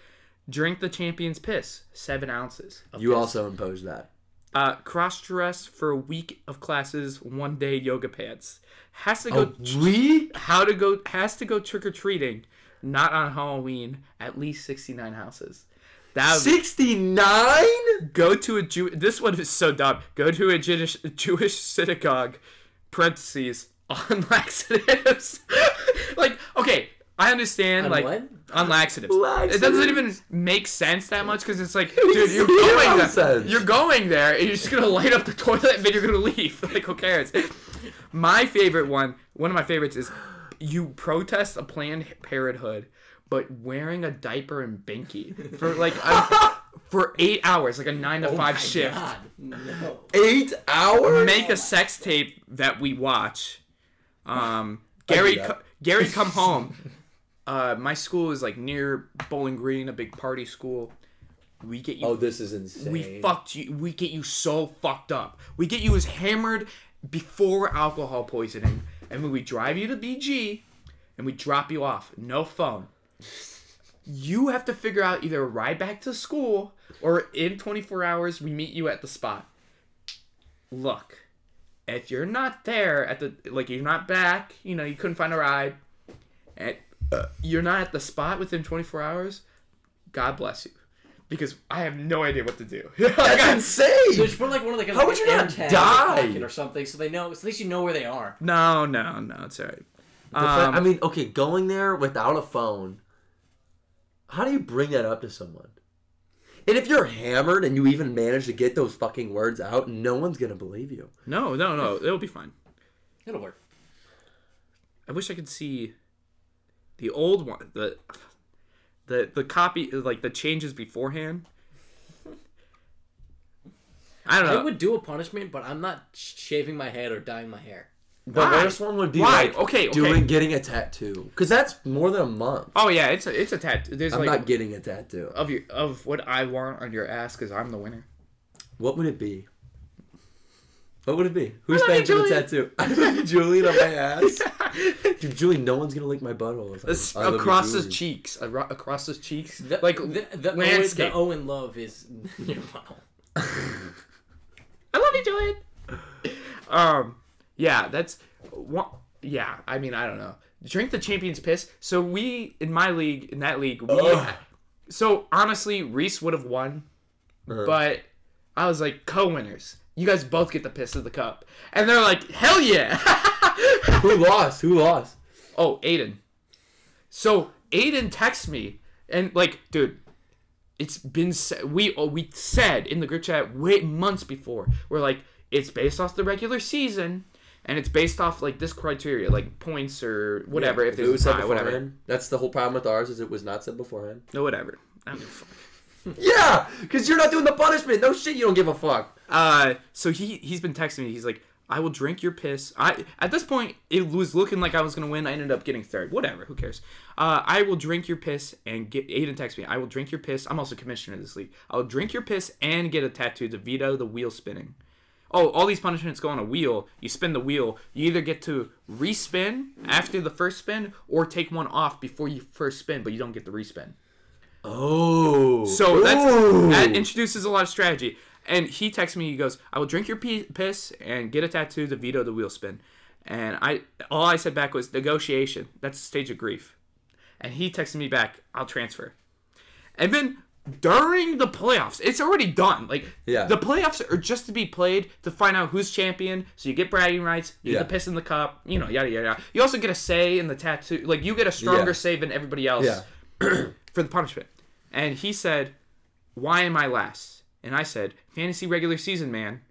Speaker 1: Drink the champion's piss, seven ounces. Of
Speaker 3: You
Speaker 1: piss.
Speaker 3: also impose that.
Speaker 1: uh, cross dress for a week of classes, one day yoga pants. Has to
Speaker 3: Oh.
Speaker 1: go.
Speaker 3: We?
Speaker 1: How to go? Has to go trick or treating, not on Halloween. At least sixty nine houses. That would be-
Speaker 3: Sixty nine?
Speaker 1: go to a Jew. This one is so dumb. Go to a Jewish Jewish synagogue. Parentheses on laxatives. like okay, I understand.
Speaker 5: On
Speaker 1: like
Speaker 5: what?
Speaker 1: on laxatives. It doesn't even make sense that much because it's like, dude, you're
Speaker 3: zero
Speaker 1: going there.
Speaker 3: sense.
Speaker 1: You're going there, and you're just gonna light up the toilet, and then you're gonna leave. Like who cares? My favorite one, one of my favorites is you protest a Planned Parenthood, but wearing a diaper and binky for like a, for eight hours, like a nine to five shift.
Speaker 5: God, no.
Speaker 3: Eight hours?
Speaker 1: Make a sex tape that we watch. Um, Gary,
Speaker 3: that.
Speaker 1: co- Gary, come home. Uh, my school is like near Bowling Green, a big party school. We get you
Speaker 3: Oh, this is insane.
Speaker 1: we fucked you. We get you so fucked up. We get you as hammered before alcohol poisoning, and when we drive you to BG, and we drop you off, no phone. You have to figure out either a ride back to school or in 24 hours we meet you at the spot. Look, if you're not there at the like you're not back, you know you couldn't find a ride, and uh, you're not at the spot within 24 hours. God bless you because I have no idea what to do. Like,
Speaker 3: That's
Speaker 1: I-
Speaker 3: insane.
Speaker 5: Just put like one of the
Speaker 3: How would you
Speaker 5: air
Speaker 3: not
Speaker 5: tags in your
Speaker 3: die?
Speaker 5: pocket or something, so they know. So at least you know where they are.
Speaker 1: no, no, no, it's alright.
Speaker 3: The fact-
Speaker 1: Um,
Speaker 3: I mean, okay, going there without a phone. How do you bring that up to someone? And if you're hammered and you even manage to get those fucking words out, no one's gonna believe you.
Speaker 1: no, no, no, it'll be fine.
Speaker 5: It'll work.
Speaker 1: I wish I could see the old one, the the the copy, like the changes beforehand. I don't know.
Speaker 5: I would do a punishment, but I'm not sh- shaving my head or dyeing my hair.
Speaker 3: The
Speaker 1: Why?
Speaker 3: worst one would be
Speaker 1: Why?
Speaker 3: like
Speaker 1: Okay, okay.
Speaker 3: doing getting a tattoo, because that's more than a month.
Speaker 1: oh yeah, it's a it's a tattoo. There's
Speaker 3: I'm
Speaker 1: like
Speaker 3: not getting a tattoo.
Speaker 1: of your of what I want on your ass because I'm the winner.
Speaker 3: What would it be? What would it be? Who's
Speaker 1: love you,
Speaker 3: paying for the
Speaker 1: Julian.
Speaker 3: tattoo? I love you, Julian on my ass. Dude, Julian, no one's gonna lick my butthole. if I- I love you,
Speaker 1: across his
Speaker 3: Julian.
Speaker 1: cheeks, ar- across his cheeks,
Speaker 5: The,
Speaker 1: like
Speaker 5: the, the,
Speaker 1: landscape.
Speaker 5: O, the O in love is your mouth.
Speaker 1: I love you, Julian. um, yeah, that's one. Yeah, I mean, I don't know. Drink the champion's piss. So we in my league, in that league, we. So honestly, Reese would have won,
Speaker 3: Uh-huh.
Speaker 1: but I was like co-winners. You guys both get the piss of the cup, and they're like, hell yeah.
Speaker 3: Who lost? Who lost?
Speaker 1: oh, Aiden. So Aiden texts me and like, dude, it's been sa- we oh, we said in the group chat wait months before. We're like, it's based off the regular season, and it's based off like this criteria, like points or whatever. if
Speaker 3: If
Speaker 1: there's
Speaker 3: it was
Speaker 1: a
Speaker 3: said
Speaker 1: tie, whatever,
Speaker 3: beforehand, that's the whole problem with ours is it was not said beforehand.
Speaker 1: no, whatever. I don't give a fuck.
Speaker 3: Yeah, because you're not doing the punishment. No shit, you don't give a fuck.
Speaker 1: Uh, so he he's been texting me. He's like, "I will drink your piss." I at this point it was looking like I was gonna win. I ended up getting third. Whatever, who cares? Uh, I will drink your piss and get. Aiden texts me. I will drink your piss. I'm also commissioner of this league. I will drink your piss and get a tattoo to veto the wheel spinning. Oh, all these punishments go on a wheel. You spin the wheel. You either get to respin after the first spin or take one off before you first spin, but you don't get the respin.
Speaker 3: Oh,
Speaker 1: So that's
Speaker 3: Ooh.
Speaker 1: that introduces a lot of strategy. And he texts me. He goes, "I will drink your pee- piss and get a tattoo to veto the wheel spin." And I all I said back was negotiation. That's the stage of grief. And he texted me back, "I'll transfer." And then during the playoffs, it's already done. Like
Speaker 3: Yeah.
Speaker 1: the playoffs are just to be played to find out who's champion. So you get bragging rights, you
Speaker 3: Yeah.
Speaker 1: get the piss in the cup, you know, yada yada yada. You also get a say in the tattoo. Like you get a stronger
Speaker 3: Yeah.
Speaker 1: say than everybody else
Speaker 3: Yeah.
Speaker 1: for the punishment. And he said, Why am I last? And I said, Fantasy regular season, man.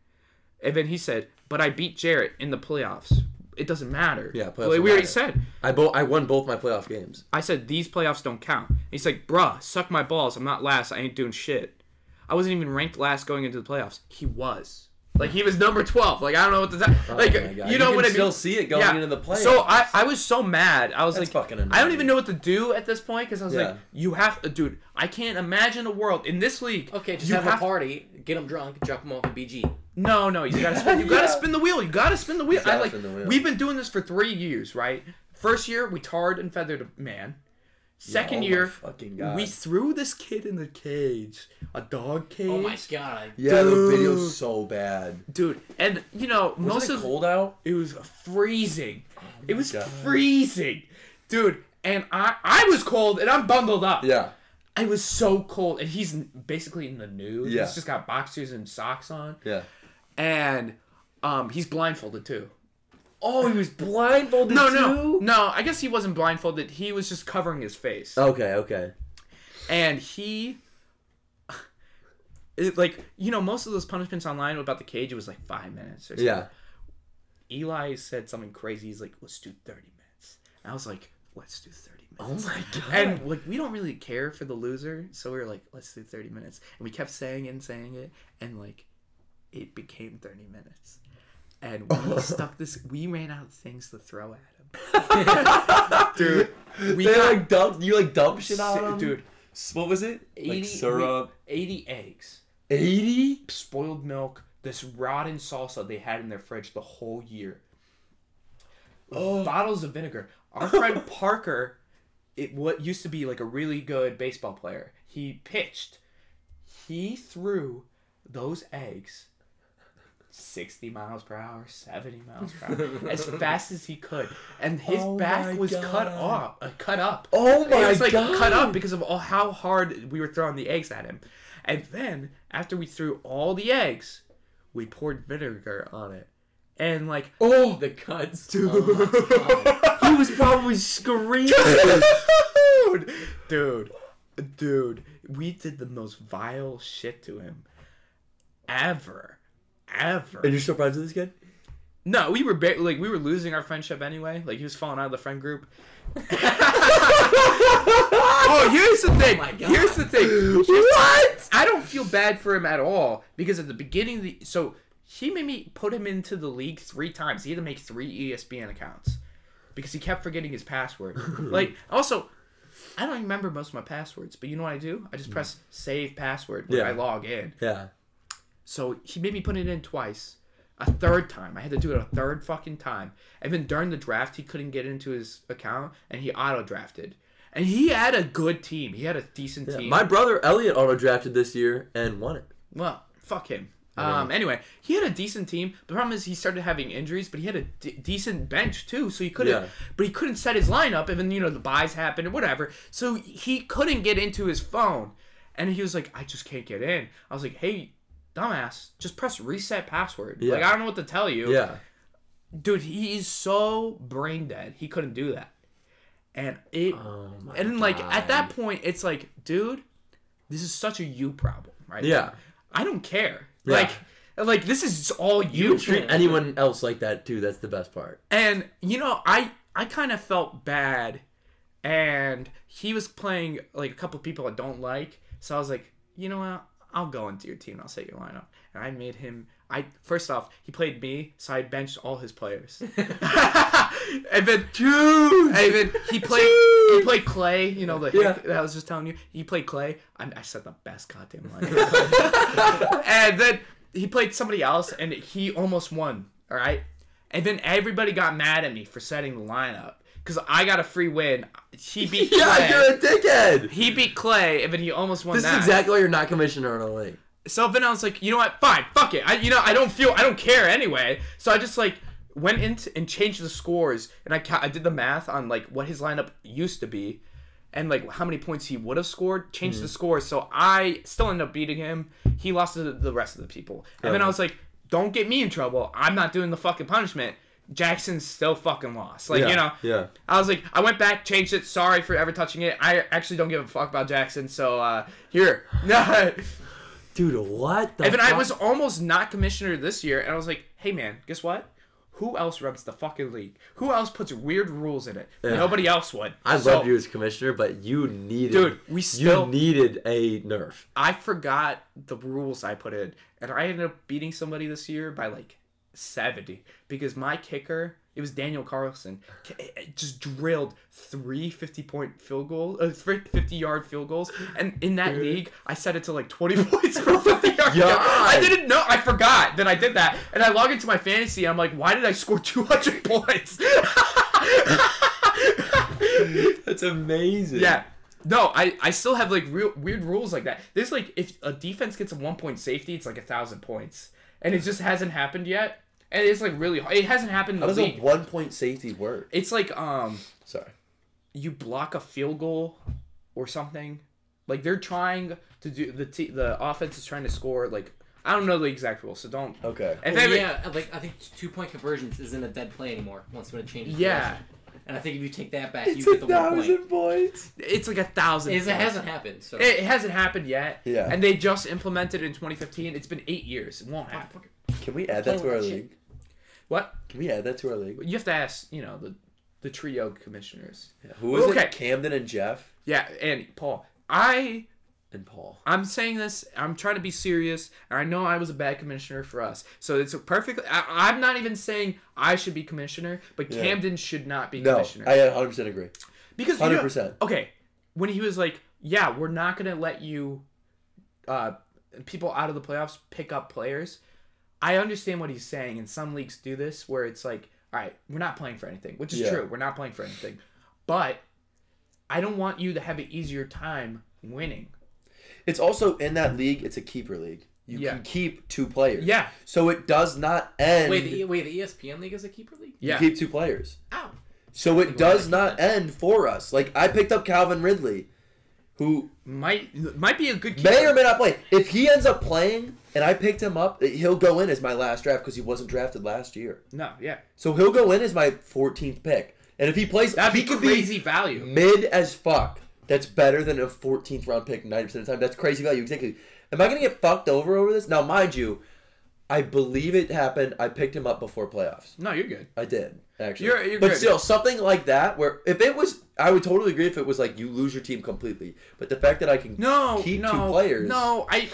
Speaker 1: And then he said, But I beat Jarrett in the playoffs. It doesn't matter.
Speaker 3: Yeah, playoffs
Speaker 1: Like
Speaker 3: don't
Speaker 1: we already
Speaker 3: matter.
Speaker 1: said.
Speaker 3: I bo- I won both my playoff games.
Speaker 1: I said, These playoffs don't count. And he's like, Bruh, suck my balls. I'm not last. I ain't doing shit. I wasn't even ranked last going into the playoffs. He was. Like he was number twelve. Like I don't know what the time. like
Speaker 3: Oh my God.
Speaker 1: you know
Speaker 3: you
Speaker 1: what
Speaker 3: can
Speaker 1: I
Speaker 3: still
Speaker 1: mean.
Speaker 3: see it going into the play.
Speaker 1: So I, I was so mad. I was
Speaker 3: That's
Speaker 1: like,
Speaker 3: fucking
Speaker 1: I don't
Speaker 3: annoying.
Speaker 1: even know what to do at this point because I was like,
Speaker 3: Yeah.
Speaker 1: you have, dude, I can't imagine a world in this league.
Speaker 5: Okay, just
Speaker 1: you
Speaker 5: have, a party, get them drunk, drop them off at BG.
Speaker 1: No, no, you gotta spin, you gotta spin the wheel. You gotta spin the wheel. I
Speaker 3: gotta
Speaker 1: like
Speaker 3: spin the wheel.
Speaker 1: we've been doing this for three years, right? First year we tarred and feathered a man. Second
Speaker 3: oh my
Speaker 1: year,
Speaker 3: fucking God.
Speaker 1: we threw this kid in the cage, a dog cage,
Speaker 5: Oh my god.
Speaker 3: yeah, the video's so bad.
Speaker 1: dude. And you know most
Speaker 3: Was it
Speaker 1: of
Speaker 3: cold out?
Speaker 1: It Oh was freezing. it was freezing, dude. And I I was cold and I'm bundled up.
Speaker 3: Yeah.
Speaker 1: I was so cold, and he's basically in the nude.
Speaker 3: Yeah.
Speaker 1: He's just got boxers and socks on,
Speaker 3: Yeah.
Speaker 1: and um he's blindfolded too.
Speaker 5: Oh, he was blindfolded
Speaker 1: No, no, no. I guess he wasn't blindfolded. He was just covering his face,
Speaker 3: Okay, okay.
Speaker 1: and he. It, like you know, most of those punishments online about the cage, it was like five minutes. Or something.
Speaker 3: Yeah.
Speaker 1: Eli said something crazy. He's like, let's do 30 minutes. And I was like, let's do 30 minutes. Oh my God. And like, we don't really care for the loser. So we were like, let's do 30 minutes. And we kept saying it and saying it. And like, it became 30 minutes. And we stuck this, we ran out of things to throw at him. Dude, we
Speaker 3: They
Speaker 1: got
Speaker 3: like dumped you like dump shit on
Speaker 1: si-
Speaker 3: him?
Speaker 1: dude,
Speaker 3: S- What was it?
Speaker 1: 80,
Speaker 3: Like syrup.
Speaker 1: we- 80 eggs,
Speaker 3: 80?
Speaker 1: spoiled milk, this rotten salsa they had in their fridge the whole year.
Speaker 3: Oh,
Speaker 1: bottles of vinegar. Our friend Parker, it what used to be like a really good baseball player. He pitched. He threw those eggs 60 miles per hour, 70 miles per hour, as fast as he could. And his
Speaker 3: Oh my
Speaker 1: back was cut
Speaker 3: God.
Speaker 1: off, uh, cut up.
Speaker 3: Oh
Speaker 1: it
Speaker 3: my
Speaker 1: was like cut
Speaker 3: God.
Speaker 1: up because of all, how hard we were throwing the eggs at him. And then after we threw all the eggs, we poured vinegar on it. And like
Speaker 5: Oh, the cuts. Dude.
Speaker 1: Oh he was probably screaming. dude, dude, dude. We did the most vile shit to him ever,
Speaker 3: And
Speaker 1: ever.
Speaker 3: you're still friends with this kid?
Speaker 1: No, we were ba- like we were losing our friendship anyway. Like he was falling out of the friend group. oh, here's the thing.
Speaker 5: my God.
Speaker 1: here's the thing. What? I don't feel bad for him at all because at the beginning, of the so he made me put him into the league three times. He had to make three E ESPN accounts because he kept forgetting his password. like also, I don't remember most of my passwords, but you know what I do? I just press save password when
Speaker 3: Yeah.
Speaker 1: I log in.
Speaker 3: Yeah.
Speaker 1: So he made me put it in twice. A third time. I had to do it a third fucking time. And then during the draft, he couldn't get into his account and he auto drafted. And he had a good team. He had a decent team.
Speaker 3: My brother Elliot auto drafted this year and won it.
Speaker 1: well, fuck him. Um, anyway, he had a decent team. The problem is he started having injuries, but he had a d- decent bench too, so he couldn't.
Speaker 3: Yeah.
Speaker 1: But he couldn't set his lineup, and then you know the buys happened or whatever. So he couldn't get into his phone, and he was like, "I just can't get in." I was like, "Hey, dumbass, just press reset password." Like I don't know what to tell you.
Speaker 3: Yeah.
Speaker 1: dude he's so brain dead he couldn't do that and it
Speaker 3: Oh
Speaker 1: and like at that point it's like dude this is such a you problem right
Speaker 3: Yeah.
Speaker 1: i don't care like like this is all you,
Speaker 3: Treat anyone else like that too, that's the best part.
Speaker 1: and you know i i kind of felt bad and he was playing like a couple people i don't like so i was like you know what i'll go into your team and i'll set your lineup and i made him i first off he played me so i benched all his players and then and then he played he played clay you know the hick that i was just telling you he played clay i, I set the best goddamn lineup and then he played somebody else and he almost won all right and then everybody got mad at me for setting the lineup because i got a free win he beat clay
Speaker 3: a dickhead.
Speaker 1: he beat clay and then he almost won
Speaker 3: This
Speaker 1: that
Speaker 3: is exactly why you're not commissioner in a league.
Speaker 1: so then i was like you know what fine fuck it i you know i don't feel i don't care anyway so i just like went in t- and changed the scores and I, ca- I did the math on like what his lineup used to be and like how many points he would have scored changed
Speaker 3: Hmm.
Speaker 1: the scores so i still ended up beating him he lost to the- the rest of the people and then i was like don't get me in trouble i'm not doing the fucking punishment jackson still fucking lost like you know
Speaker 3: Yeah.
Speaker 1: I was like, I went back, changed it. Sorry for ever touching it. I actually don't give a fuck about Jackson. So uh, here, no.
Speaker 3: Dude, what the
Speaker 1: And then I
Speaker 3: fuck?
Speaker 1: was almost not commissioner this year, and I was like, hey man, guess what? Who else runs the fucking league? Who else puts weird rules in it? Nobody else would.
Speaker 3: I
Speaker 1: So,
Speaker 3: loved you as commissioner, but you needed
Speaker 1: Dude, we still-
Speaker 3: you needed a nerf.
Speaker 1: I forgot the rules I put in, and I ended up beating somebody this year by like seventy because my kicker. It was Daniel Carlson. k- it Just drilled three 50 point field goals, uh, three 50 yard field goals. And in that league, I set it to like 20 points for 50 yard. field- I didn't know. I forgot that I did that. And I log into my fantasy. And I'm like, why did I score 200 points?
Speaker 3: That's amazing.
Speaker 1: Yeah. No, I, I still have like real weird rules like that. There's like if a defense gets a one point safety, it's like a thousand points, and it just hasn't happened yet. And it's like really hard. it hasn't happened.
Speaker 3: How
Speaker 1: In the
Speaker 3: does a
Speaker 1: league.
Speaker 3: one point safety work?
Speaker 1: It's like um
Speaker 3: Sorry.
Speaker 1: you block a field goal or something. Like they're trying to do the t- the offense is trying to score like I don't know the exact rules, so don't.
Speaker 3: Okay.
Speaker 1: If
Speaker 5: Well,
Speaker 1: every-
Speaker 5: yeah, uh, like I think two point conversions isn't a dead play anymore once when it changes.
Speaker 1: Yeah.
Speaker 5: possession. And I think if you take that back, you get the one point.
Speaker 3: points.
Speaker 1: it's like a thousand.
Speaker 5: It
Speaker 1: points.
Speaker 5: hasn't happened. So
Speaker 1: It hasn't happened yet.
Speaker 3: Yeah.
Speaker 1: And they just implemented it in 2015. It's been eight years. It won't
Speaker 5: Ah,
Speaker 1: happen.
Speaker 3: Can we add that
Speaker 5: Play
Speaker 3: to our
Speaker 5: with that
Speaker 3: league?
Speaker 1: What?
Speaker 3: Can we add that to our league?
Speaker 1: You have to ask, you know, the the trio commissioners.
Speaker 3: Who is
Speaker 1: Okay.
Speaker 3: it? Camden and Jeff
Speaker 1: Yeah, and Paul. I
Speaker 3: and Paul.
Speaker 1: I'm saying this. I'm trying to be serious, and I know I was a bad commissioner for us. So it's a perfect. I, I'm not even saying I should be commissioner, but Camden should not be
Speaker 3: No,
Speaker 1: commissioner
Speaker 3: I 100 percent agree.
Speaker 1: because you know-
Speaker 3: 100%.
Speaker 1: okay, when he was like, "Yeah, we're not gonna let you, uh, people out of the playoffs pick up players," I understand what he's saying. And some leagues do this where it's like, "All right, we're not playing for anything," which is
Speaker 3: Yeah.
Speaker 1: true. We're not playing for anything, but I don't want you to have an easier time winning.
Speaker 3: It's also in that league. It's a keeper league. You
Speaker 1: Yeah.
Speaker 3: can keep two players.
Speaker 1: Yeah. E
Speaker 3: So it does not end.
Speaker 5: wait, the, E wait, the ESPN league is a keeper league.
Speaker 1: Yeah.
Speaker 3: You keep two players.
Speaker 5: Ow.
Speaker 3: So it does not end for us. Like I picked up Calvin Ridley, who
Speaker 1: might might be a good keeper.
Speaker 3: may or may not play. If he ends up playing, and I picked him up, he'll go in as my last draft because he wasn't drafted last year.
Speaker 1: no, yeah,
Speaker 3: So he'll go in as my 14th pick. And if he plays,
Speaker 1: that'd
Speaker 3: he
Speaker 1: be
Speaker 3: could
Speaker 1: crazy
Speaker 3: be
Speaker 1: value.
Speaker 3: mid as fuck. That's better than a 14th round pick 90% of the time. That's crazy value. Exactly. Am I going to get fucked over over this? Now, mind you, I believe it happened. I picked him up before playoffs.
Speaker 1: No, you're good.
Speaker 3: I did actually.
Speaker 1: You're- you're
Speaker 3: but
Speaker 1: good.
Speaker 3: still, something like that, where if it was, I would totally agree if it was like you lose your team completely. But the fact that I can
Speaker 1: No,
Speaker 3: keep
Speaker 1: no,
Speaker 3: two players,
Speaker 1: No, I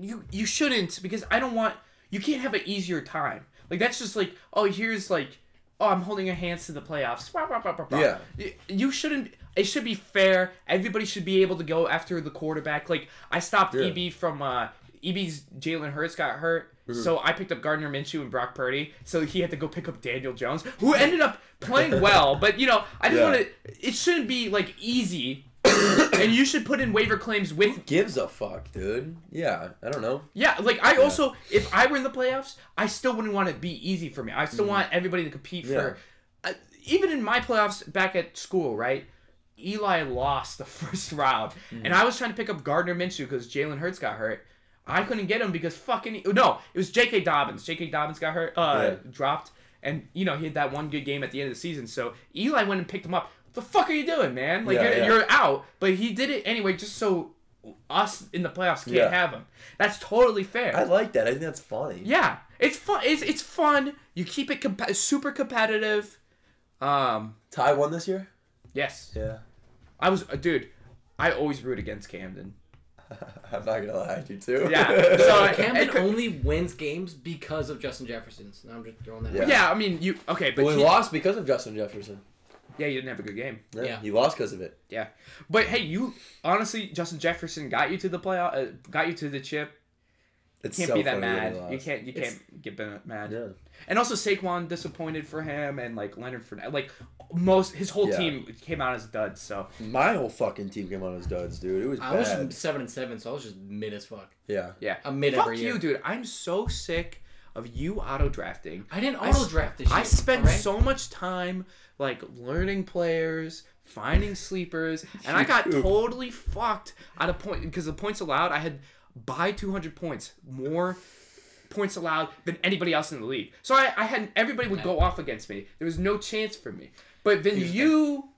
Speaker 1: you you shouldn't because I don't want you can't have an easier time. Like that's just like oh here's like oh I'm holding your hands to the playoffs. Wah, wah, wah, wah, wah.
Speaker 3: Yeah.
Speaker 1: Y- you shouldn't. It should be fair. Everybody should be able to go after the quarterback. Like I stopped EB from uh EB's Jalen Hurts got hurt.
Speaker 3: Mm-hmm.
Speaker 1: So I picked up Gardner Minshew and Brock Purdy. So he had to go pick up Daniel Jones, who ended up playing well. But you know, I just
Speaker 3: Yeah.
Speaker 1: want to. It shouldn't be like easy, and you should put in waiver claims with
Speaker 3: gives a fuck, dude. Yeah, I don't know.
Speaker 1: yeah, like I also, if I were in the playoffs, I still wouldn't want it to be easy for me. I
Speaker 3: Mm.
Speaker 1: still want everybody to compete for. Uh, even in my playoffs back at school, right? Eli lost the first round,
Speaker 3: Mm.
Speaker 1: and I was trying to pick up Gardner Minshew because Jalen Hurts got hurt. I couldn't get him because fucking oh, no, it was J.K. Dobbins. J.K. Dobbins got hurt, uh, dropped, and you know he had that one good game at the end of the season. So Eli went and picked him up. The fuck are you doing, man? Like
Speaker 3: Yeah,
Speaker 1: you're,
Speaker 3: yeah.
Speaker 1: you're out, but he did it anyway, just so us in the playoffs can't
Speaker 3: Yeah.
Speaker 1: have him. That's totally fair.
Speaker 3: I like that. I think that's funny.
Speaker 1: yeah, it's fun. It's it's fun. You keep it comp- super competitive. Um,
Speaker 3: Ty won this year.
Speaker 1: yes,
Speaker 3: Yeah,
Speaker 1: I was, uh, dude. I always root against Camden.
Speaker 3: I'm not gonna lie, you too.
Speaker 1: Yeah. So
Speaker 5: Camden
Speaker 1: and-
Speaker 5: only wins games because of Justin Jefferson. So I'm just throwing that.
Speaker 3: Yeah.
Speaker 5: out.
Speaker 1: yeah, I mean you. Okay, but
Speaker 3: Well,
Speaker 1: he-
Speaker 3: we lost because of Justin Jefferson.
Speaker 1: yeah, you didn't have a good game.
Speaker 3: Yeah,
Speaker 5: Yeah.
Speaker 3: he lost because of it.
Speaker 1: Yeah, but hey, you honestly, Justin Jefferson got you to the playoff, uh, got you to the chip.
Speaker 3: It's
Speaker 1: Can't
Speaker 3: so
Speaker 1: be that
Speaker 3: funny when
Speaker 1: mad.
Speaker 3: he
Speaker 1: You
Speaker 3: lost.
Speaker 1: can't. You
Speaker 3: It's-
Speaker 1: can't get get mad.
Speaker 3: Yeah.
Speaker 1: And also Saquon disappointed for him, and like Leonard for like most his whole
Speaker 3: Yeah.
Speaker 1: team came out as duds. So
Speaker 3: My whole fucking team came on as duds, dude. It was
Speaker 5: I was
Speaker 3: bad.
Speaker 5: seven and seven, so I was just mid as fuck.
Speaker 3: Yeah.
Speaker 1: yeah,
Speaker 5: I'm mid
Speaker 1: Fuck
Speaker 5: every year.
Speaker 1: you, dude. I'm so sick of you auto drafting.
Speaker 5: I didn't
Speaker 1: s-
Speaker 5: auto draft this.
Speaker 1: I
Speaker 5: year,
Speaker 1: spend
Speaker 5: alright?
Speaker 1: so much time like learning players, finding sleepers, and I got totally fucked out of point because the points allowed. I had by 200 points more points allowed than anybody else in the league. So I, I had everybody would go off against me. There was no chance for me. But then you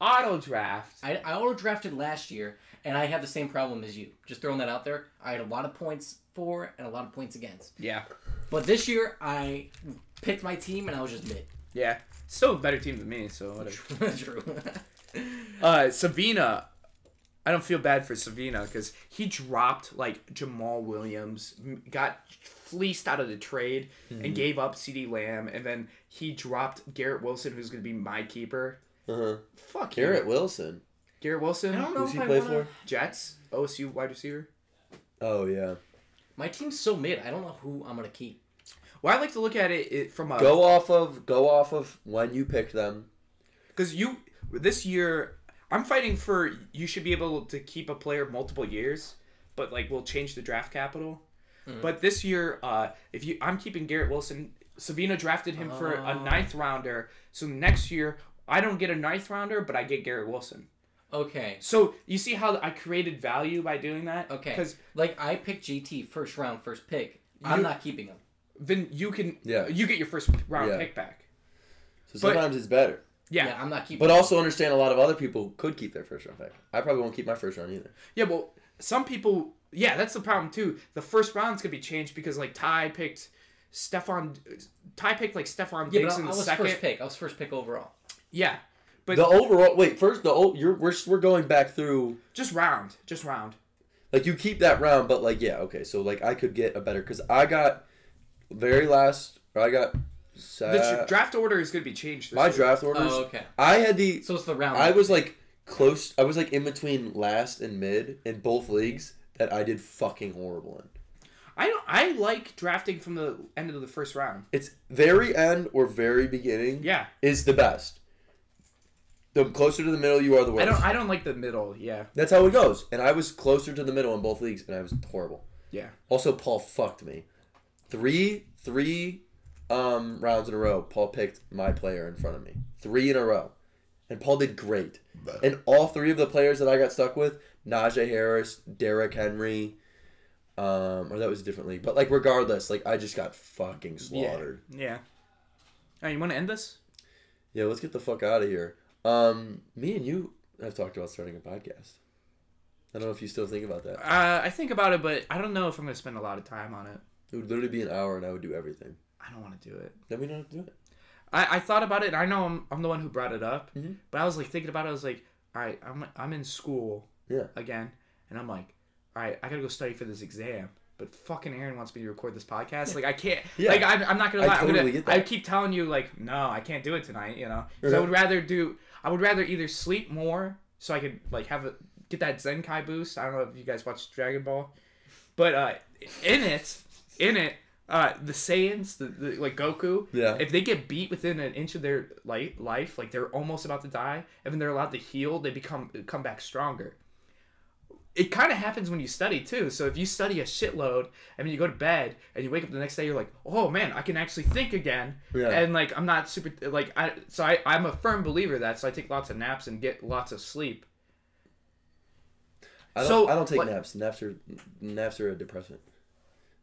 Speaker 1: auto draft.
Speaker 5: I, I auto drafted last year, and I had the same problem as you. Just throwing that out there. I had a lot of points for and a lot of points against.
Speaker 1: Yeah.
Speaker 5: But this year, I picked my team, and I was just mid.
Speaker 1: Yeah. Still a better team than me, so whatever.
Speaker 5: True.
Speaker 1: Uh, Savina. I don't feel bad for Savina because he dropped like Jamal Williams, m- got fleeced out of the trade,
Speaker 3: Mm-hmm.
Speaker 1: and gave up C.D. Lamb, and then he dropped Garrett Wilson, who's going to be my keeper.
Speaker 3: Uh-huh.
Speaker 1: Fuck you.
Speaker 3: Garrett Wilson.
Speaker 1: Garrett Wilson.
Speaker 5: I don't know
Speaker 3: Who's
Speaker 5: if
Speaker 3: he
Speaker 5: I
Speaker 3: play
Speaker 5: wanna...
Speaker 3: for?
Speaker 1: Jets OSU wide receiver.
Speaker 3: Oh yeah.
Speaker 5: My team's so mid. I don't know who I'm gonna keep.
Speaker 1: Well, I like to look at it, it from a
Speaker 3: Go off of go off of when you picked them.
Speaker 1: Because you this year, I'm fighting for you should be able to keep a player multiple years, but like we'll change the draft capital. But this year, uh, if you, I'm keeping Garrett Wilson. Savino drafted him for a ninth rounder, so next year I don't get a ninth rounder, but I get Garrett Wilson.
Speaker 5: Okay.
Speaker 1: So you see how I created value by doing that?
Speaker 5: Okay.
Speaker 1: Because
Speaker 5: like I picked GT first round, first pick. I'm
Speaker 1: You-
Speaker 5: not keeping him.
Speaker 1: then you can,
Speaker 3: Yeah.
Speaker 1: you get your first round
Speaker 3: Yeah.
Speaker 1: pick back.
Speaker 3: So
Speaker 1: But-
Speaker 3: sometimes it's better.
Speaker 1: Yeah.
Speaker 5: Yeah, I'm not keeping.
Speaker 3: But
Speaker 5: him.
Speaker 3: also understand a lot of other people could keep their first round pick. I probably won't keep my first round either.
Speaker 1: Yeah, well, some people. Yeah, that's the problem too. The first round's gonna be changed because like Ty picked Stefan. Ty picked like Stefan
Speaker 5: yeah,
Speaker 1: Diggs
Speaker 5: but I,
Speaker 1: in
Speaker 5: I
Speaker 1: the
Speaker 5: was
Speaker 1: second.
Speaker 5: first pick. I was first pick overall.
Speaker 1: Yeah, but
Speaker 3: The overall wait first the o you're we're we're going back through
Speaker 1: just round, just round.
Speaker 3: like you keep that round, but like yeah okay so like I could get a better because I got very last or I got sa-
Speaker 1: The dr- draft order is gonna be changed. This
Speaker 3: Uh, my
Speaker 1: year.
Speaker 3: draft orders.
Speaker 5: Oh, okay.
Speaker 3: I had the
Speaker 5: So it's the
Speaker 1: um,
Speaker 5: round.
Speaker 3: I was like close. I was like in between last and mid in both leagues that I did fucking horrible in.
Speaker 1: I don't. I like drafting from the end of the first round.
Speaker 3: It's very end or very beginning.
Speaker 1: Yeah.
Speaker 3: is the best. The closer to the middle you are, the
Speaker 1: I
Speaker 3: worst.
Speaker 1: don't. I don't like the middle. Yeah.
Speaker 3: That's how it goes. And I was closer to the middle in both leagues, and I was horrible.
Speaker 1: Yeah.
Speaker 3: Also, Paul fucked me. Three, three um, rounds in a row, Paul picked my player in front of me. Three in a row. And Paul did great. And all three of the players that I got stuck with Najee Harris, Derrick Henry, um, or that was a different league. But, like, regardless, like, I just got fucking slaughtered.
Speaker 1: Yeah. All right, you want to end this?
Speaker 3: Yeah, let's get the fuck out of here. Um, me and you have talked about starting a podcast. I don't know if you still think about that.
Speaker 1: Uh, I think about it, but I don't know if I'm gonna spend a lot of time on it.
Speaker 3: It would literally be an hour, and I would do everything.
Speaker 1: I don't want to do it.
Speaker 3: Then we don't have to do it.
Speaker 1: I, I thought about it. And I know I'm, I'm the one who brought it up,
Speaker 3: Mm-hmm.
Speaker 1: but I was like thinking about it. I was like, all right, I'm I'm in school
Speaker 3: Yeah.
Speaker 1: again, and I'm like, all right, I gotta go study for this exam. But fucking Aaron wants me to record this podcast. Like I can't.
Speaker 3: Yeah.
Speaker 1: Like I'm, I'm not gonna
Speaker 3: I
Speaker 1: lie. I, am
Speaker 3: totally
Speaker 1: gonna,
Speaker 3: get that.
Speaker 1: I keep telling you like, no, I can't do it tonight. You know. 'Cause I would rather do. I would rather either sleep more so I could like have a get that Zenkai boost. I don't know if you guys watch Dragon Ball, but uh, in it, in it, uh, the Saiyans, the, the like Goku,
Speaker 3: Yeah.
Speaker 1: if they get beat within an inch of their life, life, like they're almost about to die, and when they're allowed to heal, they become come back stronger. It kind of happens when you study too. So if you study a shitload and then you go to bed and you wake up the next day, you're like, oh man, I can actually think again.
Speaker 3: Yeah.
Speaker 1: And like I'm not super like I so I, I'm a firm believer of that. So I take lots of naps and get lots of sleep.
Speaker 3: I don't,
Speaker 1: So,
Speaker 3: I don't take
Speaker 1: what-
Speaker 3: naps. Naps are naps are a depressant.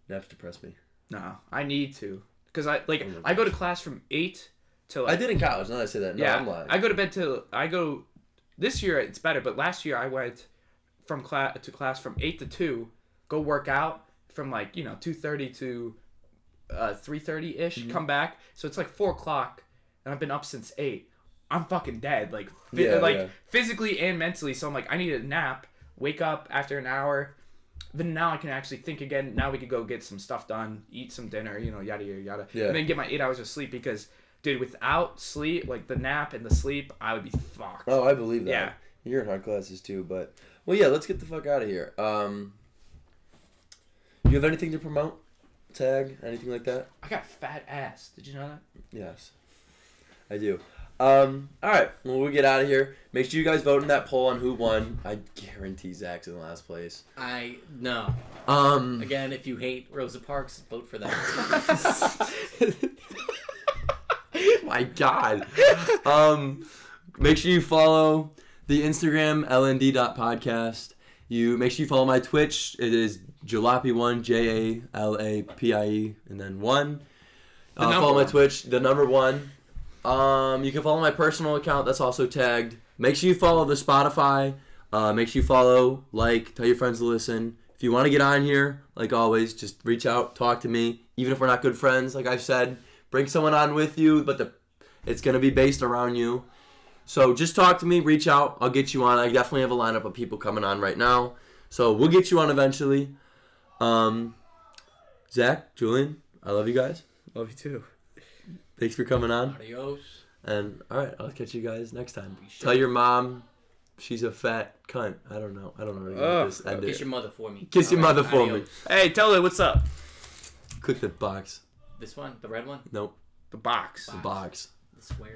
Speaker 3: Naps depress me.
Speaker 1: No, I need to because I
Speaker 3: Oh
Speaker 1: like I go to class from eight to like
Speaker 3: I did in college. Now that I say that, no,
Speaker 1: yeah,
Speaker 3: I'm lying.
Speaker 1: I go to bed till I go. This year it's better, but last year I went from class to class from eight to two, go work out from like you know two thirty to uh, three thirty ish.
Speaker 3: Mm-hmm.
Speaker 1: Come back, so it's like four o'clock, and I've been up since eight. I'm fucking dead, like phy-
Speaker 3: Yeah,
Speaker 1: like
Speaker 3: yeah.
Speaker 1: physically and mentally. So I'm like, I need a nap. Wake up after an hour. Then now I can actually think again. Now we could go get some stuff done, eat some dinner, you know, yada yada yada,
Speaker 3: Yeah.
Speaker 1: and then get my eight hours of sleep because, dude, without sleep, like the nap and the sleep, I would be fucked.
Speaker 3: oh, I believe that.
Speaker 1: Yeah.
Speaker 3: You're in hard classes too, but well, yeah. Let's get the fuck out of here. Um, you have anything to promote? Tag anything like that?
Speaker 1: I got a fat ass. Did you know that?
Speaker 3: Yes, I do. Um, all right. Well, we get out of here. Make sure you guys vote in that poll on who won. I guarantee Zach's in last place.
Speaker 5: I no.
Speaker 3: Um,
Speaker 5: Again, if you hate Rosa Parks, vote for that.
Speaker 3: my god. Um, make sure you follow the Instagram lnd.podcast. You make sure you follow my Twitch. It is jalopy1 j a l a p i e and then one. Uh,
Speaker 1: number
Speaker 3: follow my
Speaker 1: one.
Speaker 3: Twitch, the number one. Um, you can follow my personal account. That's also tagged. Make sure you follow the Spotify. Uh, make sure you follow, like, tell your friends to listen. If you want to get on here, like always, just reach out, talk to me. Even if we're not good friends, like I've said, Bring someone on with you, but the it's gonna be based around you. So just talk to me, reach out. I'll get you on. I definitely have a lineup of people coming on right now. So we'll get you on eventually. Um, Zach, Julian, I love you guys.
Speaker 7: Love you too.
Speaker 3: Thanks for coming on.
Speaker 5: Adios.
Speaker 3: And all right, I'll catch you guys next time. Tell your mom she's a fat cunt. I don't know. I don't know. How to
Speaker 7: Ugh.
Speaker 3: this ended.
Speaker 5: Kiss your mother for me.
Speaker 3: Kiss your
Speaker 5: Alright,
Speaker 3: mother for me.
Speaker 5: adios.
Speaker 7: Hey, tell her what's up.
Speaker 3: Click the box.
Speaker 5: This one, the red one,
Speaker 3: Nope,
Speaker 7: The box.
Speaker 3: the box.
Speaker 5: the square.